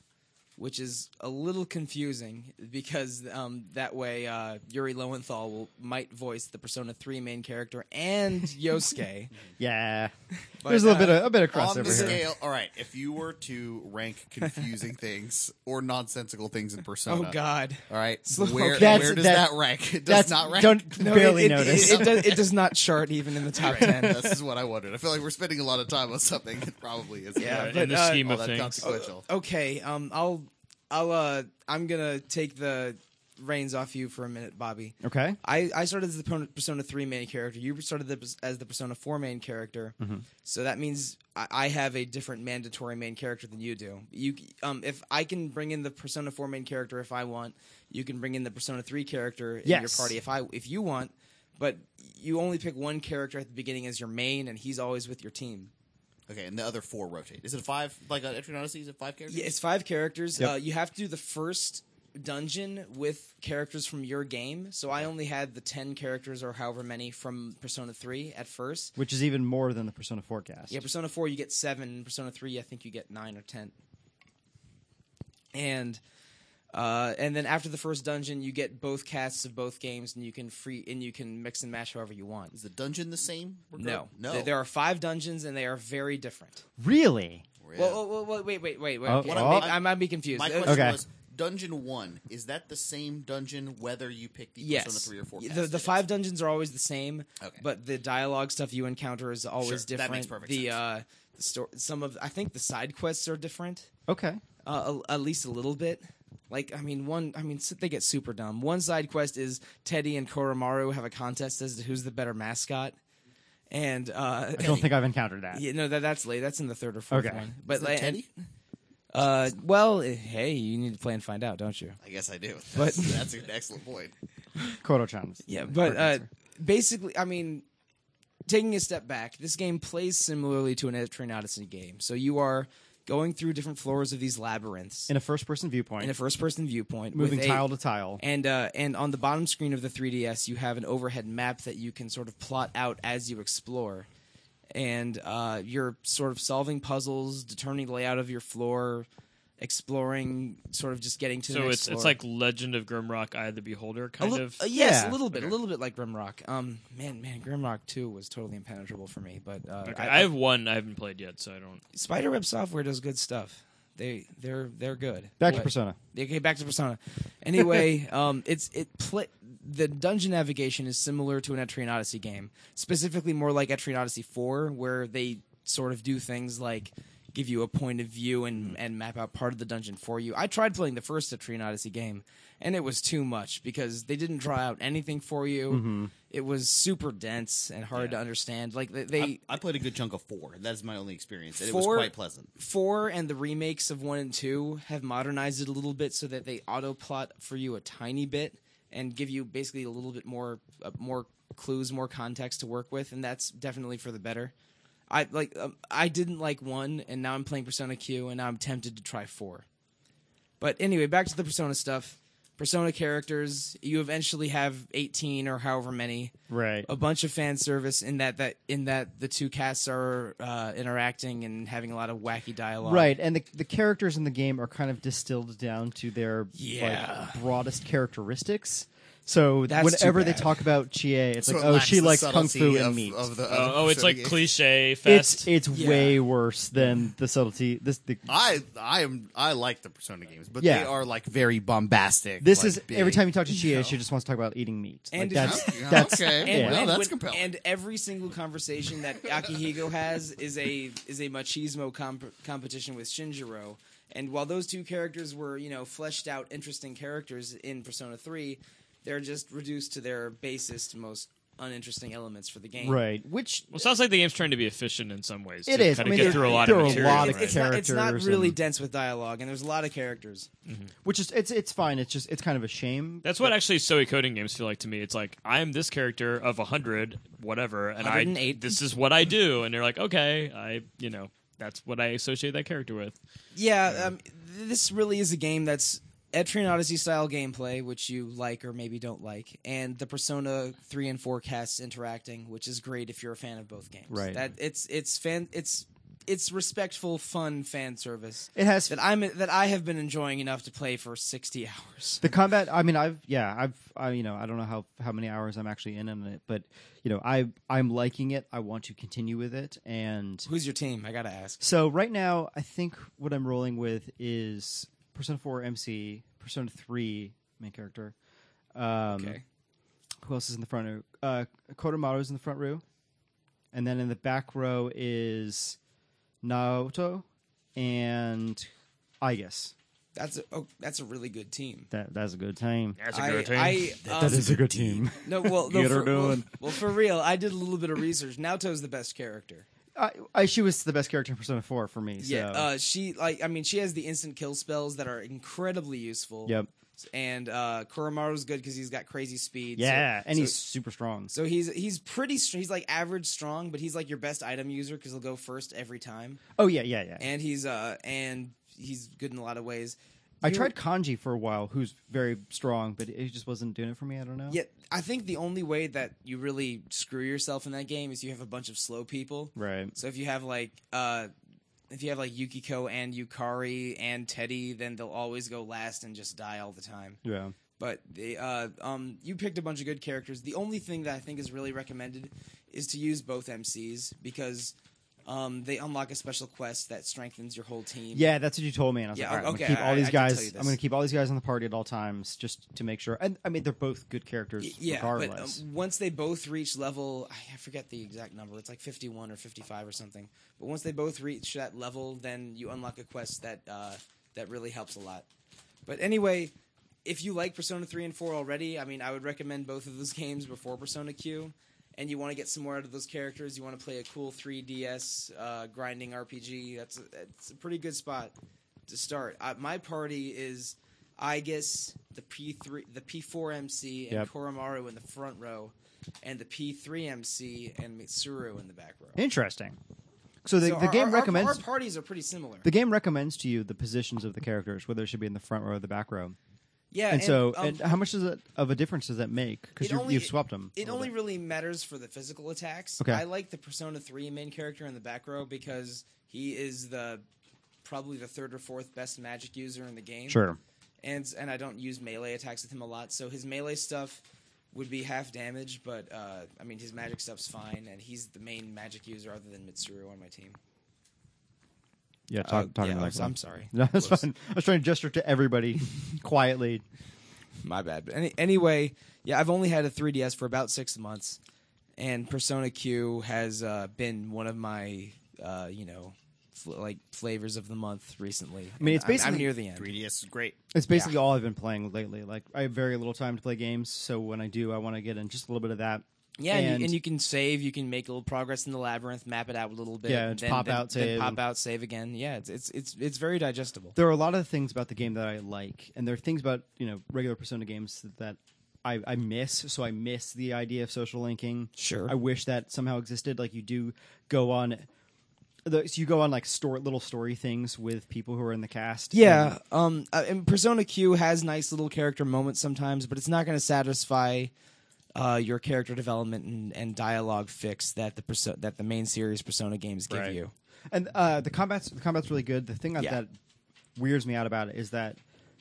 Speaker 8: which is a little confusing because um, that way uh, Yuri Lowenthal will, might voice the Persona 3 main character and Yosuke.
Speaker 3: Yeah.
Speaker 8: But,
Speaker 3: There's a little
Speaker 8: uh,
Speaker 3: bit of a bit of
Speaker 4: On the
Speaker 3: crossover here.
Speaker 4: scale, all right. If you were to rank confusing things or nonsensical things in Persona,
Speaker 8: oh, God.
Speaker 4: All right,
Speaker 8: Slow-
Speaker 4: where,
Speaker 3: That's-
Speaker 4: where does
Speaker 3: that's-
Speaker 4: that rank? It does
Speaker 3: That's
Speaker 4: not rank.
Speaker 3: Don't barely
Speaker 8: it, it-
Speaker 3: notice.
Speaker 8: It, it does, it does not chart even in the top
Speaker 4: Right.
Speaker 8: 10.
Speaker 4: this is what I wondered. I feel like we're spending a lot of time on something that probably isn't
Speaker 8: Yeah,
Speaker 4: all
Speaker 8: but,
Speaker 5: in the
Speaker 8: uh,
Speaker 5: scheme of
Speaker 4: oh, that
Speaker 5: things.
Speaker 4: consequential.
Speaker 8: Okay, um, I'll, I'll, uh, I'm gonna take the reins off you for a minute, Bobby.
Speaker 3: Okay.
Speaker 8: I, I started as the Pon- Persona Three main character. You started the, as the Persona Four main character. So that means I, I have a different mandatory main character than you do. You, um, if I can bring in the Persona Four main character if I want, you can bring in the Persona Three character in your
Speaker 3: Yes.
Speaker 8: party if I if you want. But you only pick one character at the beginning as your main, and he's always with your team.
Speaker 4: Okay, and the other four rotate. Is it five? Like on Etrian Odyssey, is it five characters?
Speaker 8: Yeah, it's five characters.
Speaker 3: Yep.
Speaker 8: Uh, you have to do the first dungeon with characters from your game. So I only had the ten characters or however many from Persona Three at first.
Speaker 3: Which is even more than the Persona forecast.
Speaker 8: Yeah, Persona Four you get seven. Persona Three I think you get nine or ten. And uh, and then after the first dungeon, you get both casts of both games, and you can free and you can mix and match however you want.
Speaker 4: Is the dungeon the same?
Speaker 8: No,
Speaker 4: no.
Speaker 8: There- there are five dungeons, and they are very different.
Speaker 3: Really?
Speaker 4: Really?
Speaker 8: Well, well, well, wait, wait, wait, wait.
Speaker 3: Oh,
Speaker 8: okay.
Speaker 3: What
Speaker 4: I-
Speaker 8: I might be confused.
Speaker 4: My
Speaker 8: Uh,
Speaker 4: question
Speaker 3: Okay.
Speaker 4: was dungeon one. Is that the same dungeon whether you pick the
Speaker 8: yes.
Speaker 4: Persona three or four?
Speaker 8: The- The,
Speaker 4: cast? It
Speaker 8: five
Speaker 4: is.
Speaker 8: dungeons are always the same,
Speaker 4: Okay.
Speaker 8: but the dialogue stuff you encounter is always
Speaker 4: Sure, that
Speaker 8: different.
Speaker 4: makes perfect
Speaker 8: the
Speaker 4: sense.
Speaker 8: uh, the sto- some of I think the side quests are different,
Speaker 3: Okay.
Speaker 8: uh, a, at least a little bit. Like I mean, one I mean s- they get super dumb. One side quest is Teddy and Koromaru have a contest as to who's the better mascot, and uh,
Speaker 3: I don't think I've encountered that.
Speaker 8: yeah, no, that, that's late. That's in the third or fourth
Speaker 3: Okay.
Speaker 8: one. But
Speaker 4: Is it
Speaker 8: like,
Speaker 4: Teddy?
Speaker 8: uh, well, eh, hey, you need to play and find out, don't you?
Speaker 4: I guess I do.
Speaker 8: But-
Speaker 4: That's, that's an excellent point.
Speaker 3: Koto-chan.
Speaker 8: Yeah, but uh, basically, I mean, taking a step back, this game plays similarly to an Etrian Odyssey game. So you are going through different floors of these labyrinths
Speaker 3: in a first-person viewpoint,
Speaker 8: in a first-person viewpoint, with
Speaker 3: moving
Speaker 8: a-
Speaker 3: tile to tile.
Speaker 8: and uh, and on the bottom screen of the 3DS, you have an overhead map that you can sort of plot out as you explore, and uh, you're sort of solving puzzles, determining the layout of your floor, exploring, sort of just getting to the
Speaker 6: So
Speaker 8: next
Speaker 6: it's it's
Speaker 8: floor.
Speaker 6: like Legend of Grimrock, Eye of the Beholder
Speaker 8: A
Speaker 6: kind
Speaker 8: lit-
Speaker 6: of.
Speaker 8: uh, yes,
Speaker 3: Yeah.
Speaker 8: a little bit, a little bit like Grimrock. Um, man, man, Grimrock Two was totally impenetrable for me, but uh,
Speaker 6: Okay, I have one I haven't played yet, so I don't.
Speaker 8: Spiderweb Software does good stuff. They they're they're good.
Speaker 3: Back to
Speaker 8: But-
Speaker 3: Persona.
Speaker 8: Okay, back to Persona. Anyway, um, it's it play the dungeon navigation is similar to an Etrian Odyssey game, specifically more like Etrian Odyssey 4, where they sort of do things like give you a point of view and, and map out part of the dungeon for you. I tried playing the first Etrian Odyssey game, and it was too much because they didn't draw out anything for you. It was super dense and hard to understand. Like they, they
Speaker 4: I played a good chunk of four. That is my only experience. And it was
Speaker 8: Four-
Speaker 4: quite pleasant.
Speaker 8: Four and the remakes of one and two have modernized it a little bit so that they auto plot for you a tiny bit and give you basically a little bit more uh, more clues, more context to work with, and that's definitely for the better. I like um, I didn't like one, and now I'm playing Persona Q, and now I'm tempted to try four. But anyway, back to the Persona stuff. Persona characters, you eventually have 18 or however many
Speaker 3: Right.
Speaker 8: a bunch of fan service in that that in that the two casts are uh, interacting and having a lot of wacky dialogue.
Speaker 3: Right, and the, the characters in the game are kind of distilled down to their
Speaker 8: Yeah.
Speaker 3: like, broadest characteristics. So
Speaker 8: That's too
Speaker 3: whenever they
Speaker 8: bad.
Speaker 3: talk about Chie, it's
Speaker 11: So
Speaker 3: like,
Speaker 11: it
Speaker 3: oh,
Speaker 11: lacks
Speaker 3: she
Speaker 11: the
Speaker 3: likes kung fu
Speaker 11: subtlety
Speaker 3: and
Speaker 11: of-
Speaker 3: meat.
Speaker 11: of the- of
Speaker 6: Oh, oh, it's
Speaker 11: Persona
Speaker 6: like
Speaker 11: games.
Speaker 6: cliche
Speaker 3: it's
Speaker 6: fest.
Speaker 3: it's
Speaker 8: Yeah.
Speaker 3: way worse than the subtlety. This the,
Speaker 11: I I am I like the Persona games, but
Speaker 3: Yeah.
Speaker 11: they are like very bombastic.
Speaker 3: this
Speaker 11: like,
Speaker 3: is
Speaker 11: big.
Speaker 3: every time you talk to Chie, she just wants to talk about eating meat.
Speaker 8: And
Speaker 3: like,
Speaker 8: it's-
Speaker 3: that's
Speaker 11: Yeah,
Speaker 3: that's
Speaker 11: okay.
Speaker 8: And,
Speaker 11: well,
Speaker 8: and
Speaker 11: that's
Speaker 8: when-
Speaker 11: compelling.
Speaker 8: and every single conversation that Akihigo has is a is a machismo comp- competition with Shinjiro. And while those two characters were, you know, fleshed out, interesting characters in Persona Three, they're just reduced to their basest, most uninteresting elements for the game.
Speaker 3: right. Which
Speaker 6: well, sounds like the game's trying to be efficient in some ways.
Speaker 3: It
Speaker 6: to
Speaker 3: is. I
Speaker 6: Kind of
Speaker 3: mean,
Speaker 6: get
Speaker 3: there-
Speaker 6: through a lot
Speaker 3: there
Speaker 6: of
Speaker 3: are a
Speaker 6: material.
Speaker 3: lot of
Speaker 6: right?
Speaker 8: It's not, it's not
Speaker 3: Characters
Speaker 8: really
Speaker 3: and-
Speaker 8: dense with dialogue, and there's a lot of characters.
Speaker 3: which is it's it's fine. It's just it's kind of a shame.
Speaker 6: That's what actually Zoe coding games feel like to me. It's like I'm this character of hundred, whatever, and I
Speaker 8: 108.
Speaker 6: this is what I do, and they're like, okay, I you know that's what I associate that character with.
Speaker 8: Yeah, um, th- this really is a game that's Etrian Odyssey style gameplay, which you like or maybe don't like, and the Persona three and four casts interacting, which is great if you're a fan of both games.
Speaker 3: Right.
Speaker 8: That it's it's fan it's it's respectful, fun fan service
Speaker 3: It has
Speaker 8: that I'm that I have been enjoying enough to play for sixty hours.
Speaker 3: the combat i mean i've yeah i've I, you know i don't know how how many hours i'm actually in on it but you know i i'm liking it i want to continue with it and
Speaker 8: Who's your team? I gotta ask.
Speaker 3: so right now i think what i'm rolling with is persona 4 mc persona 3 main character um
Speaker 8: Okay.
Speaker 3: who else is in the front row uh kodomaru's in the front row and then in the back row is naoto and i guess
Speaker 8: That's a, oh, that's a really good team.
Speaker 3: that that's a good time
Speaker 6: That's
Speaker 8: I, I, um,
Speaker 3: a good team
Speaker 8: no, well, no,
Speaker 9: Get her
Speaker 8: for, well,
Speaker 9: doing.
Speaker 8: well, for real, I did a little bit of research. Naoto's the best character.
Speaker 3: I, I she was the best character in Persona Four for me. So.
Speaker 8: Yeah, uh, she like I mean she has the instant kill spells that are incredibly useful.
Speaker 3: Yep.
Speaker 8: And uh, Kuramaru's good because he's got crazy speed. so-
Speaker 3: yeah, and
Speaker 8: so-
Speaker 3: he's super strong.
Speaker 8: so he's he's pretty str- he's like average strong, but he's like your best item user because he'll go first every time.
Speaker 3: oh yeah, yeah, yeah.
Speaker 8: And he's uh and he's good in a lot of ways.
Speaker 3: I
Speaker 8: You're-
Speaker 3: tried Kanji for a while, who's very strong, but it just wasn't doing it for me. I don't know.
Speaker 8: Yeah, I think the only way that you really screw yourself in that game is you have a bunch of slow people.
Speaker 3: Right.
Speaker 8: So if you have like uh if you have like Yukiko and Yukari and Teddy, then they'll always go last and just die all the time.
Speaker 3: Yeah.
Speaker 8: But the uh, um, you picked a bunch of good characters. The only thing that I think is really recommended is to use both MCs because um, they unlock a special quest that strengthens your whole team.
Speaker 3: Yeah, that's what you told me, and I was
Speaker 8: Yeah,
Speaker 3: like, all right,
Speaker 8: okay,
Speaker 3: I'm gonna keep
Speaker 8: I-
Speaker 3: all these
Speaker 8: I can tell
Speaker 3: guys.
Speaker 8: you this.
Speaker 3: I'm gonna keep all these guys on the party at all times, just to make sure. And I mean, they're both good characters,
Speaker 8: Y- yeah. But um,
Speaker 3: regardless.
Speaker 8: once they both reach level, I forget the exact number. It's like fifty-one or fifty-five or something. But once they both reach that level, then you unlock a quest that uh, that really helps a lot. But anyway, if you like Persona 3 and 4 already, I mean, I would recommend both of those games before Persona Q. And you want to get some more out of those characters, you want to play a cool 3DS uh, grinding RPG. That's a, that's a pretty good spot to start. Uh, my party is Igus, the P3, the P4 MC, and
Speaker 3: Yep.
Speaker 8: Koromaru in the front row, and the P3 MC and Mitsuru in the back row.
Speaker 3: Interesting. So the,
Speaker 8: So
Speaker 3: the
Speaker 8: our-
Speaker 3: game
Speaker 8: our-
Speaker 3: recommends
Speaker 8: our, parties are pretty similar.
Speaker 3: the game recommends to you the positions of the characters, whether it should be in the front row or the back row.
Speaker 8: yeah,
Speaker 3: and, so,
Speaker 8: um,
Speaker 3: and how much does it, of a difference does that make? Because
Speaker 8: It only-
Speaker 3: you've swapped them.
Speaker 8: It only really matters for the physical attacks.
Speaker 3: Okay.
Speaker 8: I like the Persona 3 main character in the back row because he is the probably the third or fourth best magic user in the game.
Speaker 3: sure.
Speaker 8: And and I don't use melee attacks with him a lot, so his melee stuff would be half damage, but uh, I mean his magic stuff's fine, and he's the main magic user other than Mitsuru on my team.
Speaker 3: Yeah, talk,
Speaker 8: Uh,
Speaker 3: talking
Speaker 8: yeah,
Speaker 3: about
Speaker 8: I'm- I'm sorry.
Speaker 3: No, that's
Speaker 8: Whoops.
Speaker 3: fine. I was trying to gesture to everybody quietly.
Speaker 8: My bad. But any, anyway, yeah, I've only had a 3DS for about six months, and Persona Q has uh, been one of my, uh, you know, fl- like flavors of the month recently.
Speaker 3: mean, it's
Speaker 8: I'm- I'm,
Speaker 3: basically
Speaker 8: near the end.
Speaker 4: 3DS is great.
Speaker 3: It's basically all I've been playing lately. Like I have very little time to play games, so when I do, I want to get in just a little bit of that.
Speaker 8: Yeah, and, you, and you can save. You can make a little progress in the labyrinth, map it out a little bit.
Speaker 3: Yeah,
Speaker 8: and
Speaker 3: just pop out,
Speaker 8: then
Speaker 3: save,
Speaker 8: pop
Speaker 3: and-
Speaker 8: out, save again. Yeah, it's it's it's, it's very digestible.
Speaker 3: there are a lot of things about the game that I like, and there are things about you know regular Persona games that I, I miss. So I miss the idea of social linking.
Speaker 8: Sure.
Speaker 3: I wish that somehow existed. Like you do go on, the, so you go on like store little story things with people who are in the cast.
Speaker 8: Yeah, um, uh, and Persona Q has nice little character moments sometimes, but it's not going to satisfy uh, your character development and, and dialogue fix that the perso- that the main series Persona games give you.
Speaker 3: And, and uh, the combat's the combat's really good. The thing that-
Speaker 8: Yeah.
Speaker 3: that weirds me out about it is that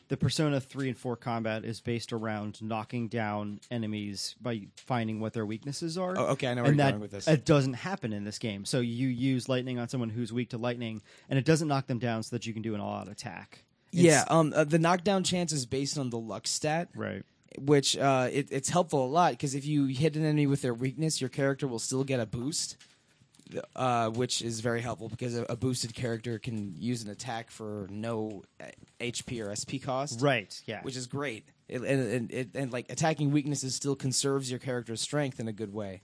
Speaker 3: the Persona three and four combat is based around knocking down enemies by finding what their weaknesses are.
Speaker 8: Oh, okay, I know where
Speaker 3: and
Speaker 8: you're
Speaker 3: that
Speaker 8: going with this.
Speaker 3: it doesn't happen in this game. So you use lightning on someone who's weak to lightning, and it doesn't knock them down, so that you can do an all out attack. It's-
Speaker 8: yeah, um, uh, the knockdown chance is based on the luck stat,
Speaker 3: right.
Speaker 8: which uh, it, it's helpful a lot because if you hit an enemy with their weakness, your character will still get a boost, uh, which is very helpful because a, a boosted character can use an attack for no uh, HP or SP cost.
Speaker 3: Right. Yeah.
Speaker 8: which is great. It, and, and, it, and like attacking weaknesses still conserves your character's strength in a good way,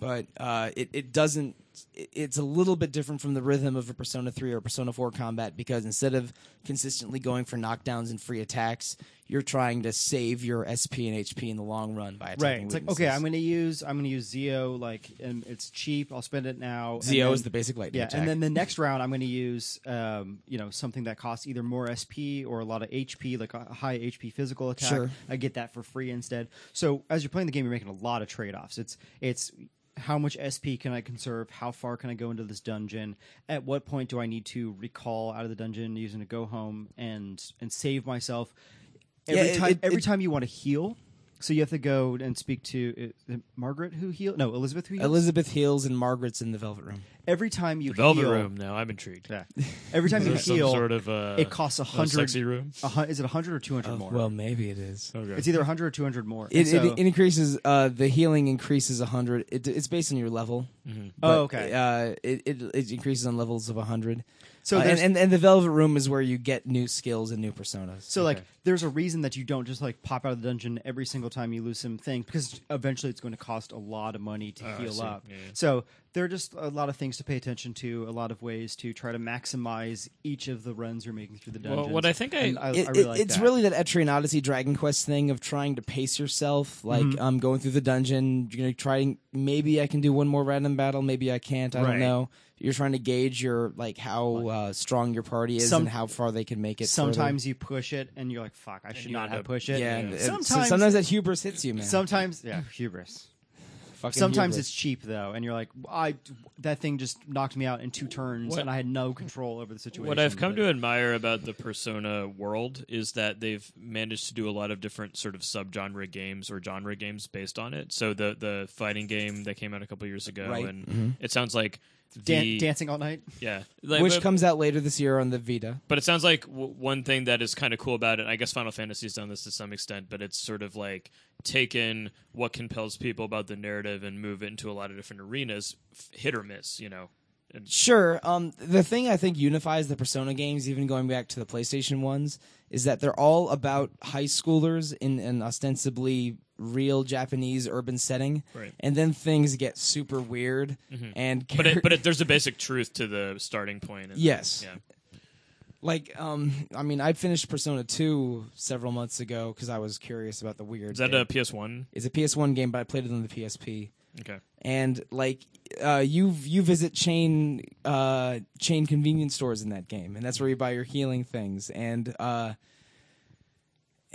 Speaker 8: but uh, it it doesn't. it- It's a little bit different from the rhythm of a Persona Three or Persona Four combat because instead of consistently going for knockdowns and free attacks, you're trying to save your SP and HP in the long run by attacking
Speaker 3: right. It's like okay,
Speaker 8: weaknesses.
Speaker 3: I'm going to use I'm going to use Zeo like and it's cheap. I'll spend it now. and
Speaker 8: Zeo is
Speaker 3: then-
Speaker 8: the basic lightning
Speaker 3: Yeah,
Speaker 8: attack.
Speaker 3: and then the next round I'm going to use um, you know something that costs either more SP or a lot of HP, like a high HP physical attack.
Speaker 8: Sure.
Speaker 3: I get that for free instead. So as you're playing the game, you're making a lot of trade offs. It's it's how much SP can I conserve? How far can I go into this dungeon? At what point do I need to recall out of the dungeon using a go home and and save myself? Every
Speaker 8: it-
Speaker 3: time,
Speaker 8: it-
Speaker 3: every
Speaker 8: it-
Speaker 3: time you want to heal, so you have to go and speak to uh, Margaret who healed. No, Elizabeth who healed.
Speaker 8: Elizabeth heals and Margaret's in the Velvet Room.
Speaker 3: every time you
Speaker 6: The Velvet
Speaker 3: heal,
Speaker 6: Room. Now I'm intrigued.
Speaker 3: Yeah. Every time
Speaker 6: Is
Speaker 3: you
Speaker 6: there some
Speaker 3: heal,
Speaker 6: sort of, uh,
Speaker 3: it costs a
Speaker 6: a
Speaker 3: hundred.
Speaker 6: sexy room?
Speaker 3: a hun- is it a hundred or two hundred more?
Speaker 8: Oh, Well, maybe it is.
Speaker 3: it's either a hundred or two hundred more.
Speaker 8: It,
Speaker 3: And so-
Speaker 8: it increases uh, the healing increases hundred. It, it's based on your level.
Speaker 3: Oh, okay.
Speaker 8: Uh, it, it it increases on levels of hundred.
Speaker 3: So
Speaker 8: So and,
Speaker 3: there's-
Speaker 8: and and the Velvet Room is where you get new skills and new personas.
Speaker 3: so like, there's a reason that you don't just like pop out of the dungeon every single time you lose some thing because eventually it's going to cost a lot of money
Speaker 6: Oh,
Speaker 3: to heal up. So there are just a lot of things to pay attention to, a lot of ways to try to maximize each of the runs you're making through the dungeon.
Speaker 6: Well, what I think I-
Speaker 3: I,
Speaker 8: It-
Speaker 3: I really
Speaker 8: it-
Speaker 3: like
Speaker 8: it's
Speaker 3: that.
Speaker 8: really that Etrian Odyssey Dragon Quest thing of trying to pace yourself, like
Speaker 3: Mm-hmm.
Speaker 8: um, going through the dungeon. You're gonna try. and- Maybe I can do one more random battle. Maybe I can't. I
Speaker 3: Right.
Speaker 8: don't know. You're trying to gauge your like how uh, strong your party is
Speaker 3: Some-
Speaker 8: and how far they can make it. further.
Speaker 3: sometimes you push it and you're like, "Fuck, I should not have pushed it."
Speaker 8: yeah. and- and so
Speaker 3: sometimes
Speaker 8: sometimes that hubris hits you, man.
Speaker 3: sometimes yeah, hubris.
Speaker 8: Fucking
Speaker 3: Sometimes
Speaker 8: hubris.
Speaker 3: it's cheap though, and you're like, I that thing just knocked me out in two turns,
Speaker 6: What-
Speaker 3: and I had no control over the situation.
Speaker 6: What I've come
Speaker 3: But-
Speaker 6: to admire about the Persona world is that they've managed to do a lot of different sort of subgenre games or genre games based on it. So the the fighting game that came out a couple years ago,
Speaker 8: Right.
Speaker 6: and it sounds like the
Speaker 3: Dan- dancing all night.
Speaker 6: yeah, Mm-hmm. like,
Speaker 8: which
Speaker 6: but,
Speaker 8: comes out later this year on the Vita.
Speaker 6: But it sounds like w- one thing that is kind of cool about it. I guess Final Fantasy's done this to some extent, but it's sort of like taken what compels people about the narrative and move it into a lot of different arenas, f- hit or miss. You know, and
Speaker 8: Sure. Um, the thing I think unifies the Persona games, even going back to the PlayStation ones, is that they're all about high schoolers in an ostensibly real Japanese urban setting,
Speaker 6: Right. Mm-hmm.
Speaker 8: and then things get super weird and
Speaker 6: but it, but it, there's a basic truth to the starting point. And
Speaker 8: Yes.
Speaker 6: yeah.
Speaker 8: like um, I mean, I finished Persona Two several months ago because I was curious about the weird.
Speaker 6: Is that
Speaker 8: bit.
Speaker 6: a PS1?
Speaker 8: It's a PS1 game, but I played it on the PSP.
Speaker 6: Okay.
Speaker 8: and like uh, you you visit chain uh, chain convenience stores in that game, and that's where you buy your healing things and. Uh,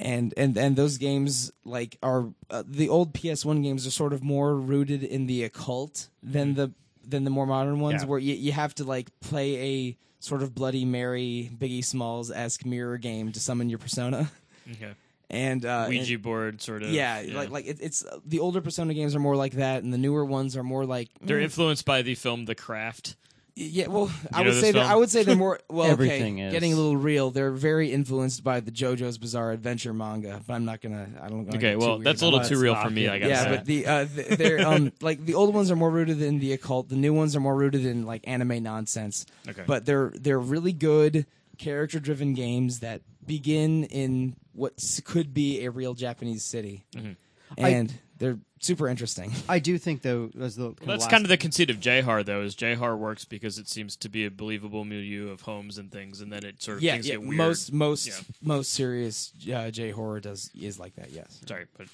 Speaker 8: and and and those games like are uh, the old PS1 games are sort of more rooted in the occult than the than the more modern ones
Speaker 3: Yeah.
Speaker 8: where you, you have to like play a sort of bloody mary biggie smalls esque mirror game to summon your persona
Speaker 6: Okay.
Speaker 8: and uh and-
Speaker 6: Ouija board sort of.
Speaker 8: yeah, like like it, it's the older Persona games are more like that, and the newer ones are more like
Speaker 6: they're
Speaker 8: mm,
Speaker 6: influenced by the film The Craft.
Speaker 8: Yeah, well, I
Speaker 6: know
Speaker 8: would
Speaker 6: this
Speaker 8: say that
Speaker 6: film?
Speaker 8: I would say they're more well. okay,
Speaker 3: Everything is.
Speaker 8: getting a little real. They're very influenced by the JoJo's Bizarre Adventure manga, but I'm not gonna. I don't. wanna
Speaker 6: Okay,
Speaker 8: get too
Speaker 6: well,
Speaker 8: weird
Speaker 6: that's a
Speaker 8: about
Speaker 6: little
Speaker 8: it.
Speaker 6: too real for me. I gotta
Speaker 8: Yeah,
Speaker 6: say.
Speaker 8: but the uh, th- they're um like the old ones are more rooted in the occult. The new ones are more rooted in like anime nonsense.
Speaker 6: Okay.
Speaker 8: but they're they're really good character-driven games that begin in what s- could be a real Japanese city,
Speaker 6: Mm-hmm.
Speaker 8: and they're super interesting.
Speaker 3: I do think though, as the
Speaker 6: Well, that's
Speaker 3: last-
Speaker 6: kind of the conceit of Jhar, though, is Jhar works because it seems to be a believable milieu of homes and things, and then it sort of
Speaker 8: Yeah,
Speaker 6: things
Speaker 8: yeah.
Speaker 6: get weird.
Speaker 8: Most most
Speaker 6: Yeah.
Speaker 8: most serious uh, J horror does is like that. Yes.
Speaker 6: Sorry, but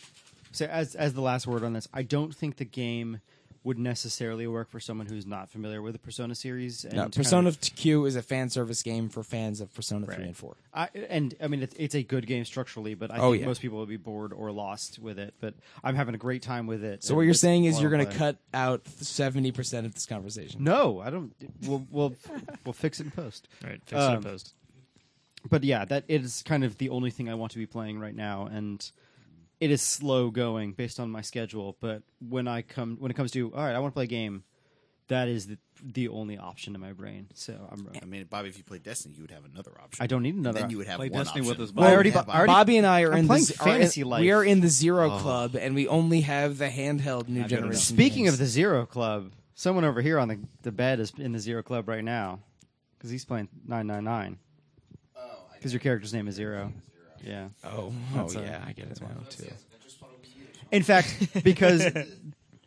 Speaker 3: So as as the last word on this, I don't think the game would necessarily work for someone who's not familiar with the Persona series. And
Speaker 8: No,
Speaker 3: kind of-
Speaker 8: Persona Q is a fan service game for fans of Persona 3 and 4.
Speaker 3: I, and I mean, it's, it's a good game structurally, but I
Speaker 8: Oh,
Speaker 3: think
Speaker 8: yeah.
Speaker 3: most people would be bored or lost with it. But I'm having a great time with it.
Speaker 8: So what you're saying is you're going to cut out 70% of this conversation.
Speaker 3: No, I don't. We'll we'll, we'll fix it in post.
Speaker 6: all right, fix it
Speaker 3: Um,
Speaker 6: in post.
Speaker 3: But yeah, that it is kind of the only thing I want to be playing right now, and it is slow going based on my schedule. But when I come, when it comes to all right, I want to play a game, that is the, the only option in my brain. So I'm.
Speaker 11: I mean, Bobby, if you played Destiny, you would have another option.
Speaker 3: I don't need another.
Speaker 11: Then you would have
Speaker 9: Play
Speaker 11: one
Speaker 9: Destiny
Speaker 11: option.
Speaker 9: with us,
Speaker 3: Well, I already,
Speaker 11: Yeah,
Speaker 3: I already-
Speaker 8: Bobby and I are
Speaker 3: I'm
Speaker 8: in
Speaker 3: playing
Speaker 8: the, are in-
Speaker 3: fantasy life.
Speaker 8: We are in the Zero Club, and we only have the handheld
Speaker 9: don't
Speaker 8: new
Speaker 9: know.
Speaker 8: generation.
Speaker 3: Speaking of
Speaker 8: games.
Speaker 3: the Zero Club, someone over here on the, the bed is in the Zero Club right now because he's playing 999. Because your character's name is Zero. Yeah.
Speaker 8: oh, oh yeah, I get it now too.
Speaker 3: In fact, because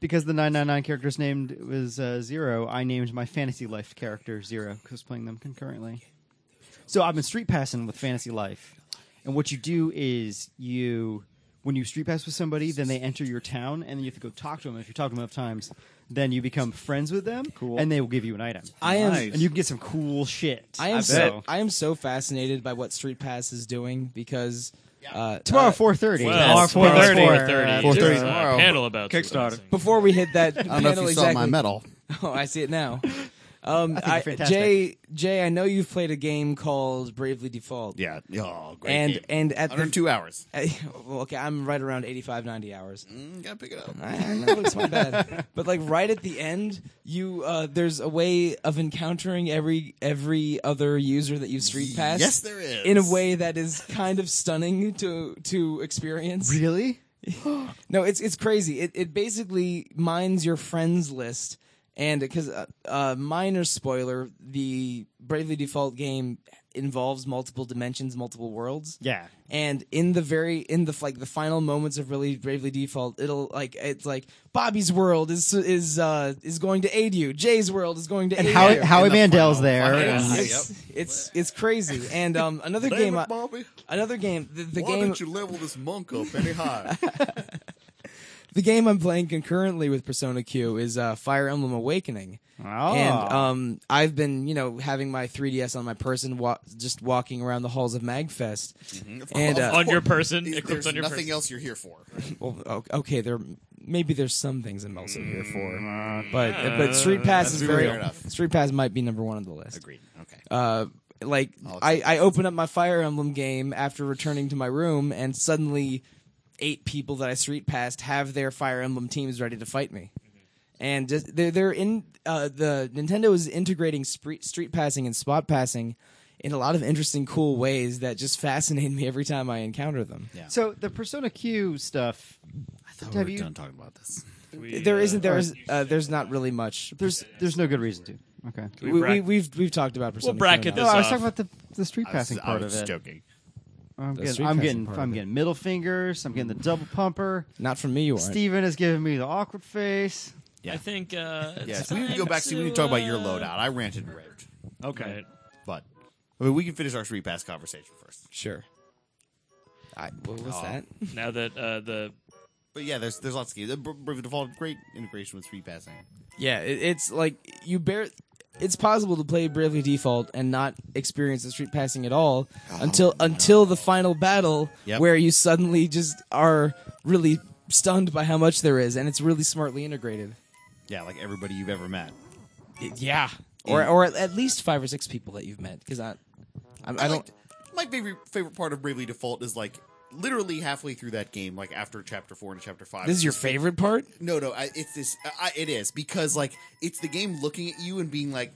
Speaker 3: because the 999 character's named was uh, Zero, I named my Fantasy Life character Zero because I was playing them concurrently. So I've been street passing with Fantasy Life, and what you do is you when you street pass with somebody, then they enter your town, and then you have to go talk to them. And if you talk to them enough times, then you become friends with them, cool. and they will give you an item.
Speaker 8: I am
Speaker 9: Nice.
Speaker 3: and you can get some cool shit.
Speaker 8: I am
Speaker 3: bet.
Speaker 8: so I am so fascinated by what Street Pass is doing because uh,
Speaker 3: tomorrow
Speaker 8: uh,
Speaker 3: four thirty.
Speaker 6: Well,
Speaker 8: tomorrow,
Speaker 6: 4:30, 4:30,
Speaker 8: four-
Speaker 11: uh,
Speaker 6: there's
Speaker 11: 4:30
Speaker 6: a
Speaker 11: tomorrow.
Speaker 6: Panel about
Speaker 9: Kickstarter.
Speaker 6: freelancing.
Speaker 8: before we hit that
Speaker 11: I don't know if you
Speaker 8: panel
Speaker 11: saw my
Speaker 8: exactly-
Speaker 11: medal.
Speaker 8: Oh, I see it now. Um,
Speaker 3: think you're
Speaker 8: I-
Speaker 3: fantastic.
Speaker 8: Jay, Jay, I know you've played a game called Bravely Default.
Speaker 11: Yeah. Oh, great.
Speaker 8: and
Speaker 11: game.
Speaker 8: and at the,
Speaker 11: under two hours.
Speaker 8: well, okay, I'm right around 85, 90 hours.
Speaker 11: Mm, gotta pick it up.
Speaker 8: I, I know it's not bad, but like right at the end, you uh, there's a way of encountering every every other user that you street pass.
Speaker 11: Yes, there is.
Speaker 8: In a way that is kind of stunning to to experience.
Speaker 3: Really?
Speaker 8: No, it's it's crazy. It it basically mines your friends list, and because uh, uh, minor spoiler, the Bravely Default game involves multiple dimensions, multiple worlds.
Speaker 3: Yeah.
Speaker 8: And in the very in the like the final moments of really Bravely Default, it'll like it's like Bobby's world is is uh is going to aid you. Jay's world is going to aid
Speaker 3: Howie,
Speaker 8: you.
Speaker 3: Howie Mandel's there.
Speaker 11: Yeah.
Speaker 8: It's, it's it's crazy. And um another
Speaker 11: Damn
Speaker 8: game
Speaker 11: it,
Speaker 8: I-
Speaker 11: Bobby.
Speaker 8: another game the, the
Speaker 11: Why
Speaker 8: game
Speaker 11: didn't you level this monk up any higher?
Speaker 8: the game I'm playing concurrently with Persona Q is uh, Fire Emblem Awakening.
Speaker 3: Ah.
Speaker 8: And um, I've been, you know, having my 3DS on my person, wa- just walking around the halls of Magfest.
Speaker 11: Mm-hmm.
Speaker 8: and uh,
Speaker 6: on your person, equipped
Speaker 11: There's
Speaker 6: on your
Speaker 11: nothing
Speaker 6: person.
Speaker 11: else you're here for.
Speaker 8: well, o- okay, there maybe there's some things I'm also here
Speaker 11: Mm,
Speaker 8: for, but but Street Pass is very
Speaker 11: uh, fair enough.
Speaker 8: Street Pass might be number one on the list.
Speaker 11: Agreed. Okay.
Speaker 8: Uh, like I, I open up my Fire Emblem game after returning to my room, and suddenly eight people that I street passed have their Fire Emblem teams ready to fight me. And just, they're they're in uh, the Nintendo is integrating spree- street passing and spot passing in a lot of interesting, cool ways that just fascinate me every time I encounter them. Yeah.
Speaker 3: So the Persona Q stuff.
Speaker 11: I thought
Speaker 3: Have
Speaker 11: we were
Speaker 3: you-
Speaker 11: done talking about this.
Speaker 8: There isn't there's uh, there's not really much.
Speaker 3: There's there's no good reason to. Okay.
Speaker 8: We,
Speaker 6: we
Speaker 8: we,
Speaker 6: bracket-
Speaker 8: we've we've talked about Persona.
Speaker 6: We'll bracket
Speaker 3: No,
Speaker 8: Q enough.
Speaker 6: this
Speaker 3: I was
Speaker 6: off.
Speaker 3: talking about the, the street
Speaker 11: I
Speaker 3: passing
Speaker 11: was,
Speaker 3: part
Speaker 11: I was
Speaker 3: of it.
Speaker 11: just joking.
Speaker 3: I'm
Speaker 8: street
Speaker 3: getting I'm
Speaker 8: passing
Speaker 3: getting,
Speaker 8: part
Speaker 3: I'm
Speaker 8: of it.
Speaker 3: getting middle fingers. I'm getting the double pumper.
Speaker 8: Not from me, you aren't.
Speaker 3: Steven is giving me the awkward face.
Speaker 11: Yeah.
Speaker 6: I think. Uh, it's
Speaker 11: Yes, we need to
Speaker 6: time
Speaker 11: go back. See, we need to talk about your
Speaker 6: uh,
Speaker 11: loadout. I ranted and raved,
Speaker 9: Okay.
Speaker 6: Right.
Speaker 11: but I mean, we can finish our street pass conversation first.
Speaker 8: Sure. I, what was
Speaker 11: Oh.
Speaker 8: that?
Speaker 6: Now that uh, the
Speaker 11: But yeah, there's there's lots of games. Uh, Br- Bravely Default, great integration with street passing.
Speaker 8: Yeah, it, it's like you bear. It's possible to play Bravely Default and not experience the street passing at all until until the final battle,
Speaker 11: Yep.
Speaker 8: where you suddenly just are really stunned by how much there is, and it's really smartly integrated.
Speaker 11: Yeah, like everybody you've ever met.
Speaker 8: yeah, or or at- at least five or six people that you've met, because I, I, I don't.
Speaker 11: liked- my favorite favorite part of Bravely Default is like literally halfway through that game, like after chapter four and chapter five.
Speaker 8: This is your favorite part.
Speaker 11: no, no. I, it's this. I, I- it is because like it's the game looking at you and being like,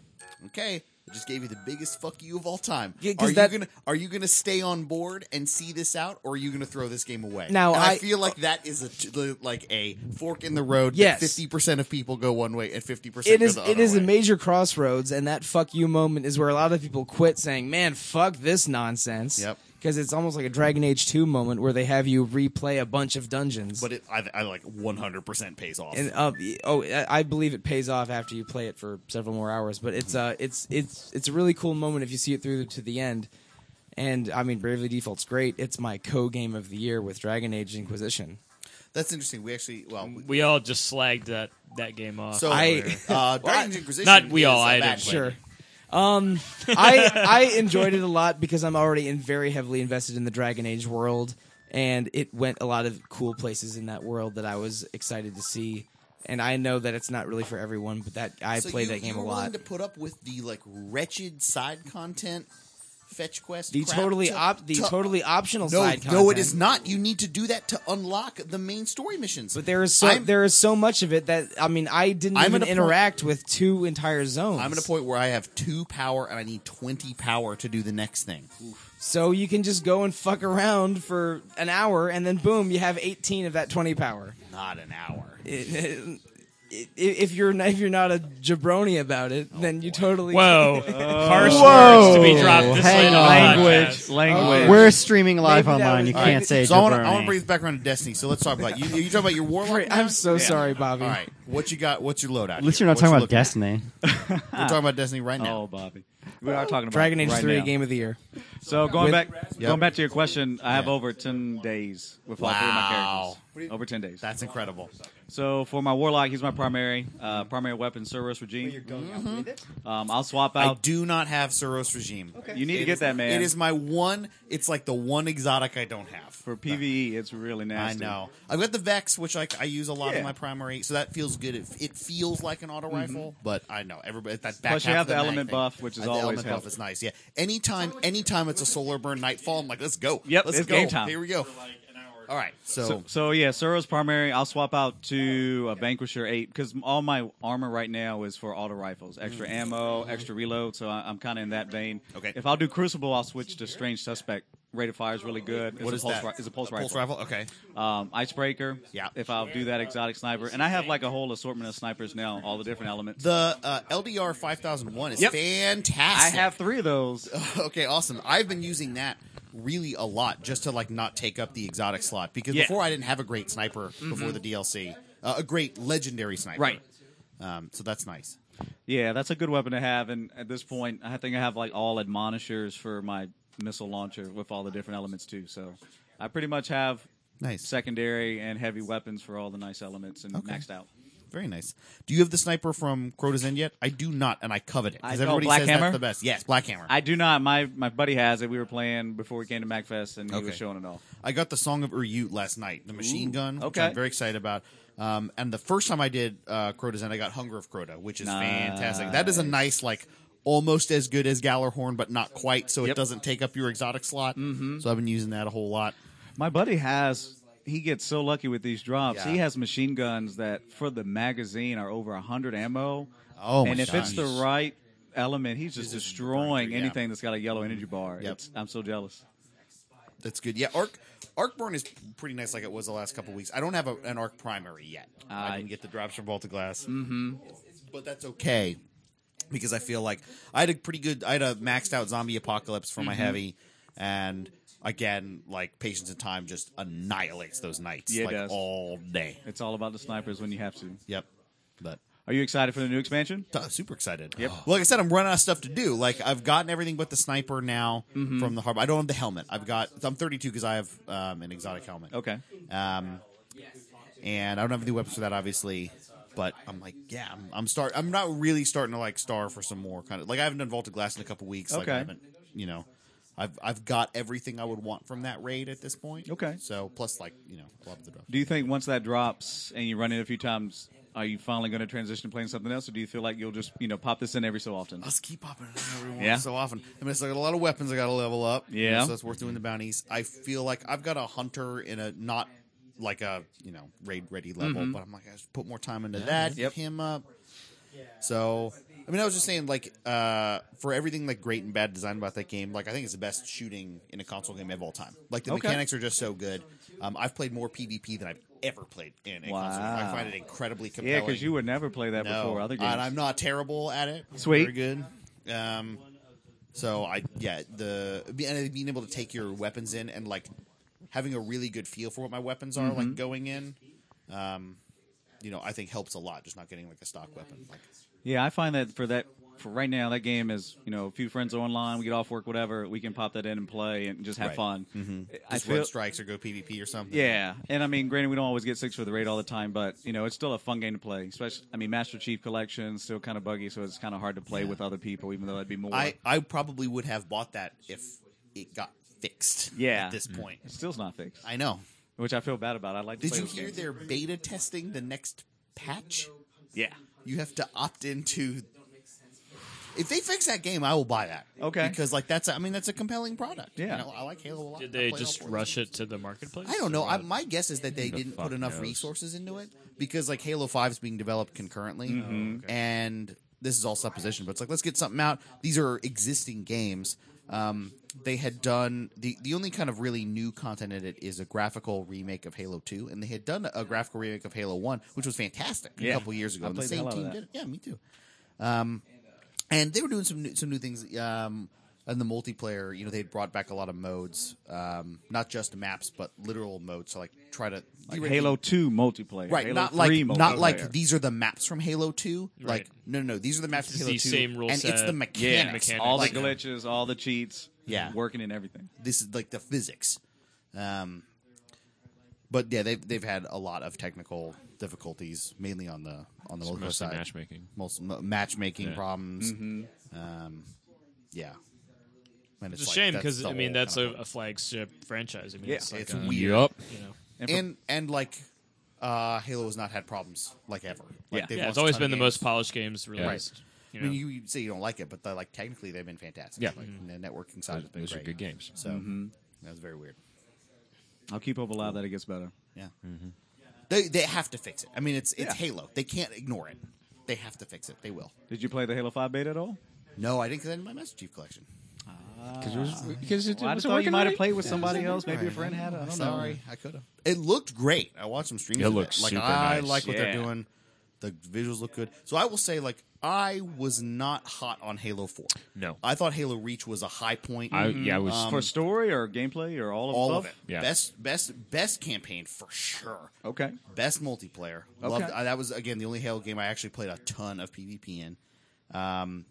Speaker 4: okay, I just gave you the biggest fuck you of all time.
Speaker 8: Yeah, 'cause
Speaker 4: are you
Speaker 8: that-
Speaker 4: gonna are you gonna stay on board and see this out, or are you gonna throw this game away?
Speaker 8: Now,
Speaker 4: And I,
Speaker 8: I-
Speaker 4: feel like that is a t- the- like a fork in the road.
Speaker 8: Yes.
Speaker 4: fifty percent of people go one way and fifty percent.
Speaker 8: It is
Speaker 4: Go the
Speaker 8: it
Speaker 4: other
Speaker 8: is a
Speaker 4: way.
Speaker 8: major crossroads, and that fuck you moment is where a lot of people quit, saying, "Man, fuck this nonsense."
Speaker 4: Yep.
Speaker 8: Because it's almost like a Dragon Age Two moment where they have you replay a bunch of dungeons.
Speaker 4: But it, I, I like one hundred percent pays off.
Speaker 8: and uh, oh, I- I believe it pays off after you play it for several more hours. But it's uh, it's it's it's a really cool moment if you see it through to the end. And I mean, Bravely Default's great. It's my co-game of the year with Dragon Age Inquisition.
Speaker 4: That's interesting. We actually well. we-
Speaker 6: We all just slagged that that game off.
Speaker 4: so
Speaker 8: I-
Speaker 4: uh,
Speaker 8: I-
Speaker 4: Dragon's Inquisition.
Speaker 6: Not we
Speaker 4: is
Speaker 6: all,
Speaker 4: a
Speaker 6: I
Speaker 4: bad
Speaker 6: didn't
Speaker 4: player.
Speaker 8: Sure. Um, I I enjoyed it a lot because I'm already in very heavily invested in the Dragon Age world, and it went a lot of cool places in that world that I was excited to see. And I know that it's not really for everyone, but that I
Speaker 4: So
Speaker 8: played
Speaker 4: you-
Speaker 8: that
Speaker 4: you
Speaker 8: game a
Speaker 4: were willing
Speaker 8: lot.
Speaker 4: To put up with the like wretched side content, fetch quest.
Speaker 8: The
Speaker 4: crap
Speaker 8: totally
Speaker 4: to-
Speaker 8: op- the
Speaker 4: to-
Speaker 8: totally optional
Speaker 4: No,
Speaker 8: side.
Speaker 4: no, it
Speaker 8: content.
Speaker 4: is not. You need to do that to unlock the main story missions.
Speaker 8: But there is so
Speaker 4: I'm,
Speaker 8: there is so much of it that I mean I didn't
Speaker 4: I'm
Speaker 8: even
Speaker 4: at a point-
Speaker 8: interact with two entire zones.
Speaker 4: I'm at a point where I have two power and I need twenty power to do the next thing.
Speaker 8: so you can just go and fuck around for an hour, and then boom, you have 18 of that 20 power.
Speaker 4: Not an hour.
Speaker 8: It- it- if you're not, if you're not a jabroni about it, then you totally
Speaker 6: Whoa. Harsh words to be dropped this
Speaker 3: Hey,
Speaker 6: late on
Speaker 3: language,
Speaker 6: podcast.
Speaker 3: language. We're streaming live
Speaker 8: Maybe that
Speaker 3: online.
Speaker 8: was-
Speaker 3: You
Speaker 8: All
Speaker 3: can't
Speaker 8: right,
Speaker 3: say
Speaker 4: so I want to
Speaker 3: jabroni.
Speaker 4: I want to bring this back around to Destiny. So let's talk about you. You talking about your warlock? now?
Speaker 8: I'm so sorry, Bobby.
Speaker 4: All right, what you got? What's your loadout?
Speaker 3: At least
Speaker 4: here?
Speaker 3: you're not
Speaker 4: What
Speaker 3: talking about
Speaker 4: looking at?
Speaker 3: Destiny.
Speaker 4: We're talking about Destiny right now.
Speaker 9: Oh, Bobby, we are talking about
Speaker 8: Dragon Age
Speaker 9: right
Speaker 8: Three
Speaker 9: now.
Speaker 8: Game of the Year.
Speaker 9: So going
Speaker 8: With-
Speaker 9: back,
Speaker 4: Yep.
Speaker 9: going back to your question, I have
Speaker 4: Yeah.
Speaker 9: over ten days with all three of my
Speaker 4: Wow.
Speaker 9: characters. Over ten days.
Speaker 4: That's incredible.
Speaker 9: so for my warlock, he's my primary uh, primary weapon, Cerberus Regime. Um, I'll swap
Speaker 4: I
Speaker 9: out.
Speaker 4: do not have Suros Regime.
Speaker 9: You need to
Speaker 4: It
Speaker 9: get
Speaker 4: is-
Speaker 9: that man.
Speaker 4: It is my one. It's like the one exotic I don't have
Speaker 9: for PVE. It's really
Speaker 4: I
Speaker 9: nasty.
Speaker 4: know. I've got the Vex, which I, I use a lot in
Speaker 9: Yeah.
Speaker 4: my primary, so that feels good. It, it feels like an auto rifle, but I know everybody. That back
Speaker 9: Mm-hmm. Plus you
Speaker 4: half of
Speaker 9: have the
Speaker 4: mag
Speaker 9: element
Speaker 4: thing.
Speaker 9: buff, which is
Speaker 4: Uh, the
Speaker 9: always
Speaker 4: element buff
Speaker 9: helpful.
Speaker 4: is nice. Yeah. Anytime, anytime it's a solar burn nightfall, I'm like, let's go.
Speaker 9: Yep,
Speaker 4: let's
Speaker 9: it's
Speaker 4: go.
Speaker 9: game time.
Speaker 4: Here we go. All right. So,
Speaker 9: So, so yeah, Suros primary. I'll swap out to a Vanquisher eight because all my armor right now is for auto rifles, extra ammo, extra reload. So I, I'm kind of in that vein.
Speaker 4: Mm. Okay.
Speaker 9: If I'll do Crucible, I'll switch to Strange Suspect. Rate of fire is really good. It's
Speaker 4: what
Speaker 9: a
Speaker 4: is
Speaker 9: pulse
Speaker 4: that?
Speaker 9: ri- it's a pulse rifle.
Speaker 4: Pulse rifle. Okay.
Speaker 9: um, icebreaker.
Speaker 4: Yeah.
Speaker 9: If I'll do that exotic sniper, and I have like a whole assortment of snipers now, all the different elements.
Speaker 4: The uh, LDR 5001 is
Speaker 9: Yep. I
Speaker 4: fantastic.
Speaker 9: have three of those.
Speaker 4: okay, awesome. I've been using that really a lot just to like not take up the exotic slot because
Speaker 9: Yeah. Mm-hmm.
Speaker 4: before I didn't have a great sniper before the DLC, uh, a great legendary sniper.
Speaker 9: Right.
Speaker 4: Um, so that's nice.
Speaker 9: Yeah, that's a good weapon to have. And at this point, I think I have like all admonishers for my missile launcher with all the different elements too. So I pretty much have
Speaker 4: Nice.
Speaker 9: secondary and heavy weapons for all the nice elements and maxed out.
Speaker 4: Very nice. Do you have the sniper from Crota's End yet? I do not, and I covet it
Speaker 9: I
Speaker 4: because
Speaker 9: don't.
Speaker 4: everybody
Speaker 9: Black
Speaker 4: says
Speaker 9: Hammer?
Speaker 4: that's the best. Yes, Black Hammer. I,
Speaker 9: I do not. My my buddy has it. We were playing before we came to MacFest, and he
Speaker 4: Okay.
Speaker 9: was showing it off.
Speaker 4: got the Song of Uryut last night, the machine gun, which
Speaker 9: okay.
Speaker 4: I'm very excited about. Um, and the first time I did uh, Crota's End, I got Hunger of Crota, which is fantastic. That is a nice like. Almost as good as Gallarhorn, but not quite, so it
Speaker 9: Yep.
Speaker 4: doesn't take up your exotic slot. Mm-hmm. So I've been using that a whole lot.
Speaker 9: My buddy has. He gets so lucky with these drops.
Speaker 4: Yeah.
Speaker 9: He has machine guns that for the magazine are over hundred ammo.
Speaker 4: Oh, my
Speaker 9: and if it's the
Speaker 4: gosh.
Speaker 9: right element, he's just destroying
Speaker 4: yeah.
Speaker 9: anything that's got a yellow energy bar. It's, I'm so jealous.
Speaker 4: That's good. Yeah, Arc Arcborn is pretty nice, like it was the last couple weeks. I don't have a, an Arc primary yet. I didn't get the drops from Baltic Glass, mm-hmm. but that's okay because I feel like I had a pretty good. I had a maxed out zombie apocalypse for my heavy, and again, like patience and time just annihilates those knights
Speaker 9: Yeah, it
Speaker 4: like
Speaker 9: does.
Speaker 4: all day.
Speaker 9: It's all about the snipers when you have to.
Speaker 4: Yep, but.
Speaker 9: Are you excited for the new expansion?
Speaker 4: t- Super excited. Yep. Well, like I said, I'm running out of stuff to do. Like I've gotten everything but the sniper now from the harbor. I don't have the helmet. I've got. I'm 32 because I have um, an exotic helmet.
Speaker 9: Okay.
Speaker 4: Um, and I don't have any weapons for that, obviously. But I'm like, yeah, I'm, I'm start. I'm not really starting to like star for some more kind of like I haven't done vaulted glass in a couple weeks. Like,
Speaker 9: Okay.
Speaker 4: I haven't, you know, I've I've got everything I would want from that raid at this point.
Speaker 9: Okay.
Speaker 4: So plus, like, you know, I love the draft.
Speaker 9: Do you think once that drops and you run it a few times, are you finally going to transition to playing something else, or do you feel like you'll just you know pop this in every so often?
Speaker 4: Let's keep popping it every once
Speaker 9: Yeah.
Speaker 4: so often. I mean, it's like a lot of weapons I got to level up. you know,
Speaker 9: Yeah.
Speaker 4: so that's worth doing the bounties. I feel like I've got a hunter in a not like a you know
Speaker 9: Mm-hmm.
Speaker 4: raid ready level, but I'm like I should put more time into that. Yep. Him up. So I mean, I was just saying, like, uh, for everything like great and bad design about that game, like I think it's the best shooting in a console game of all time. Like the
Speaker 12: Okay.
Speaker 4: mechanics are just so good. Um, I've played more PvP than I've ever played in a console. game. I
Speaker 9: Wow.
Speaker 4: find it incredibly compelling.
Speaker 9: Yeah, because you would never play that
Speaker 4: No,
Speaker 9: before other games.
Speaker 4: Oh, And I'm not terrible at it.
Speaker 9: Sweet.
Speaker 4: Very good. Um, so I yeah the be- and being able to take your weapons in and like having a really good feel for what my weapons are like
Speaker 9: Mm-hmm.
Speaker 12: Mhm.
Speaker 4: going in. Um, you know, I think helps a lot. Just not getting like a stock weapon. Like,
Speaker 9: Yeah, I find that for that for right now, that game is you know a few friends are online, we get off work, whatever, we can pop that in and play and just have
Speaker 4: Right.
Speaker 9: fun.
Speaker 4: Mhm.
Speaker 9: I
Speaker 4: Just
Speaker 9: feel,
Speaker 4: run strikes or go PvP or something.
Speaker 9: yeah, and I mean, granted, we don't always get six for the raid all the time, but you know, it's still a fun game to play. Especially, I mean, Master Chief Collection is still kind of buggy, so it's kind of hard to play
Speaker 4: Yeah.
Speaker 9: with other people, even though that'd be more.
Speaker 4: I I probably would have bought that if it got fixed.
Speaker 9: yeah,
Speaker 4: At this point,
Speaker 9: it still's not fixed.
Speaker 4: I know,
Speaker 9: which I feel bad about. I like. To
Speaker 4: Did
Speaker 9: play
Speaker 4: you
Speaker 9: those
Speaker 4: hear
Speaker 9: games.
Speaker 4: they're beta testing the next patch?
Speaker 9: Yeah.
Speaker 4: You have to opt into. If they fix that game, I will buy that. Okay. Because like that's I mean that's a compelling product.
Speaker 9: Yeah.
Speaker 4: You know, I like Halo a lot.
Speaker 6: Did
Speaker 4: I play
Speaker 6: they
Speaker 4: all
Speaker 6: just
Speaker 4: four.
Speaker 6: rush it to the marketplace?
Speaker 4: I don't know.
Speaker 6: Or
Speaker 4: I,
Speaker 6: what?
Speaker 4: my guess is that they
Speaker 6: The
Speaker 4: didn't put
Speaker 6: fuck
Speaker 4: enough
Speaker 6: knows?
Speaker 4: resources into it because like Halo Five is being developed concurrently,
Speaker 9: Mhm.
Speaker 4: and this is all supposition. But it's like let's get something out. These are existing games. Um, they had done the the only kind of really new content in it is a graphical remake of Halo Two, and they had done a graphical remake of Halo One, which was fantastic a
Speaker 9: Yeah.
Speaker 4: couple years ago.
Speaker 9: I
Speaker 4: and the
Speaker 9: played the
Speaker 4: same
Speaker 9: hell out of
Speaker 4: team
Speaker 9: that.
Speaker 4: did it. Yeah, me too. Um, and they were doing some new, some new things. Um, and the multiplayer, you know, they brought back a lot of modes, um, not just maps, but literal modes. So like try to
Speaker 9: Like Halo Two multiplayer,
Speaker 4: right?
Speaker 9: Halo Oh,
Speaker 4: not like
Speaker 9: 3
Speaker 4: not
Speaker 9: multiplayer.
Speaker 4: like these are the maps from Halo Two. Like no, no, no, these are the maps from
Speaker 9: It's
Speaker 4: Halo
Speaker 9: the
Speaker 4: Two,
Speaker 9: same rule
Speaker 4: and it's
Speaker 9: set.
Speaker 4: the
Speaker 9: Yeah,
Speaker 4: mechanics,
Speaker 9: mechanics. All the
Speaker 4: Like,
Speaker 9: glitches, all the cheats,
Speaker 4: yeah,
Speaker 9: working in everything.
Speaker 4: This is like the physics. Um, but yeah, they've they've had a lot of technical difficulties, mainly on the on the
Speaker 5: It's
Speaker 4: multiplayer
Speaker 5: mostly
Speaker 4: side.
Speaker 5: matchmaking.
Speaker 4: Most, m- matchmaking
Speaker 5: Yeah.
Speaker 4: problems.
Speaker 5: Mhm.
Speaker 4: Um, yeah. And
Speaker 6: Mm-hmm. It's, a
Speaker 4: like-
Speaker 6: shame
Speaker 4: that's
Speaker 6: because
Speaker 4: the
Speaker 6: I mean
Speaker 4: whole
Speaker 6: that's
Speaker 4: kind
Speaker 6: a,
Speaker 4: of-
Speaker 6: a flagship franchise. I mean,
Speaker 4: Yeah,
Speaker 6: it's, like
Speaker 4: it's
Speaker 6: a,
Speaker 4: weird.
Speaker 6: You know,
Speaker 4: and and, like uh, Halo has not had problems like ever. Like, they've
Speaker 6: yeah,
Speaker 4: launched
Speaker 6: it's
Speaker 4: a
Speaker 6: always
Speaker 4: ton of
Speaker 6: been the
Speaker 4: games.
Speaker 6: most polished games
Speaker 4: Right.
Speaker 6: released. you
Speaker 4: I mean,
Speaker 6: know.
Speaker 4: you, you say you don't like it, but they're, like technically they've been fantastic.
Speaker 5: Yeah.
Speaker 4: like, the
Speaker 6: Mm-hmm.
Speaker 4: networking side has been
Speaker 5: Those are
Speaker 4: great.
Speaker 5: good games.
Speaker 4: So
Speaker 9: Mhm.
Speaker 4: that was very weird.
Speaker 9: I'll keep hope alive that it gets better.
Speaker 4: Yeah.
Speaker 5: Mm-hmm.
Speaker 4: They they have to fix it. I mean, it's it's
Speaker 9: Yeah.
Speaker 4: Halo. They can't ignore it. They have to fix it. They will.
Speaker 9: Did you play the Halo Five beta at all?
Speaker 4: No, I didn't get that in my Master Chief collection.
Speaker 9: Because it was-
Speaker 5: because it-
Speaker 9: Well, I
Speaker 5: was
Speaker 9: just
Speaker 5: it
Speaker 9: thought you
Speaker 5: working
Speaker 9: might
Speaker 5: right?
Speaker 9: have played with
Speaker 5: Yeah.
Speaker 9: somebody
Speaker 5: Wasn't
Speaker 9: else. Maybe a
Speaker 4: right.
Speaker 9: friend had it. I don't know.
Speaker 4: Sorry, I could have. It looked great. I watched some streams.
Speaker 5: It
Speaker 4: of
Speaker 5: looks
Speaker 4: Like
Speaker 5: super
Speaker 4: I
Speaker 5: nice.
Speaker 4: like what they're
Speaker 5: Yeah.
Speaker 4: doing. The visuals look good. So I will say, like, I was not hot on Halo Four.
Speaker 5: No.
Speaker 4: I thought Halo Reach was a high point.
Speaker 5: I- yeah, I was-
Speaker 4: Um,
Speaker 9: for story or gameplay or all of
Speaker 4: all
Speaker 9: both?
Speaker 4: of it.
Speaker 5: Yeah.
Speaker 4: Best, best, best campaign for sure.
Speaker 9: Okay.
Speaker 4: Best multiplayer.
Speaker 9: Okay.
Speaker 4: Loved, uh, that was again the only Halo game I actually played a ton of PvP in. Um,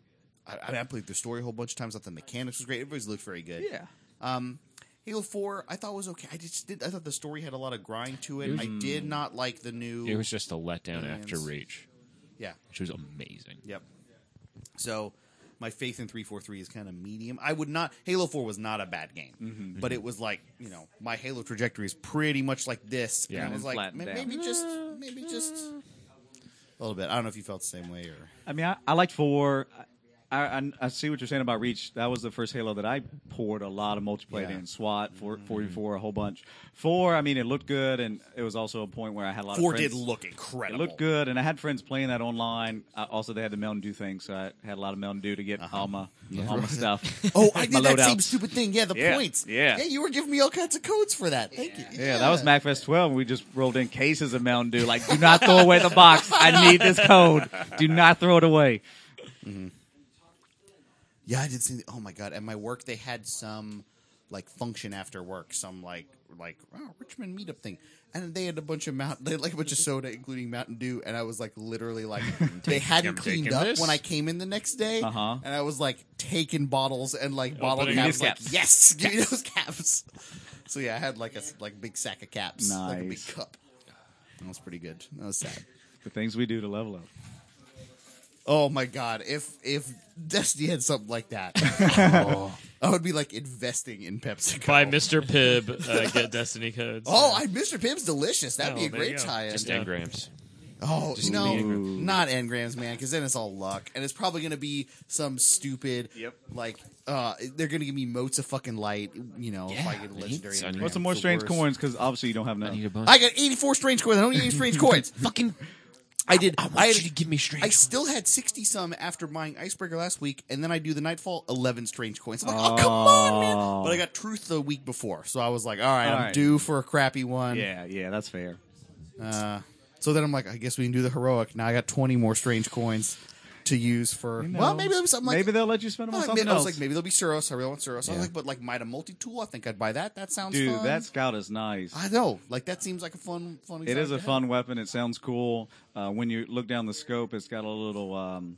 Speaker 4: I, I mean, I played the story a whole bunch of times. I thought the mechanics was great. Everybody's looked very good.
Speaker 9: Yeah.
Speaker 4: Um, Halo Four, I thought was okay. I just did. I thought the story had a lot of grind to it.
Speaker 5: It was- Mm.
Speaker 4: I did not like the new.
Speaker 5: It was just a letdown after
Speaker 4: Aliens.
Speaker 5: Reach,
Speaker 4: yeah.
Speaker 5: which was amazing.
Speaker 4: Yep. So my faith in 343 is kind of medium. I would not Halo 4 was not a bad game,
Speaker 9: Mhm.
Speaker 4: but it was like, you know, my Halo trajectory is pretty much like this.
Speaker 5: Yeah.
Speaker 4: And I was like,
Speaker 9: Flattened
Speaker 4: "Ma-
Speaker 9: down.
Speaker 4: maybe just maybe just a little bit. I don't know if you felt the same way or
Speaker 9: I mean, I, I liked four. I, I, I see what you're saying about Reach. That was the first Halo that I poured a lot of multiplayer
Speaker 4: Yeah. Mm-hmm.
Speaker 9: in. SWAT, four, 44, a whole bunch. Four, I mean, it looked good, and it was also a point where I had a lot
Speaker 4: Four
Speaker 9: of friends.
Speaker 4: did look
Speaker 9: It
Speaker 4: incredible.
Speaker 9: looked good, and I had friends playing that online. I, also, they had the Mountain Dew thing, so I had a lot of Mountain Dew to get
Speaker 4: Uh-huh.
Speaker 9: all my all my stuff.
Speaker 4: Oh, I
Speaker 9: my
Speaker 4: did that
Speaker 9: loadouts.
Speaker 4: same stupid thing. Yeah, the
Speaker 9: Yeah.
Speaker 4: points.
Speaker 9: Yeah.
Speaker 4: Yeah, you were giving me all kinds of codes for that. Thank you.
Speaker 9: Yeah, that was MacFest 12. and We just rolled in cases of Mountain Dew. Like, do not throw away the box. I need this code. Do not throw it away.
Speaker 4: Yeah, I did see. The, oh my god! At my work, they had some like function after work, some like like oh, Richmond meetup thing, and they had a bunch of mountain, they had like a bunch of soda, including Mountain Dew, and I was like literally like they hadn't
Speaker 5: taking
Speaker 4: cleaned up
Speaker 5: this.
Speaker 4: when I came in the next day,
Speaker 9: Uh-huh.
Speaker 4: and I was like taking bottles and like bottle
Speaker 5: Opening
Speaker 4: caps,
Speaker 5: these
Speaker 4: like
Speaker 5: caps.
Speaker 4: yes, give me those caps. So yeah, I had like a s- like big sack of caps, like a big
Speaker 9: Nice.
Speaker 4: cup. That was pretty good. That was sad.
Speaker 9: The things we do to level up.
Speaker 4: Oh my god! If if Destiny had something like that, I would be like investing in PepsiCo.
Speaker 6: By Mr. Pibb, uh, get Destiny codes.
Speaker 4: Oh, I, Mr. Pim's delicious. That'd
Speaker 6: Oh,
Speaker 4: be a
Speaker 6: there you
Speaker 4: great
Speaker 6: go.
Speaker 4: tie-in.
Speaker 5: Just engrams.
Speaker 4: Oh
Speaker 5: Just
Speaker 4: no,
Speaker 5: the engrams.
Speaker 4: not engrams, man. Because then it's all luck, and it's probably gonna be some stupid.
Speaker 9: Yep.
Speaker 4: Like uh, they're gonna give me motes of fucking light. You know, if I get a legendary. engram,
Speaker 5: it's What's
Speaker 9: What's some
Speaker 4: it's
Speaker 9: more
Speaker 4: the
Speaker 9: strange
Speaker 4: worst.
Speaker 9: coins? Because obviously you don't have
Speaker 5: I need
Speaker 9: none.
Speaker 5: a bunch.
Speaker 4: I got eighty-four strange coins. I don't need any strange coins. Fucking. I did. I,
Speaker 8: want
Speaker 4: had-
Speaker 8: you to give me strange
Speaker 4: I still had sixty some after buying Icebreaker last week, and then I do the Nightfall eleven strange coins. I'm like, oh, come on, man! But I got Truth the week before, so I was like, all right,
Speaker 9: All
Speaker 4: I'm
Speaker 9: right.
Speaker 4: due for a crappy one.
Speaker 9: Yeah, yeah, that's fair.
Speaker 4: Uh, so then I'm like, I guess we can do the heroic. Now I got twenty more strange coins to use for. Well, maybe I'm, I'm like,
Speaker 9: maybe they'll let you spend them
Speaker 4: I
Speaker 9: on
Speaker 4: like,
Speaker 9: something
Speaker 4: man, I was
Speaker 9: else.
Speaker 4: like, maybe there'll be Suros. I really want Suros. I
Speaker 9: Yeah.
Speaker 4: was like, but like Mida Multi Tool, I think I'd buy that. That sounds
Speaker 9: Dude,
Speaker 4: fun.
Speaker 9: that scout is nice.
Speaker 4: I know. Like that seems like a fun, fun.
Speaker 9: It is
Speaker 4: exotic
Speaker 9: a
Speaker 4: to have.
Speaker 9: fun weapon. It sounds cool. Uh, when you look down the scope, it's got a little. Um,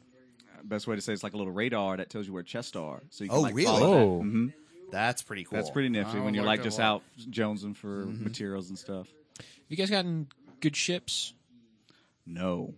Speaker 9: best way to say it's like a little radar that tells you where chests are. So you can
Speaker 4: Oh,
Speaker 9: like,
Speaker 4: really?
Speaker 9: follow
Speaker 4: Oh.
Speaker 9: that. Mhm.
Speaker 4: That's pretty cool.
Speaker 9: That's pretty nifty
Speaker 4: I
Speaker 9: when you're
Speaker 4: like
Speaker 9: like
Speaker 4: that
Speaker 9: just
Speaker 4: a lot.
Speaker 9: out jonesing for
Speaker 4: Mm-hmm.
Speaker 9: materials and stuff.
Speaker 5: you guys gotten good ships?
Speaker 9: No.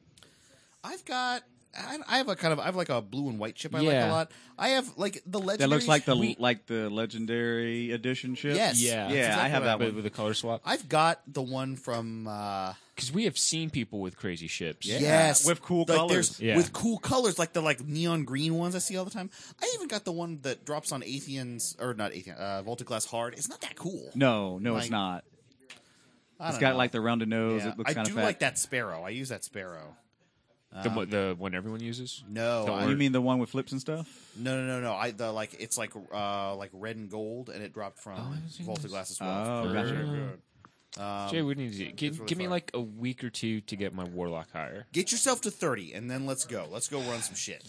Speaker 4: I've got. I I have a kind of. I have like a blue and white chip. I like
Speaker 9: Yeah.
Speaker 4: a lot. I have like the legendary.
Speaker 9: That looks like the like the legendary edition ship.
Speaker 4: Yes.
Speaker 5: Yeah,
Speaker 9: yeah,
Speaker 5: that's
Speaker 9: I
Speaker 4: exactly
Speaker 9: have
Speaker 4: what
Speaker 9: that
Speaker 4: happened.
Speaker 5: With,
Speaker 9: one.
Speaker 5: with a color swap?
Speaker 4: I've got the one from. uh
Speaker 5: Because we have seen people with crazy ships.
Speaker 4: Yes,
Speaker 9: with cool
Speaker 4: like
Speaker 9: colors.
Speaker 4: there's-
Speaker 5: Yeah.
Speaker 4: With cool colors, like the like neon green ones I see all the time. I even got the one that drops on Atheon's or not Atheon, uh, Volta Glass Hard. It's not that cool.
Speaker 9: No, no, it's
Speaker 4: Like,
Speaker 9: not.
Speaker 4: I
Speaker 9: It's
Speaker 4: don't
Speaker 9: got
Speaker 4: know.
Speaker 9: like the rounded nose.
Speaker 4: Yeah.
Speaker 9: It looks
Speaker 4: I
Speaker 9: kind
Speaker 4: do
Speaker 9: of fat.
Speaker 4: like that sparrow. I use that sparrow.
Speaker 5: The, one- the one everyone uses?
Speaker 4: No,
Speaker 5: The
Speaker 4: I-
Speaker 9: You
Speaker 5: orange-
Speaker 9: mean the one with flips and stuff?
Speaker 4: No, no, no, no. I the like it's like uh like red and gold, and it dropped from Volta Glass as well.
Speaker 9: Oh, gotcha.
Speaker 5: Jay, we need
Speaker 4: Um,
Speaker 5: to give,
Speaker 4: it's really
Speaker 5: give me
Speaker 4: fun.
Speaker 5: like a week or two to get my warlock higher.
Speaker 4: Get yourself to thirty, and then let's go. Let's go run some shit.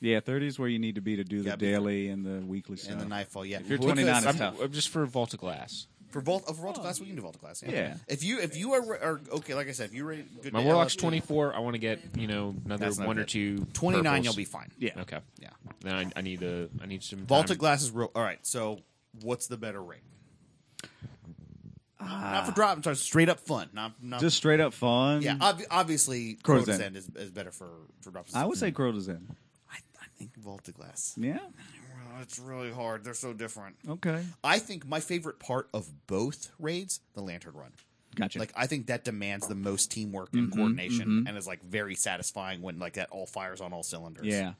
Speaker 9: Yeah, thirty is where you need to be to do the
Speaker 4: Yeah, be-
Speaker 9: daily and the weekly stuff.
Speaker 4: And the nightfall, yeah.
Speaker 9: If you're
Speaker 4: Because
Speaker 9: 29, it's
Speaker 4: I'm-
Speaker 9: tough.
Speaker 5: I'm Uh, just for Volta Glass.
Speaker 4: For Volta, for Volta Glass, we can do Volta Glass. Yeah.
Speaker 9: Yeah.
Speaker 4: If you if you are, re- are okay, like I said, if you're ready, good.
Speaker 5: My
Speaker 4: to
Speaker 5: warlock's
Speaker 4: LFD,
Speaker 5: twenty four. I want to get you know another
Speaker 4: That's not
Speaker 5: one or
Speaker 4: good.
Speaker 5: two.
Speaker 4: 29
Speaker 5: purples.
Speaker 4: you'll be fine.
Speaker 9: Yeah.
Speaker 5: Okay.
Speaker 4: Yeah.
Speaker 5: Then I, I need a I need some
Speaker 4: Volta
Speaker 5: time.
Speaker 4: Glass is real. All right, so what's the better rate?
Speaker 9: Uh,
Speaker 4: not for drop. I'm sorry, straight up fun. Not, not
Speaker 9: Just straight up fun.
Speaker 4: yeah. Ob- obviously,
Speaker 9: Crow's
Speaker 4: Crota's
Speaker 9: End.
Speaker 4: End is, is better for for drop.
Speaker 9: I would say Crota's in.
Speaker 4: I, I think Volta Glass.
Speaker 9: Yeah.
Speaker 4: Well, Oh, it's really hard. They're so different.
Speaker 9: Okay.
Speaker 4: I think my favorite part of both raids, the Lantern Run.
Speaker 9: Gotcha.
Speaker 4: Like I think that demands the most teamwork and coordination, and is like very satisfying when like that all fires on all cylinders.
Speaker 9: Yeah.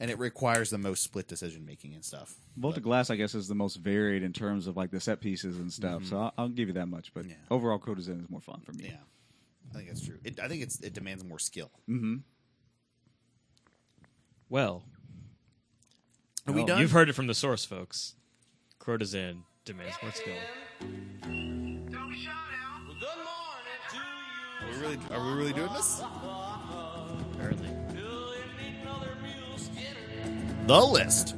Speaker 4: and it requires the most split decision making and stuff.
Speaker 9: Volta Glass, I guess, is the most varied in terms of like the set pieces and stuff. So I'll, I'll give you that much. But
Speaker 4: Mm-hmm. Yeah.
Speaker 9: overall, Crota's in is more fun for me.
Speaker 4: Yeah, I think that's true. It, I think it's it demands more skill.
Speaker 13: Well,
Speaker 4: Are we done?
Speaker 13: you've heard it from the source, folks. Courtesan demands more skill.
Speaker 4: Are we really, are we really doing this?
Speaker 13: Apparently,
Speaker 4: The list.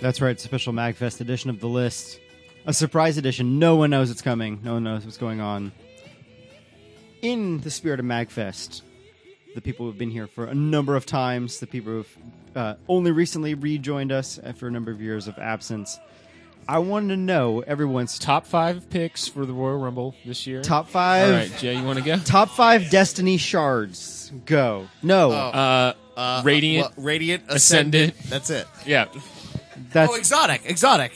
Speaker 3: That's right, special MagFest edition of the list. A surprise edition. No one knows it's coming. No one knows what's going on. In the spirit of MagFest, the people who've been here for a number of times, the people who've uh, only recently rejoined us after a number of years of absence. I wanted to know everyone's top,
Speaker 5: top five picks for the Royal Rumble this year.
Speaker 3: top
Speaker 5: All
Speaker 3: five,
Speaker 5: right, Jay, you want to go?
Speaker 3: top five Destiny shards. Go. No,
Speaker 5: Uh, Radiant,
Speaker 4: Well, Radiant
Speaker 5: Ascendant.
Speaker 4: That's it.
Speaker 5: Yeah.
Speaker 3: that's
Speaker 4: Oh, exotic, exotic.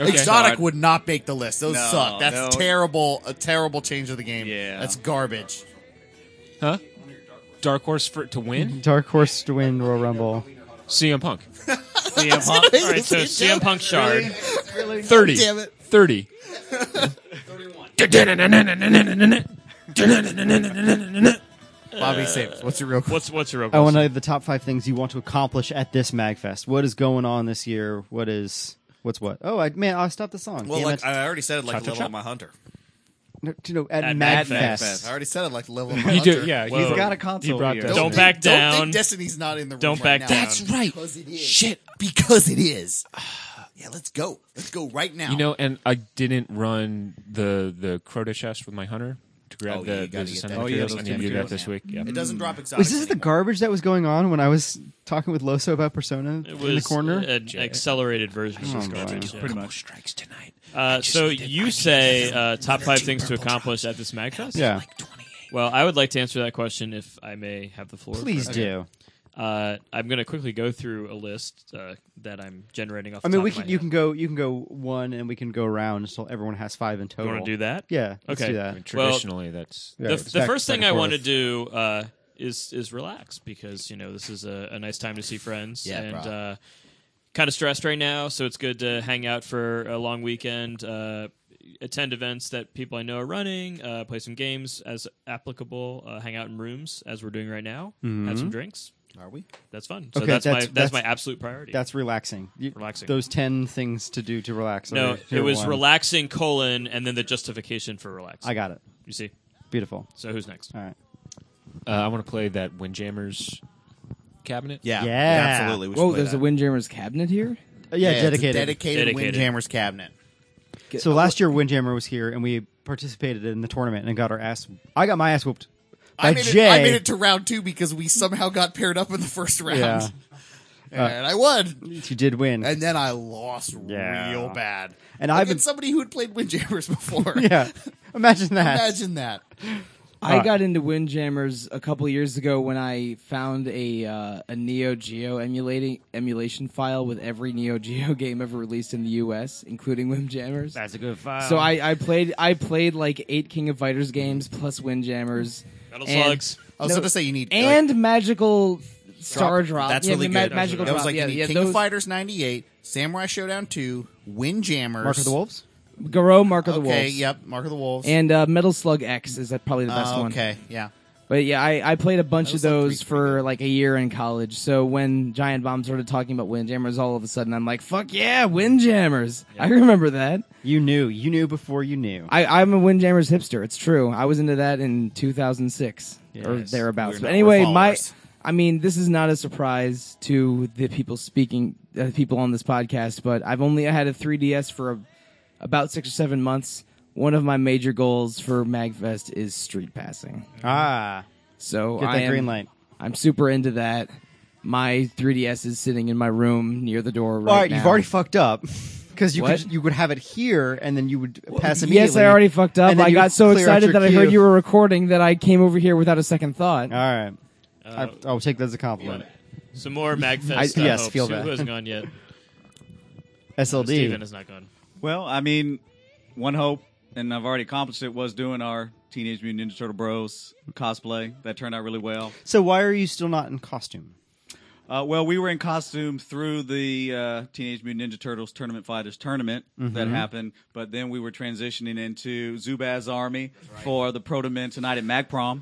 Speaker 5: Okay.
Speaker 4: exotic
Speaker 5: Alright.
Speaker 4: would not make the list. Those
Speaker 9: No,
Speaker 4: suck. That's
Speaker 9: no.
Speaker 4: terrible. A terrible change of the game.
Speaker 9: Yeah.
Speaker 4: that's garbage.
Speaker 5: Huh? Dark horse for to
Speaker 4: Mm-hmm.
Speaker 5: win?
Speaker 3: Dark Horse to win Royal Rumble.
Speaker 5: CM Punk.
Speaker 9: CM Punk.
Speaker 13: all right. So CM Punk shard.
Speaker 5: Thirty.
Speaker 4: Damn it.
Speaker 5: Thirty.
Speaker 4: Bobby Sabers. Uh, What's your real?
Speaker 13: What's what's your real
Speaker 3: I want
Speaker 13: question?
Speaker 3: to know the top five things you want to accomplish at this Magfest. What is going on this year? What is what's what? Oh, I, man, I stopped the song.
Speaker 4: Well,
Speaker 3: Damn
Speaker 4: like
Speaker 3: it.
Speaker 4: I already said it like the
Speaker 13: Cha-cha-cha.
Speaker 4: level of my hunter.
Speaker 3: No, you know, at,
Speaker 13: At
Speaker 3: Magfest.
Speaker 13: Magfest.
Speaker 4: I already said it like the level of my
Speaker 5: You
Speaker 4: hunter.
Speaker 5: do, yeah. you-
Speaker 13: Whoa.
Speaker 9: He's got a console
Speaker 7: brought
Speaker 9: here.
Speaker 7: that
Speaker 13: Don't
Speaker 4: think-
Speaker 13: back
Speaker 4: Don't
Speaker 13: down.
Speaker 4: think Destiny's not in the room.
Speaker 13: Don't back
Speaker 4: right now.
Speaker 13: down. That's
Speaker 5: right.
Speaker 4: Because it is.
Speaker 5: Shit.
Speaker 4: Because it is. Yeah, let's go. Let's go right now.
Speaker 5: You know, and I didn't run the the Crota chest with my hunter to grab
Speaker 4: Oh, yeah, you
Speaker 5: the
Speaker 4: gotta
Speaker 5: those
Speaker 4: get
Speaker 5: ascendant
Speaker 4: that.
Speaker 9: Oh, yeah,
Speaker 5: materials.
Speaker 9: those
Speaker 5: I need to do that
Speaker 9: materials,
Speaker 5: this
Speaker 4: yeah.
Speaker 5: week. Yeah.
Speaker 4: it doesn't drop exotic.
Speaker 3: Was this the
Speaker 4: anymore.
Speaker 3: garbage that was going on when I was talking with Loso about Persona
Speaker 13: It
Speaker 3: in the
Speaker 13: was
Speaker 3: corner? Oh,
Speaker 13: an accelerated version of this
Speaker 3: on,
Speaker 13: garbage.
Speaker 9: Pretty much.
Speaker 5: strikes tonight.
Speaker 13: Uh, so you say uh, top five things to accomplish at this Magfest?
Speaker 3: yeah,
Speaker 13: Well, I would like to answer that question if I may have the floor.
Speaker 3: please
Speaker 13: first.
Speaker 3: do.
Speaker 13: Uh, I'm going to quickly go through a list uh, that I'm generating off.
Speaker 3: I
Speaker 13: the
Speaker 3: mean,
Speaker 13: top
Speaker 3: we
Speaker 13: of
Speaker 3: can
Speaker 13: my
Speaker 3: you
Speaker 13: head.
Speaker 3: can go you can go one and we can go around until everyone has five in
Speaker 13: You
Speaker 3: total.
Speaker 13: want to do that?
Speaker 3: Yeah, let's
Speaker 13: Okay.
Speaker 3: do
Speaker 5: I
Speaker 3: that.
Speaker 5: mean,
Speaker 13: Well,
Speaker 5: traditionally, that's
Speaker 3: Yeah,
Speaker 13: the,
Speaker 3: it's
Speaker 13: the
Speaker 3: back-
Speaker 13: first
Speaker 3: back
Speaker 13: thing
Speaker 3: and
Speaker 13: I
Speaker 3: forth.
Speaker 13: want to do uh, is is relax because you know this is a, a nice time to see friends
Speaker 4: Yeah,
Speaker 13: and
Speaker 4: bro.
Speaker 13: uh,
Speaker 6: kind of stressed right now, so it's good to hang out for a long weekend, uh, attend events that people I know are running, uh, play some games as applicable, uh, hang out in rooms as we're doing right now, have some
Speaker 3: Mhm.
Speaker 6: drinks.
Speaker 4: Are we?
Speaker 6: That's fun. So
Speaker 3: Okay,
Speaker 6: that's, my
Speaker 3: that's-
Speaker 6: that's,
Speaker 3: that's-
Speaker 6: my absolute priority.
Speaker 3: That's relaxing. You-
Speaker 6: Relaxing.
Speaker 3: Those ten things to do to relax.
Speaker 6: no,
Speaker 3: are-
Speaker 6: it
Speaker 3: are
Speaker 6: was
Speaker 3: one.
Speaker 6: relaxing colon and then the justification for relaxing.
Speaker 3: I got it.
Speaker 6: You see.
Speaker 3: Beautiful.
Speaker 6: So who's next?
Speaker 3: All right.
Speaker 5: Uh, I want to play that Windjammers cabinet.
Speaker 4: Yeah,
Speaker 3: Yeah.
Speaker 4: absolutely. We should
Speaker 8: Whoa,
Speaker 4: play
Speaker 8: there's
Speaker 4: that.
Speaker 8: a Windjammer's cabinet here.
Speaker 3: Uh, yeah,
Speaker 4: it's a
Speaker 3: dedicated.
Speaker 4: dedicated,
Speaker 6: Dedicated.
Speaker 4: Windjammers cabinet.
Speaker 3: So last year, Windjammer was here, and we participated in the tournament and got our ass. I got my ass whooped by
Speaker 4: I made,
Speaker 3: Jay.
Speaker 4: it, I made it to round two because we somehow got paired up in the first round,
Speaker 3: Yeah.
Speaker 8: Uh,
Speaker 4: and I won.
Speaker 3: You did win.
Speaker 4: And then I lost
Speaker 3: Yeah.
Speaker 4: real bad.
Speaker 3: And I've been-
Speaker 4: been somebody who had played Windjammers before.
Speaker 3: yeah. Imagine that.
Speaker 4: Imagine that.
Speaker 3: All
Speaker 8: I
Speaker 5: Uh,
Speaker 3: right.
Speaker 8: got into Windjammers a couple years ago when I found a uh, a Neo Geo emulating emulation file with every Neo Geo game ever released in the U.S., including Windjammers.
Speaker 3: That's a good file.
Speaker 8: So
Speaker 5: Um,
Speaker 8: I, I played I played like eight King of Fighters games plus Windjammers.
Speaker 6: Metal
Speaker 8: and-
Speaker 6: Slugs.
Speaker 4: I was going to say you need like,
Speaker 8: and magical star drop.
Speaker 4: That's
Speaker 8: yeah,
Speaker 4: really
Speaker 8: the ma-
Speaker 4: good.
Speaker 8: Magical
Speaker 4: that was
Speaker 8: drop.
Speaker 4: like
Speaker 8: yeah,
Speaker 4: you need
Speaker 8: yeah,
Speaker 4: King
Speaker 8: those,
Speaker 4: of Fighters '98, Samurai Showdown 2, Windjammers,
Speaker 3: Mark of the Wolves.
Speaker 8: Garo, Mark of
Speaker 4: Okay,
Speaker 8: the Wolves.
Speaker 4: yep, Mark of the Wolves.
Speaker 8: And uh, Metal Slug X is that probably the best
Speaker 4: Uh,
Speaker 8: one.
Speaker 4: okay, yeah.
Speaker 8: But yeah, I, I played a bunch of
Speaker 4: Metal Slug
Speaker 8: those
Speaker 4: three's
Speaker 8: for like a year in college. So when Giant Bomb started talking about Windjammers, all of a sudden I'm like, fuck yeah, Windjammers. I remember that.
Speaker 3: You knew. You knew before you knew.
Speaker 8: I, I'm a Windjammers hipster. It's true. I was into that in 2006 or
Speaker 3: Yes.
Speaker 8: thereabouts.
Speaker 4: We're
Speaker 8: but
Speaker 4: not-
Speaker 8: anyway,
Speaker 4: we're
Speaker 8: my
Speaker 4: followers.
Speaker 8: I mean, this is not a surprise to the people speaking, uh, people on this podcast. But I've only had a 3ds for a, about six or seven months. One of my major goals for Magfest is street passing.
Speaker 3: ah,
Speaker 8: So
Speaker 3: get that
Speaker 8: I am,
Speaker 3: green light.
Speaker 8: I'm super into that. My 3ds is sitting in my room near the door right
Speaker 3: All right,
Speaker 8: now.
Speaker 3: you've already fucked up because you
Speaker 8: What?
Speaker 3: could you would have it here, and then you would pass immediately.
Speaker 8: Yes, I already fucked up.
Speaker 3: and then
Speaker 8: I
Speaker 3: you
Speaker 8: got
Speaker 3: would
Speaker 8: so
Speaker 3: clear out
Speaker 8: excited
Speaker 3: your
Speaker 8: that I heard
Speaker 3: queue.
Speaker 8: you were recording that I came over here without a second thought.
Speaker 3: All right,
Speaker 4: Uh,
Speaker 3: I, I'll take that as a compliment.
Speaker 6: Some more Magfest.
Speaker 3: I-
Speaker 6: uh,
Speaker 3: yes,
Speaker 6: hopes.
Speaker 3: feel
Speaker 6: Who
Speaker 3: that.
Speaker 6: hasn't gone yet?
Speaker 3: SLD.
Speaker 6: Steven has not gone.
Speaker 9: Well, I mean, one hope, and I've already accomplished it, was doing our Teenage Mutant Ninja Turtle Bros cosplay. That turned out really well.
Speaker 3: So why are you still not in costume?
Speaker 9: Uh, well, we were in costume through the uh, Teenage Mutant Ninja Turtles Tournament Fighters tournament that happened, but then we were transitioning into Zubaz Army for the Proto Men tonight at MagProm.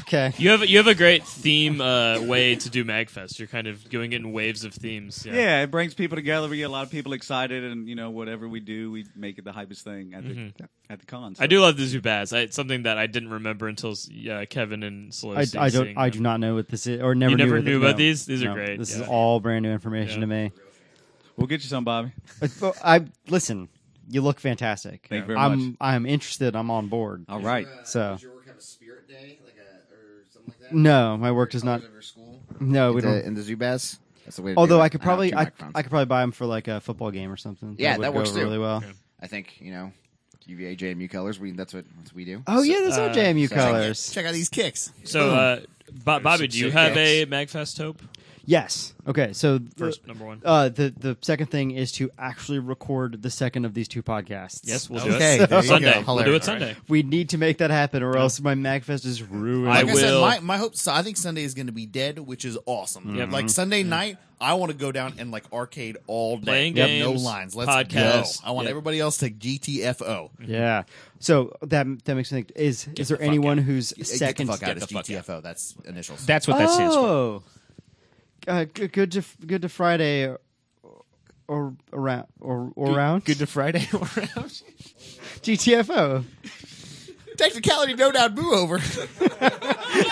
Speaker 3: Okay.
Speaker 6: You have you have a great theme uh, way to do Magfest. You're kind of doing it in waves of themes. Yeah.
Speaker 9: Yeah, it brings people together. We get a lot of people excited, and you know, whatever we do, we make it the hypest thing at the at the con. so-
Speaker 6: I do love the Zubaz. I, it's something that I didn't remember until uh, Kevin and
Speaker 3: I,
Speaker 6: Celosi
Speaker 3: I don't.
Speaker 6: seeing
Speaker 3: I
Speaker 6: them.
Speaker 3: do not know what this is, or never.
Speaker 6: never
Speaker 3: what
Speaker 6: knew
Speaker 3: it-
Speaker 6: about
Speaker 3: no.
Speaker 6: these? These are
Speaker 3: No,
Speaker 6: great.
Speaker 3: This
Speaker 6: Yeah.
Speaker 3: is all brand new information
Speaker 6: Yeah.
Speaker 3: to me.
Speaker 9: We'll get you some, Bobby.
Speaker 3: But, but I listen. You look fantastic.
Speaker 9: Thank you very
Speaker 3: I'm,
Speaker 9: much.
Speaker 3: I'm interested. I'm on board.
Speaker 14: Uh,
Speaker 9: All right.
Speaker 3: So
Speaker 4: your work have a spirit day, like a, or something like that?
Speaker 3: no, my work does not. No, we
Speaker 14: in the,
Speaker 3: don't.
Speaker 14: in the Zubaz. That's the way. To
Speaker 3: Although
Speaker 14: do it.
Speaker 3: I could
Speaker 14: know,
Speaker 3: probably,
Speaker 14: two
Speaker 3: I,
Speaker 14: microphones.
Speaker 3: I could probably buy them for like a football game or something.
Speaker 14: Yeah,
Speaker 3: would
Speaker 14: that
Speaker 3: go
Speaker 14: works
Speaker 3: over
Speaker 14: too.
Speaker 3: really well.
Speaker 14: I think you know, UVA JMU colors. We that's what, that's what we do.
Speaker 3: Oh yeah, that's our
Speaker 6: uh,
Speaker 3: JMU
Speaker 14: so-
Speaker 3: colors.
Speaker 4: Check out these kicks.
Speaker 6: So, uh, Bo- Bobby,
Speaker 14: six
Speaker 6: do you
Speaker 14: shake
Speaker 6: have a Magfest hope?
Speaker 3: Yes. Okay. So the-
Speaker 6: First, number one.
Speaker 3: Uh, the the second thing is to actually record the second of these two podcasts.
Speaker 6: Yes, we'll
Speaker 4: Okay,
Speaker 6: do it
Speaker 4: there you
Speaker 6: Sunday.
Speaker 4: go.
Speaker 6: We'll do
Speaker 4: Hilarious.
Speaker 6: it Sunday.
Speaker 3: we need to make that happen, or else my Magfest is ruined.
Speaker 6: I
Speaker 4: Like I, said,
Speaker 6: will-
Speaker 4: my, my hope. So I think Sunday is going to be dead, which is awesome.
Speaker 6: Yep.
Speaker 4: Like Sunday night, I want to go down and like arcade all day.
Speaker 6: Playing
Speaker 4: Yep.
Speaker 6: games,
Speaker 4: no lines. Let's
Speaker 6: podcast.
Speaker 4: go. I want
Speaker 6: Yep.
Speaker 4: everybody else to GTFO.
Speaker 3: Yeah. So that that makes me think: is is there
Speaker 4: the fuck
Speaker 3: anyone
Speaker 4: out.
Speaker 3: who's second?
Speaker 4: Get the fuck out.
Speaker 6: the
Speaker 4: It's
Speaker 6: fuck
Speaker 4: GTFO. That's initials.
Speaker 5: That's what that stands for.
Speaker 3: oh. Uh, good, good to good to Friday, or, or around or, or around
Speaker 5: Oh. Good to Friday around.
Speaker 3: GTFO.
Speaker 4: Technicality, no doubt. Boo over.
Speaker 6: you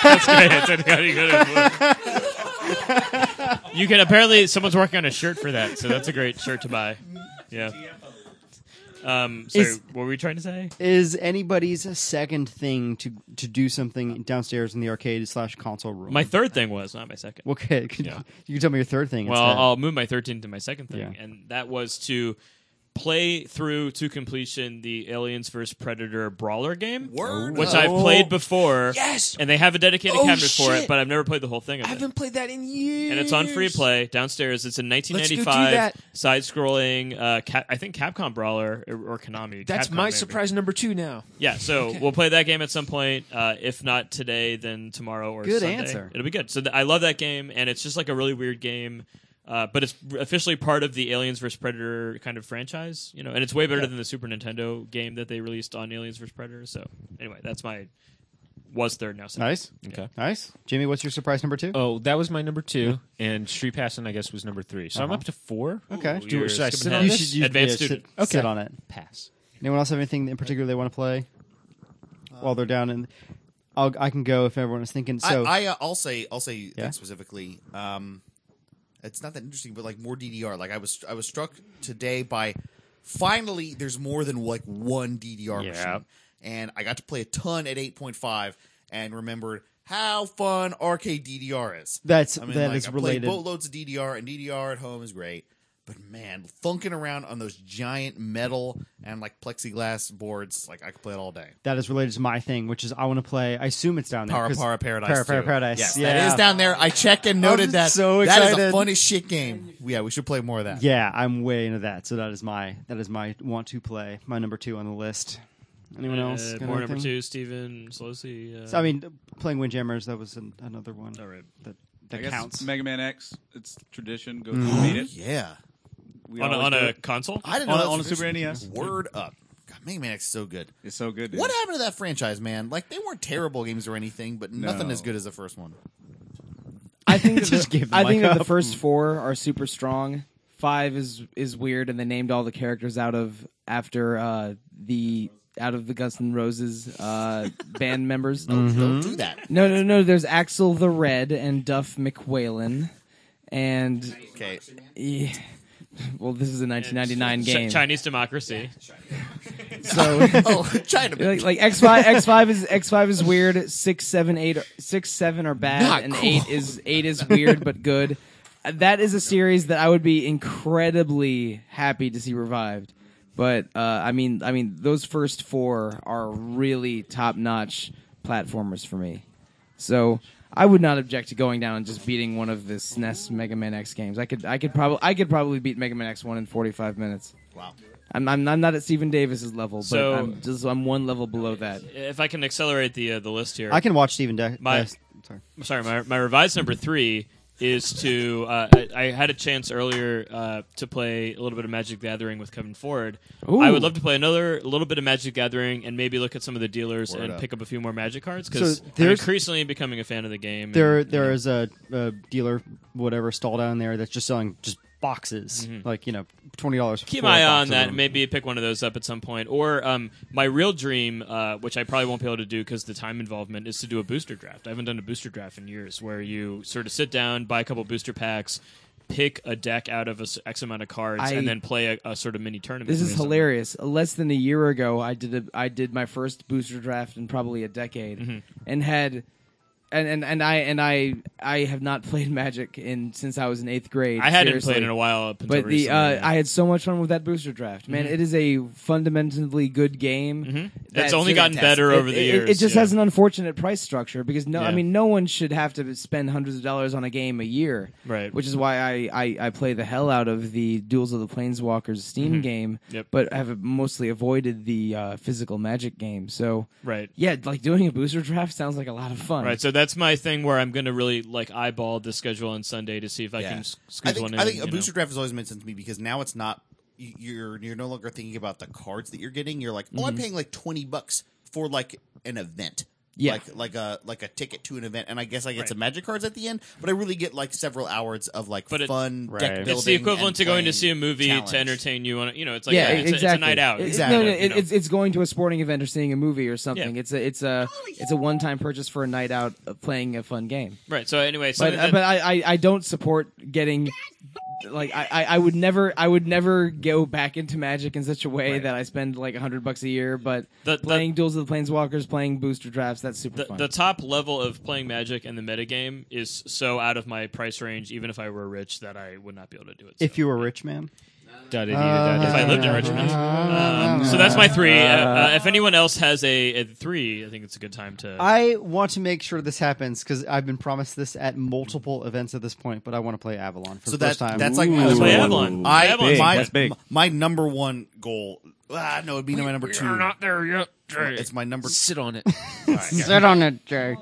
Speaker 6: can apparently someone's working on a shirt for that, so that's a great shirt to buy. Yeah. Um, so
Speaker 3: Is-
Speaker 6: what were we trying to say?
Speaker 3: Is anybody's second thing to to do something downstairs in the arcade slash console room?
Speaker 6: My third thing was not my second.
Speaker 3: okay, could-
Speaker 6: Yeah.
Speaker 3: you can tell me your third thing.
Speaker 6: Well,
Speaker 3: instead.
Speaker 6: I'll move my 13 to my second thing,
Speaker 3: Yeah.
Speaker 6: and that was to play through to completion the Aliens vs Predator brawler game,
Speaker 4: Word
Speaker 6: which
Speaker 4: up.
Speaker 6: I've played before.
Speaker 15: Oh. Yes!
Speaker 6: and they have a dedicated
Speaker 15: Oh,
Speaker 6: cabinet for it,
Speaker 15: shit!
Speaker 6: but I've never played the whole thing of
Speaker 15: I
Speaker 6: it.
Speaker 15: haven't played that in years.
Speaker 6: and it's on free play downstairs. It's a
Speaker 15: Let's
Speaker 6: 1995
Speaker 15: go do
Speaker 6: side-scrolling, uh, Cap- I think Capcom brawler or, or Konami.
Speaker 15: That's
Speaker 6: Capcom,
Speaker 15: my
Speaker 6: maybe.
Speaker 15: surprise number two now.
Speaker 6: Yeah, so we'll play that game at some point. Uh, if not today, then tomorrow or
Speaker 3: Good
Speaker 6: Sunday.
Speaker 3: answer.
Speaker 6: It'll be good. So th- I love that game, and it's just like a really weird game Uh, but it's officially part of the Aliens vs Predator kind of franchise, you know, and it's way better than the Super Nintendo game that they released on Aliens vs Predator. So anyway, that's my was third now. Second.
Speaker 3: Nice.
Speaker 5: Okay.
Speaker 3: Nice. Jimmy, what's your surprise number
Speaker 6: Uh,
Speaker 3: two?
Speaker 5: Oh, that was my number two, and Street Passing, I guess, was number three. So I'm up to four.
Speaker 3: Okay.
Speaker 5: Do-
Speaker 6: you're
Speaker 5: should I
Speaker 6: skipping
Speaker 5: sit on
Speaker 6: ahead.
Speaker 5: this?
Speaker 6: You should- you- Advanced
Speaker 3: yeah,
Speaker 6: student.
Speaker 3: Sit, sit on it.
Speaker 5: Pass.
Speaker 3: Anyone else have anything in particular they want to play while they're down? And I'll, I can go if everyone is thinking. So
Speaker 4: Uh, I, I uh, I'll say I'll say
Speaker 3: Yeah?
Speaker 4: that specifically. Um, it's not that interesting, but like more DDR. Like I was I was struck today by finally there's more than like one DDR machine, and I got to play a ton at eight point five, and remembered how fun arcade DDR is.
Speaker 3: That's-
Speaker 4: I mean,
Speaker 3: that
Speaker 4: like,
Speaker 3: is
Speaker 4: I
Speaker 3: related.
Speaker 4: Played boatloads of DDR, and DDR at home is great. But man, thunking around on those giant metal and like plexiglass boards, like I could play it all day.
Speaker 3: that is related to my thing, which is I want to play. I assume it's down there.
Speaker 4: Para
Speaker 3: 'cause-
Speaker 4: Para Paradise.
Speaker 3: Para Para
Speaker 4: too.
Speaker 3: Paradise.
Speaker 4: Yes,
Speaker 3: yeah.
Speaker 4: that is down there. I checked and noted that.
Speaker 3: so
Speaker 4: That is
Speaker 3: excited.
Speaker 4: a funny shit game. Yeah, we should play more of that.
Speaker 3: Yeah, I'm way into that. So that is my that is my want to play. My number two on the list. Anyone else?
Speaker 6: Uh,
Speaker 3: got
Speaker 6: more number
Speaker 3: anything?
Speaker 6: two, Steven Solosy. Uh,
Speaker 3: So, I mean, playing Windjammers that was an, another one. All right. That
Speaker 9: I
Speaker 3: that
Speaker 9: guess
Speaker 3: counts.
Speaker 9: Mega Man X. It's tradition. Go beat it.
Speaker 4: Yeah.
Speaker 9: We
Speaker 6: on a,
Speaker 9: always
Speaker 6: on
Speaker 9: do
Speaker 6: a
Speaker 9: it.
Speaker 6: console.
Speaker 4: I didn't
Speaker 9: On-
Speaker 4: know
Speaker 9: on
Speaker 4: that's
Speaker 9: the Super
Speaker 4: a-
Speaker 9: NES.
Speaker 4: Word up. God, Mega Man X is so good.
Speaker 9: It's so good. dude.
Speaker 4: What happened to that franchise, man? Like they weren't terrible games or anything, but nothing
Speaker 9: No.
Speaker 4: as good as the first one.
Speaker 8: I think that
Speaker 3: Just
Speaker 8: the,
Speaker 3: gave the
Speaker 8: I think
Speaker 3: mic
Speaker 8: that the
Speaker 3: up.
Speaker 8: first four are super strong. Five is is weird, and they named all the characters out of after uh, the out of the Guns N' Roses uh, band members.
Speaker 3: Mm-hmm.
Speaker 4: Don't do that.
Speaker 8: No, no, no. There's Axel the Red and Duff McWhalen, and
Speaker 4: Okay.
Speaker 8: yeah, well, this is a 1999
Speaker 6: Chi-
Speaker 8: game.
Speaker 6: Chinese democracy.
Speaker 4: Oh, China.
Speaker 8: Like, like X five, X five is X five is weird. Six, seven, eight, six, seven are bad,
Speaker 4: Not
Speaker 8: and
Speaker 4: cool.
Speaker 8: eight is eight is weird but good. Uh, That is a series that I would be incredibly happy to see revived. But uh, I mean, I mean, those first four are really top notch platformers for me. So I would not object to going down and just beating one of the SNES Mega Man X games. I could, I could probably, I could probably beat Mega Man X one in forty five minutes.
Speaker 4: Wow.
Speaker 8: I'm, I'm, I'm not at Stephen Davis's level, but
Speaker 6: So-
Speaker 8: I'm just I'm one level below that.
Speaker 6: If I can accelerate the uh, the list here,
Speaker 3: I can watch Steven Deck.
Speaker 6: My-
Speaker 3: uh, sorry.
Speaker 6: I'm sorry, my, my revised number three is to. Uh, I, I had a chance earlier uh, to play a little bit of Magic Gathering with Kevin Ford. I would love to play another little bit of Magic Gathering and maybe look at some of the dealers and pick up a few more Magic cards because
Speaker 3: So
Speaker 6: I'm
Speaker 3: there's-
Speaker 6: increasingly becoming a fan of the game. and,
Speaker 3: There
Speaker 6: you know,
Speaker 3: there is a, a dealer whatever stall down there that's just selling just boxes like you know twenty dollars.
Speaker 6: keep an eye on that. Maybe pick one of those up at some point. Or um, my real dream, uh, which I probably won't be able to do because the time involvement, is to do a booster draft. I haven't done a booster draft in years, where you sort of sit down, buy a couple booster packs. Pick a deck out of a s- x amount of cards
Speaker 8: I-
Speaker 6: and then play a, a sort of mini tournament.
Speaker 8: This
Speaker 6: or
Speaker 8: is
Speaker 6: something.
Speaker 8: hilarious. Less than a year ago, I did a, I did my first booster draft in probably a decade,
Speaker 6: Mm-hmm.
Speaker 8: and had and, and and I and I I have not played Magic in since I was in eighth grade.
Speaker 6: I hadn't
Speaker 8: seriously.
Speaker 6: played in a while, up until
Speaker 8: But the
Speaker 6: recently. Mm-hmm.
Speaker 8: uh, I had so much fun with that booster draft, man. it is a fundamentally good game.
Speaker 6: it's
Speaker 8: that's
Speaker 6: only gotten better
Speaker 8: It-
Speaker 6: over the
Speaker 8: it,
Speaker 6: years.
Speaker 8: It just
Speaker 6: yeah.
Speaker 8: has an unfortunate price structure because no, I
Speaker 6: Yeah.
Speaker 8: mean, no one should have to spend hundreds of dollars on a game a year,
Speaker 6: Right.
Speaker 8: Which is why I, I, I play the hell out of the Duels of the Planeswalkers Steam game,
Speaker 6: Mm-hmm. Yep.
Speaker 8: but have mostly avoided the uh, physical Magic game. So,
Speaker 6: Right.
Speaker 8: yeah, like doing a booster draft sounds like a lot of fun,
Speaker 6: Right, so that's my thing where I'm going to really like eyeball the schedule on Sunday to see if I
Speaker 4: Yeah.
Speaker 6: can s-
Speaker 4: I
Speaker 6: squeeze
Speaker 4: think,
Speaker 6: one in.
Speaker 4: I think
Speaker 6: you
Speaker 4: a
Speaker 6: know.
Speaker 4: booster draft has always made sense to me because now it's not you- you're you're no longer thinking about the cards that you're getting. You're like, oh,
Speaker 6: Mm-hmm.
Speaker 4: I'm paying like twenty bucks for like an event.
Speaker 8: Yeah.
Speaker 4: Like like a like a ticket to an event, and I guess I get some magic cards at the end, but I really get like several hours of like
Speaker 6: But it-
Speaker 4: fun deck building.
Speaker 6: It's the equivalent
Speaker 4: and
Speaker 6: to going to
Speaker 4: playing
Speaker 6: see a movie
Speaker 4: challenge.
Speaker 6: to entertain you on. A, you know, it's like
Speaker 8: yeah,
Speaker 6: yeah, it's, a-
Speaker 8: exactly.
Speaker 6: it's a night out.
Speaker 8: It-
Speaker 4: Exactly.
Speaker 8: No, no,
Speaker 6: You
Speaker 8: it,
Speaker 6: know.
Speaker 8: it's it's going to a sporting event or seeing a movie or something.
Speaker 6: Yeah.
Speaker 8: It's a it's a it's a one time purchase for a night out of playing a fun game.
Speaker 6: Right. So anyway, so
Speaker 8: but uh,
Speaker 6: that,
Speaker 8: but I, I I don't support getting like I, I I would never I would never go back into Magic in such a way that I spend like hundred bucks a year. But
Speaker 6: The- the-
Speaker 8: playing Duels of the Planeswalkers, playing booster drafts, that's super
Speaker 6: the,
Speaker 8: fun.
Speaker 6: the top level of playing Magic and the metagame is so out of my price range, even if I were rich, that I would not be able to do it. So.
Speaker 3: If you were a rich man,
Speaker 5: Da, da, dee, da, da,
Speaker 6: If I
Speaker 5: da,
Speaker 6: lived in
Speaker 5: da.
Speaker 6: Richmond, um, so that's my three. Uh, uh, if anyone else has a, a three, I think it's a good time to.
Speaker 3: I want to make sure this happens because I've been promised this at multiple events at this point. But I want to play Avalon for
Speaker 4: So
Speaker 3: the first
Speaker 4: that
Speaker 3: time.
Speaker 4: that's like
Speaker 6: Let's play
Speaker 4: Ooh.
Speaker 6: Avalon.
Speaker 4: I
Speaker 6: Avalon's
Speaker 4: my,
Speaker 6: good.
Speaker 16: That's big.
Speaker 4: m- my number one goal. Ah, no, it'd be my number two.
Speaker 5: Not there yet.
Speaker 4: It's my number.
Speaker 5: Sit on it.
Speaker 3: sit on it, Jay.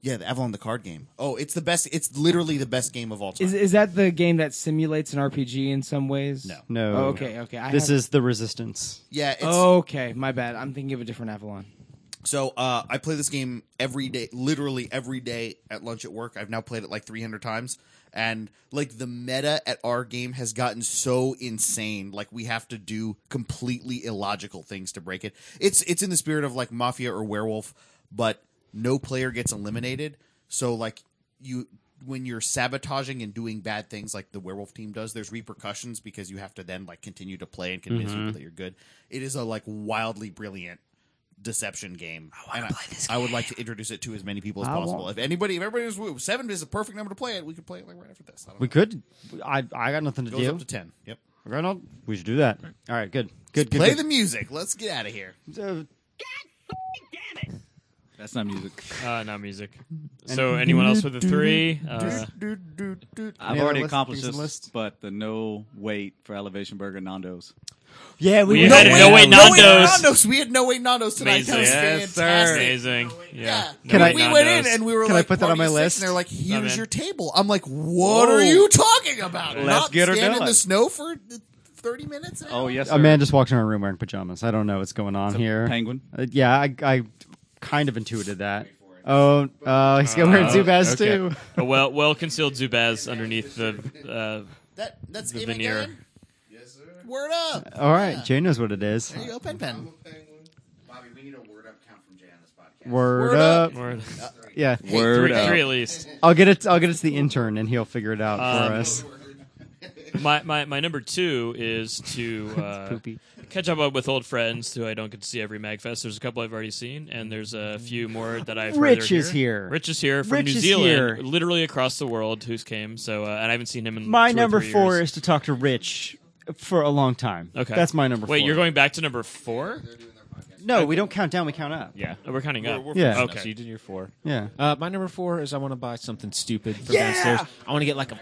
Speaker 4: Yeah, the Avalon the card game. Oh, it's the best. It's literally the best game of all time.
Speaker 8: Is is that the game that simulates an RPG in some ways? No.
Speaker 3: No.
Speaker 8: Oh, okay. Okay. I
Speaker 3: this
Speaker 8: have-
Speaker 3: is the Resistance.
Speaker 4: Yeah, it's,
Speaker 3: Oh,
Speaker 8: Okay, my bad. I'm thinking of a different Avalon.
Speaker 4: So uh, I play this game every day, literally every day at lunch at work. I've now played it like 300 times. And like the meta at our game has gotten so insane, like we have to do completely illogical things to break it. It's it's in the spirit of like mafia or werewolf, but no player gets eliminated. So like you when you're sabotaging and doing bad things like the werewolf team does, there's repercussions because you have to then like continue to play and convince people that you're good. It is a like wildly brilliant deception game. I want to play this. I would like to introduce it to as many people as possible. If anybody, if everybody was woo, seven is a perfect number to play it. We could play it like right after this. I don't
Speaker 3: We
Speaker 4: know.
Speaker 3: could. I I got nothing to
Speaker 4: It goes
Speaker 3: do.
Speaker 4: up to ten. Yep.
Speaker 3: Ronald, we should do that. All right, good, good, good.
Speaker 4: Play
Speaker 3: good.
Speaker 4: the music. Let's get out of here.
Speaker 3: Uh,
Speaker 9: That's not music.
Speaker 6: Uh, not music. So anyone else with a three? Uh,
Speaker 9: I've
Speaker 3: Yeah,
Speaker 9: already
Speaker 3: list-
Speaker 9: accomplished
Speaker 3: things
Speaker 9: this,
Speaker 3: in list.
Speaker 9: but the no wait for Elevation Burger Nando's.
Speaker 8: Yeah,
Speaker 6: we had it. No way,
Speaker 4: No way,
Speaker 6: Nando's.
Speaker 4: Nandos. We had no way, Nandos tonight.
Speaker 6: Amazing.
Speaker 4: That was
Speaker 6: Yes,
Speaker 4: fantastic.
Speaker 6: Amazing. Yeah.
Speaker 4: Yeah.
Speaker 6: No
Speaker 3: Can
Speaker 6: way
Speaker 3: I-
Speaker 4: we went in
Speaker 6: Nando's.
Speaker 4: and we were
Speaker 3: Can I
Speaker 4: like,
Speaker 3: put that on
Speaker 4: party
Speaker 3: my
Speaker 4: six,
Speaker 3: list?
Speaker 4: And they're like,
Speaker 6: I'm
Speaker 4: here's
Speaker 6: in.
Speaker 4: your table. I'm like, what are you talking about?
Speaker 9: Let's
Speaker 4: Not
Speaker 9: get her
Speaker 4: stand in
Speaker 9: done.
Speaker 4: the snow for 30 minutes? An
Speaker 9: Oh
Speaker 4: hour?
Speaker 9: yes,
Speaker 3: a man just walked in our room wearing pajamas. I don't know what's going on here.
Speaker 9: penguin.
Speaker 3: Uh, yeah, I, I kind of intuited that. Oh, uh, he's got wearing Zubaz
Speaker 6: okay.
Speaker 3: too.
Speaker 6: a well well concealed Zubaz underneath the. Uh,
Speaker 4: That, that's
Speaker 6: The
Speaker 4: it
Speaker 6: veneer.
Speaker 4: again? Yes, sir. Word up.
Speaker 3: All right, Jay knows what it is.
Speaker 4: There you go, Pen Pen.
Speaker 17: Bobby, we need a word up count from Jay on this podcast.
Speaker 3: Word,
Speaker 4: Word
Speaker 3: up.
Speaker 6: word.
Speaker 3: Yeah,
Speaker 6: Three,
Speaker 9: Word up.
Speaker 6: three at least.
Speaker 3: I'll get it. I'll get it to the intern, and he'll figure it out for
Speaker 6: Um,
Speaker 3: us.
Speaker 6: My, my my number two is to uh,
Speaker 3: Poopy.
Speaker 6: catch up with old friends who I don't get to see every Magfest. There's a couple I've already seen, and there's a few more that I've. heard
Speaker 3: Rich
Speaker 6: are
Speaker 3: is here.
Speaker 6: Rich is here from
Speaker 3: Rich
Speaker 6: New
Speaker 3: is
Speaker 6: Zealand,
Speaker 3: here.
Speaker 6: literally across the world. Who's came? So uh, and I haven't seen him in
Speaker 3: My
Speaker 6: two or
Speaker 3: number
Speaker 6: three
Speaker 3: four
Speaker 6: years.
Speaker 3: is to talk to Rich for a long time.
Speaker 6: okay.
Speaker 3: that's my number.
Speaker 6: Wait,
Speaker 3: four.
Speaker 6: you're going back to number four?
Speaker 3: No, we don't count down. We count up.
Speaker 9: Yeah.
Speaker 6: Oh, we're counting up.
Speaker 3: Yeah.
Speaker 9: finishing up,
Speaker 6: Okay.
Speaker 9: So you did your four.
Speaker 3: Yeah.
Speaker 5: Uh, my number four is I want to buy something stupid for downstairs. I want to get like a,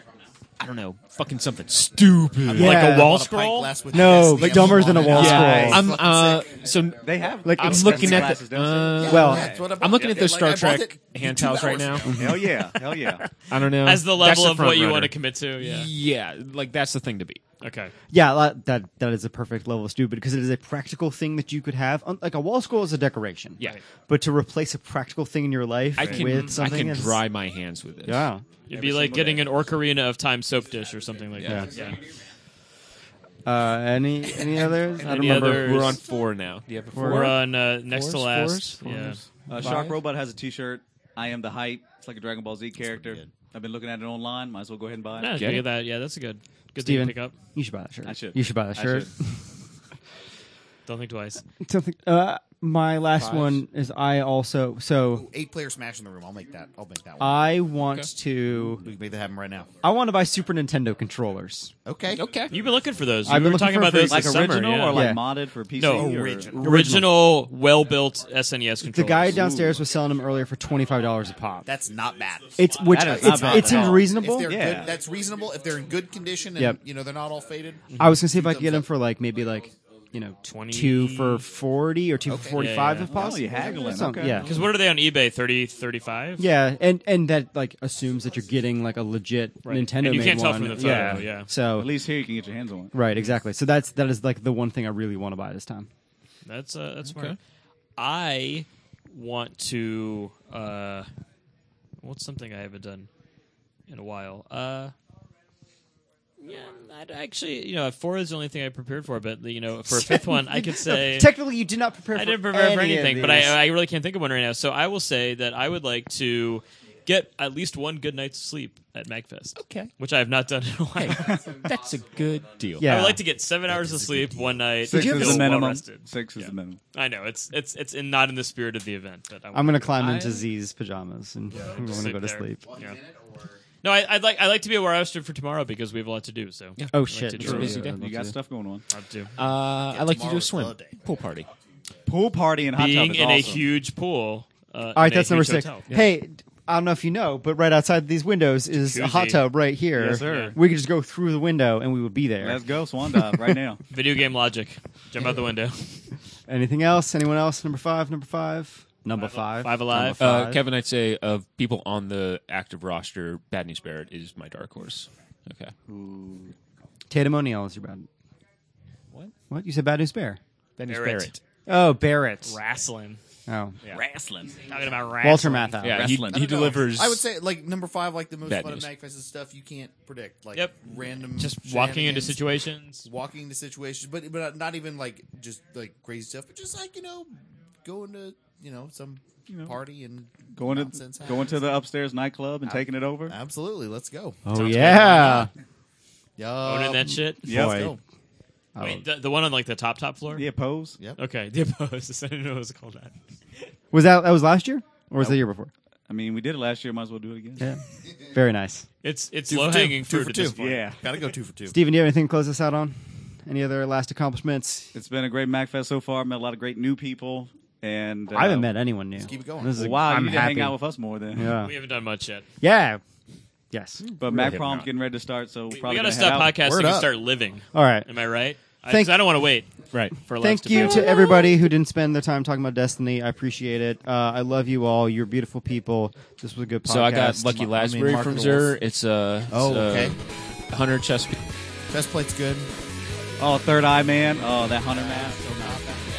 Speaker 5: I don't know, fucking something stupid.
Speaker 3: Yeah.
Speaker 6: Like a
Speaker 4: I
Speaker 6: wall
Speaker 4: want a pint
Speaker 6: scroll.
Speaker 4: glass with
Speaker 3: No,
Speaker 4: the
Speaker 3: but
Speaker 4: SDM
Speaker 3: dumber than a
Speaker 4: on it.
Speaker 3: wall
Speaker 5: Yeah,
Speaker 3: scroll.
Speaker 5: I'm uh, so
Speaker 9: They have
Speaker 3: Like,
Speaker 5: I'm
Speaker 3: expensive
Speaker 5: looking at
Speaker 9: glasses,
Speaker 5: the.
Speaker 9: don't they?
Speaker 5: Uh,
Speaker 3: well,
Speaker 4: That's what
Speaker 5: I'm looking
Speaker 4: bought
Speaker 5: at the
Speaker 4: it.
Speaker 5: Star
Speaker 4: Like, I bought
Speaker 5: Trek
Speaker 4: it
Speaker 5: hand
Speaker 4: two
Speaker 5: towels right
Speaker 4: hours
Speaker 5: now.
Speaker 4: ago.
Speaker 9: hell yeah, hell yeah. Uh,
Speaker 5: I don't know
Speaker 6: As the
Speaker 5: That's
Speaker 6: level of
Speaker 5: front
Speaker 6: what you
Speaker 5: runner.
Speaker 6: want to commit to, yeah.
Speaker 5: Yeah, like that's the thing to be.
Speaker 6: Okay.
Speaker 3: Yeah, that that, that is a perfect level of stupid because it is a practical thing that you could have. Un- Like a wall scroll is a decoration.
Speaker 5: Yeah. Right.
Speaker 3: But to replace a practical thing in your life
Speaker 5: I can
Speaker 3: with
Speaker 5: I
Speaker 3: something
Speaker 5: can
Speaker 3: is-
Speaker 5: dry my hands with this.
Speaker 3: Yeah.
Speaker 6: It'd be like getting an Orcarina of Time soap dish or something like that. Yeah.
Speaker 3: Uh, any any others? I don't
Speaker 6: Any
Speaker 3: remember.
Speaker 6: others?
Speaker 5: We're on four now. Do you have a
Speaker 6: We're on uh, next to
Speaker 5: Fours,
Speaker 6: last.
Speaker 5: fours,
Speaker 6: yeah.
Speaker 5: fours.
Speaker 9: Uh, Shark Robot has a T-shirt. I am the hype. It's like a Dragon Ball Z character. I've been looking at it online. Might as well go ahead and buy it.
Speaker 6: No,
Speaker 5: Get
Speaker 6: look
Speaker 5: it?
Speaker 6: at that. Yeah, that's a good good
Speaker 3: Steven,
Speaker 6: thing to pick up.
Speaker 3: you should buy that shirt.
Speaker 9: I should.
Speaker 3: You should buy that
Speaker 9: I
Speaker 3: shirt.
Speaker 6: Don't think twice.
Speaker 3: Something. Uh, my last one is I also so
Speaker 4: Eight player smash in the room. I'll make that. I'll make that one.
Speaker 3: I want to
Speaker 4: we can make that happen right now.
Speaker 3: I want to buy Super Nintendo controllers.
Speaker 4: Okay. Okay.
Speaker 6: You've been looking for those. You
Speaker 3: I've been
Speaker 6: were
Speaker 3: looking for-
Speaker 6: talking about
Speaker 3: for
Speaker 6: those
Speaker 9: Like
Speaker 6: this
Speaker 9: original
Speaker 6: summer, yeah.
Speaker 9: or like
Speaker 3: Yeah.
Speaker 9: modded for PC?
Speaker 6: No,
Speaker 9: or-
Speaker 4: original.
Speaker 6: Original, well built SNES E controllers.
Speaker 3: The guy downstairs was selling them earlier for twenty five dollars a pop.
Speaker 4: That's not bad.
Speaker 3: It's which
Speaker 9: That is not
Speaker 3: it's,
Speaker 9: bad
Speaker 3: it
Speaker 9: at
Speaker 3: seems
Speaker 9: all.
Speaker 4: If
Speaker 3: reasonable.
Speaker 4: they're
Speaker 9: Yeah.
Speaker 4: good, that's reasonable. If they're in good condition and
Speaker 3: Yep.
Speaker 4: you know they're not all faded,
Speaker 3: I was gonna see if I could get them for like maybe like you know
Speaker 6: 20
Speaker 3: two for forty or two for forty five
Speaker 6: Yeah, yeah.
Speaker 3: if possible.
Speaker 9: Oh, you haggling.
Speaker 3: Some-
Speaker 9: Okay.
Speaker 3: Yeah,
Speaker 6: Because what are they on eBay? 30, 35?
Speaker 3: yeah, and and that like assumes that you're getting like a legit Nintendo.
Speaker 6: And you
Speaker 3: made
Speaker 6: can't tell
Speaker 3: one.
Speaker 6: from the photo, yeah.
Speaker 3: So
Speaker 9: At least here you can get your hands on it.
Speaker 3: right, exactly. So that's that is like the one thing I really want to buy this time.
Speaker 6: That's uh, that's smart. I want to. Uh, what's something I haven't done in a while? Uh, yeah, I'd actually, you know, four is the only thing I prepared for, but you know, for a fifth one, I could say
Speaker 3: Technically, you did not prepare.
Speaker 6: I
Speaker 3: for
Speaker 6: didn't prepare for
Speaker 3: any of
Speaker 6: anything, but I,
Speaker 3: these.
Speaker 6: I really can't think of one right now. So I will say that I would like to get at least one good night's sleep at Magfest.
Speaker 5: Okay.
Speaker 6: Which I have not done in a while.
Speaker 5: That's a good deal.
Speaker 3: yeah,
Speaker 6: I would like to get seven hours of sleep one night.
Speaker 9: Six
Speaker 6: and
Speaker 9: is
Speaker 6: feel
Speaker 9: the minimum.
Speaker 6: well-rested.
Speaker 9: Six is the minimum.
Speaker 6: I know it's it's it's in, not in the spirit of the event. But I
Speaker 3: I'm gonna climb
Speaker 6: I-
Speaker 3: into Z's pajamas and I'm
Speaker 6: just
Speaker 3: gonna
Speaker 6: sit
Speaker 3: go to
Speaker 6: there.
Speaker 3: sleep.
Speaker 6: Yeah. No, I, I'd like I like to be aware of for tomorrow because we have a lot to do. So yeah.
Speaker 3: Oh shit!
Speaker 6: to
Speaker 3: true.
Speaker 6: do
Speaker 9: Busy
Speaker 6: it.
Speaker 9: day. You got stuff going on.
Speaker 6: I'll do.
Speaker 5: Uh, I like to do a
Speaker 4: tomorrow's
Speaker 5: swim,
Speaker 4: club day.
Speaker 5: pool party.
Speaker 9: Pool party and hot
Speaker 6: being
Speaker 9: tub is
Speaker 6: in a
Speaker 9: awesome.
Speaker 6: huge pool. Uh,
Speaker 3: All
Speaker 6: in
Speaker 3: right,
Speaker 6: a
Speaker 3: that's number
Speaker 6: huge
Speaker 3: six.
Speaker 6: hotel.
Speaker 3: Hey, I don't know if you know, but right outside these windows is a hot
Speaker 6: Jacuzzi.
Speaker 3: tub right here.
Speaker 9: Yes, sir.
Speaker 3: We could just go through the window and we would be there.
Speaker 9: Let's go swan dive right now.
Speaker 6: Video game logic. Jump out the window.
Speaker 3: Anything else? Anyone else? Number five. Number five. Number five.
Speaker 6: Five Alive.
Speaker 3: Number
Speaker 5: Uh,
Speaker 3: five.
Speaker 5: Kevin, I'd say of people on the active roster, Bad News Barrett is my dark horse. Okay.
Speaker 3: Tatum O'Neal is your bad. What? What? You said bad news bear.
Speaker 5: Bad News
Speaker 6: Barrett.
Speaker 3: Oh, Barrett.
Speaker 6: Wrestling.
Speaker 3: Oh.
Speaker 9: Wrestling.
Speaker 6: Talking about wrestling.
Speaker 3: Walter Matthau.
Speaker 5: Yeah, he,
Speaker 9: Wrestling.
Speaker 5: he delivers.
Speaker 4: I would say like number five, like the most
Speaker 5: Bad
Speaker 4: fun
Speaker 5: news.
Speaker 4: of Magfest is stuff you can't predict. Like
Speaker 6: Yep.
Speaker 4: random,
Speaker 6: Just walking into
Speaker 4: shenanigans,
Speaker 6: situations.
Speaker 4: walking into situations, but but not even like just like crazy stuff, but just like you know, going to you know some party and
Speaker 9: Going to
Speaker 4: nonsense
Speaker 9: going to
Speaker 4: happens.
Speaker 9: the upstairs nightclb and taking it over.
Speaker 4: absolutely. Let's go.
Speaker 3: Oh yeah.
Speaker 4: Yeah,
Speaker 6: Owning that shit.
Speaker 9: Yeah.
Speaker 4: let's go.
Speaker 6: Wait, the, the one on like the top top floor.
Speaker 9: Yeah, pose.
Speaker 4: Yep.
Speaker 6: Okay, the opposed. I didn't know it was called that.
Speaker 3: Was that that was last year or was that the year before?
Speaker 9: I mean, we did it last year. Might as well do it again.
Speaker 3: Yeah. Very nice.
Speaker 6: It's it's
Speaker 4: Two for
Speaker 6: low hanging
Speaker 4: two. Two
Speaker 6: fruit
Speaker 4: for
Speaker 6: at this
Speaker 4: two.
Speaker 6: point.
Speaker 9: Yeah.
Speaker 4: Gotta go two for two.
Speaker 3: Steven, do you have anything to close us out on? Any other last accomplishments?
Speaker 9: It's been a great MacFest so far. Met a lot of great new people, and uh,
Speaker 3: I haven't met anyone new.
Speaker 4: keep it going.
Speaker 3: This is a-
Speaker 9: Wow,
Speaker 3: I'm
Speaker 9: you didn't
Speaker 3: happy.
Speaker 9: hang out with us more then.
Speaker 3: yeah.
Speaker 6: We haven't done much yet.
Speaker 3: Yeah. Yes.
Speaker 9: But Mac Prom's getting ready to start, so we,
Speaker 6: we
Speaker 9: probably
Speaker 6: gotta
Speaker 9: gonna head
Speaker 6: stop
Speaker 9: out.
Speaker 6: podcasting
Speaker 4: Word
Speaker 6: and
Speaker 4: up.
Speaker 6: start living.
Speaker 3: All right.
Speaker 6: Am I right? I,
Speaker 3: Thank-
Speaker 6: 'cause I don't want to wait.
Speaker 5: Right.
Speaker 6: For
Speaker 3: Thank
Speaker 6: lives to
Speaker 3: you
Speaker 6: be-
Speaker 3: to everybody who didn't spend their time talking about Destiny. I appreciate it. Uh, I love you all. You're beautiful people. This was a good podcast.
Speaker 5: So I got Lucky
Speaker 4: Come on, I mean,
Speaker 5: Lasbury from
Speaker 4: marketable.
Speaker 5: Zer. It's uh, it's,
Speaker 4: Oh,
Speaker 5: uh,
Speaker 4: okay.
Speaker 5: Hunter Chess.
Speaker 4: Chest plate's good.
Speaker 9: Oh, Third Eye Man. Oh, that Hunter mask. So nice.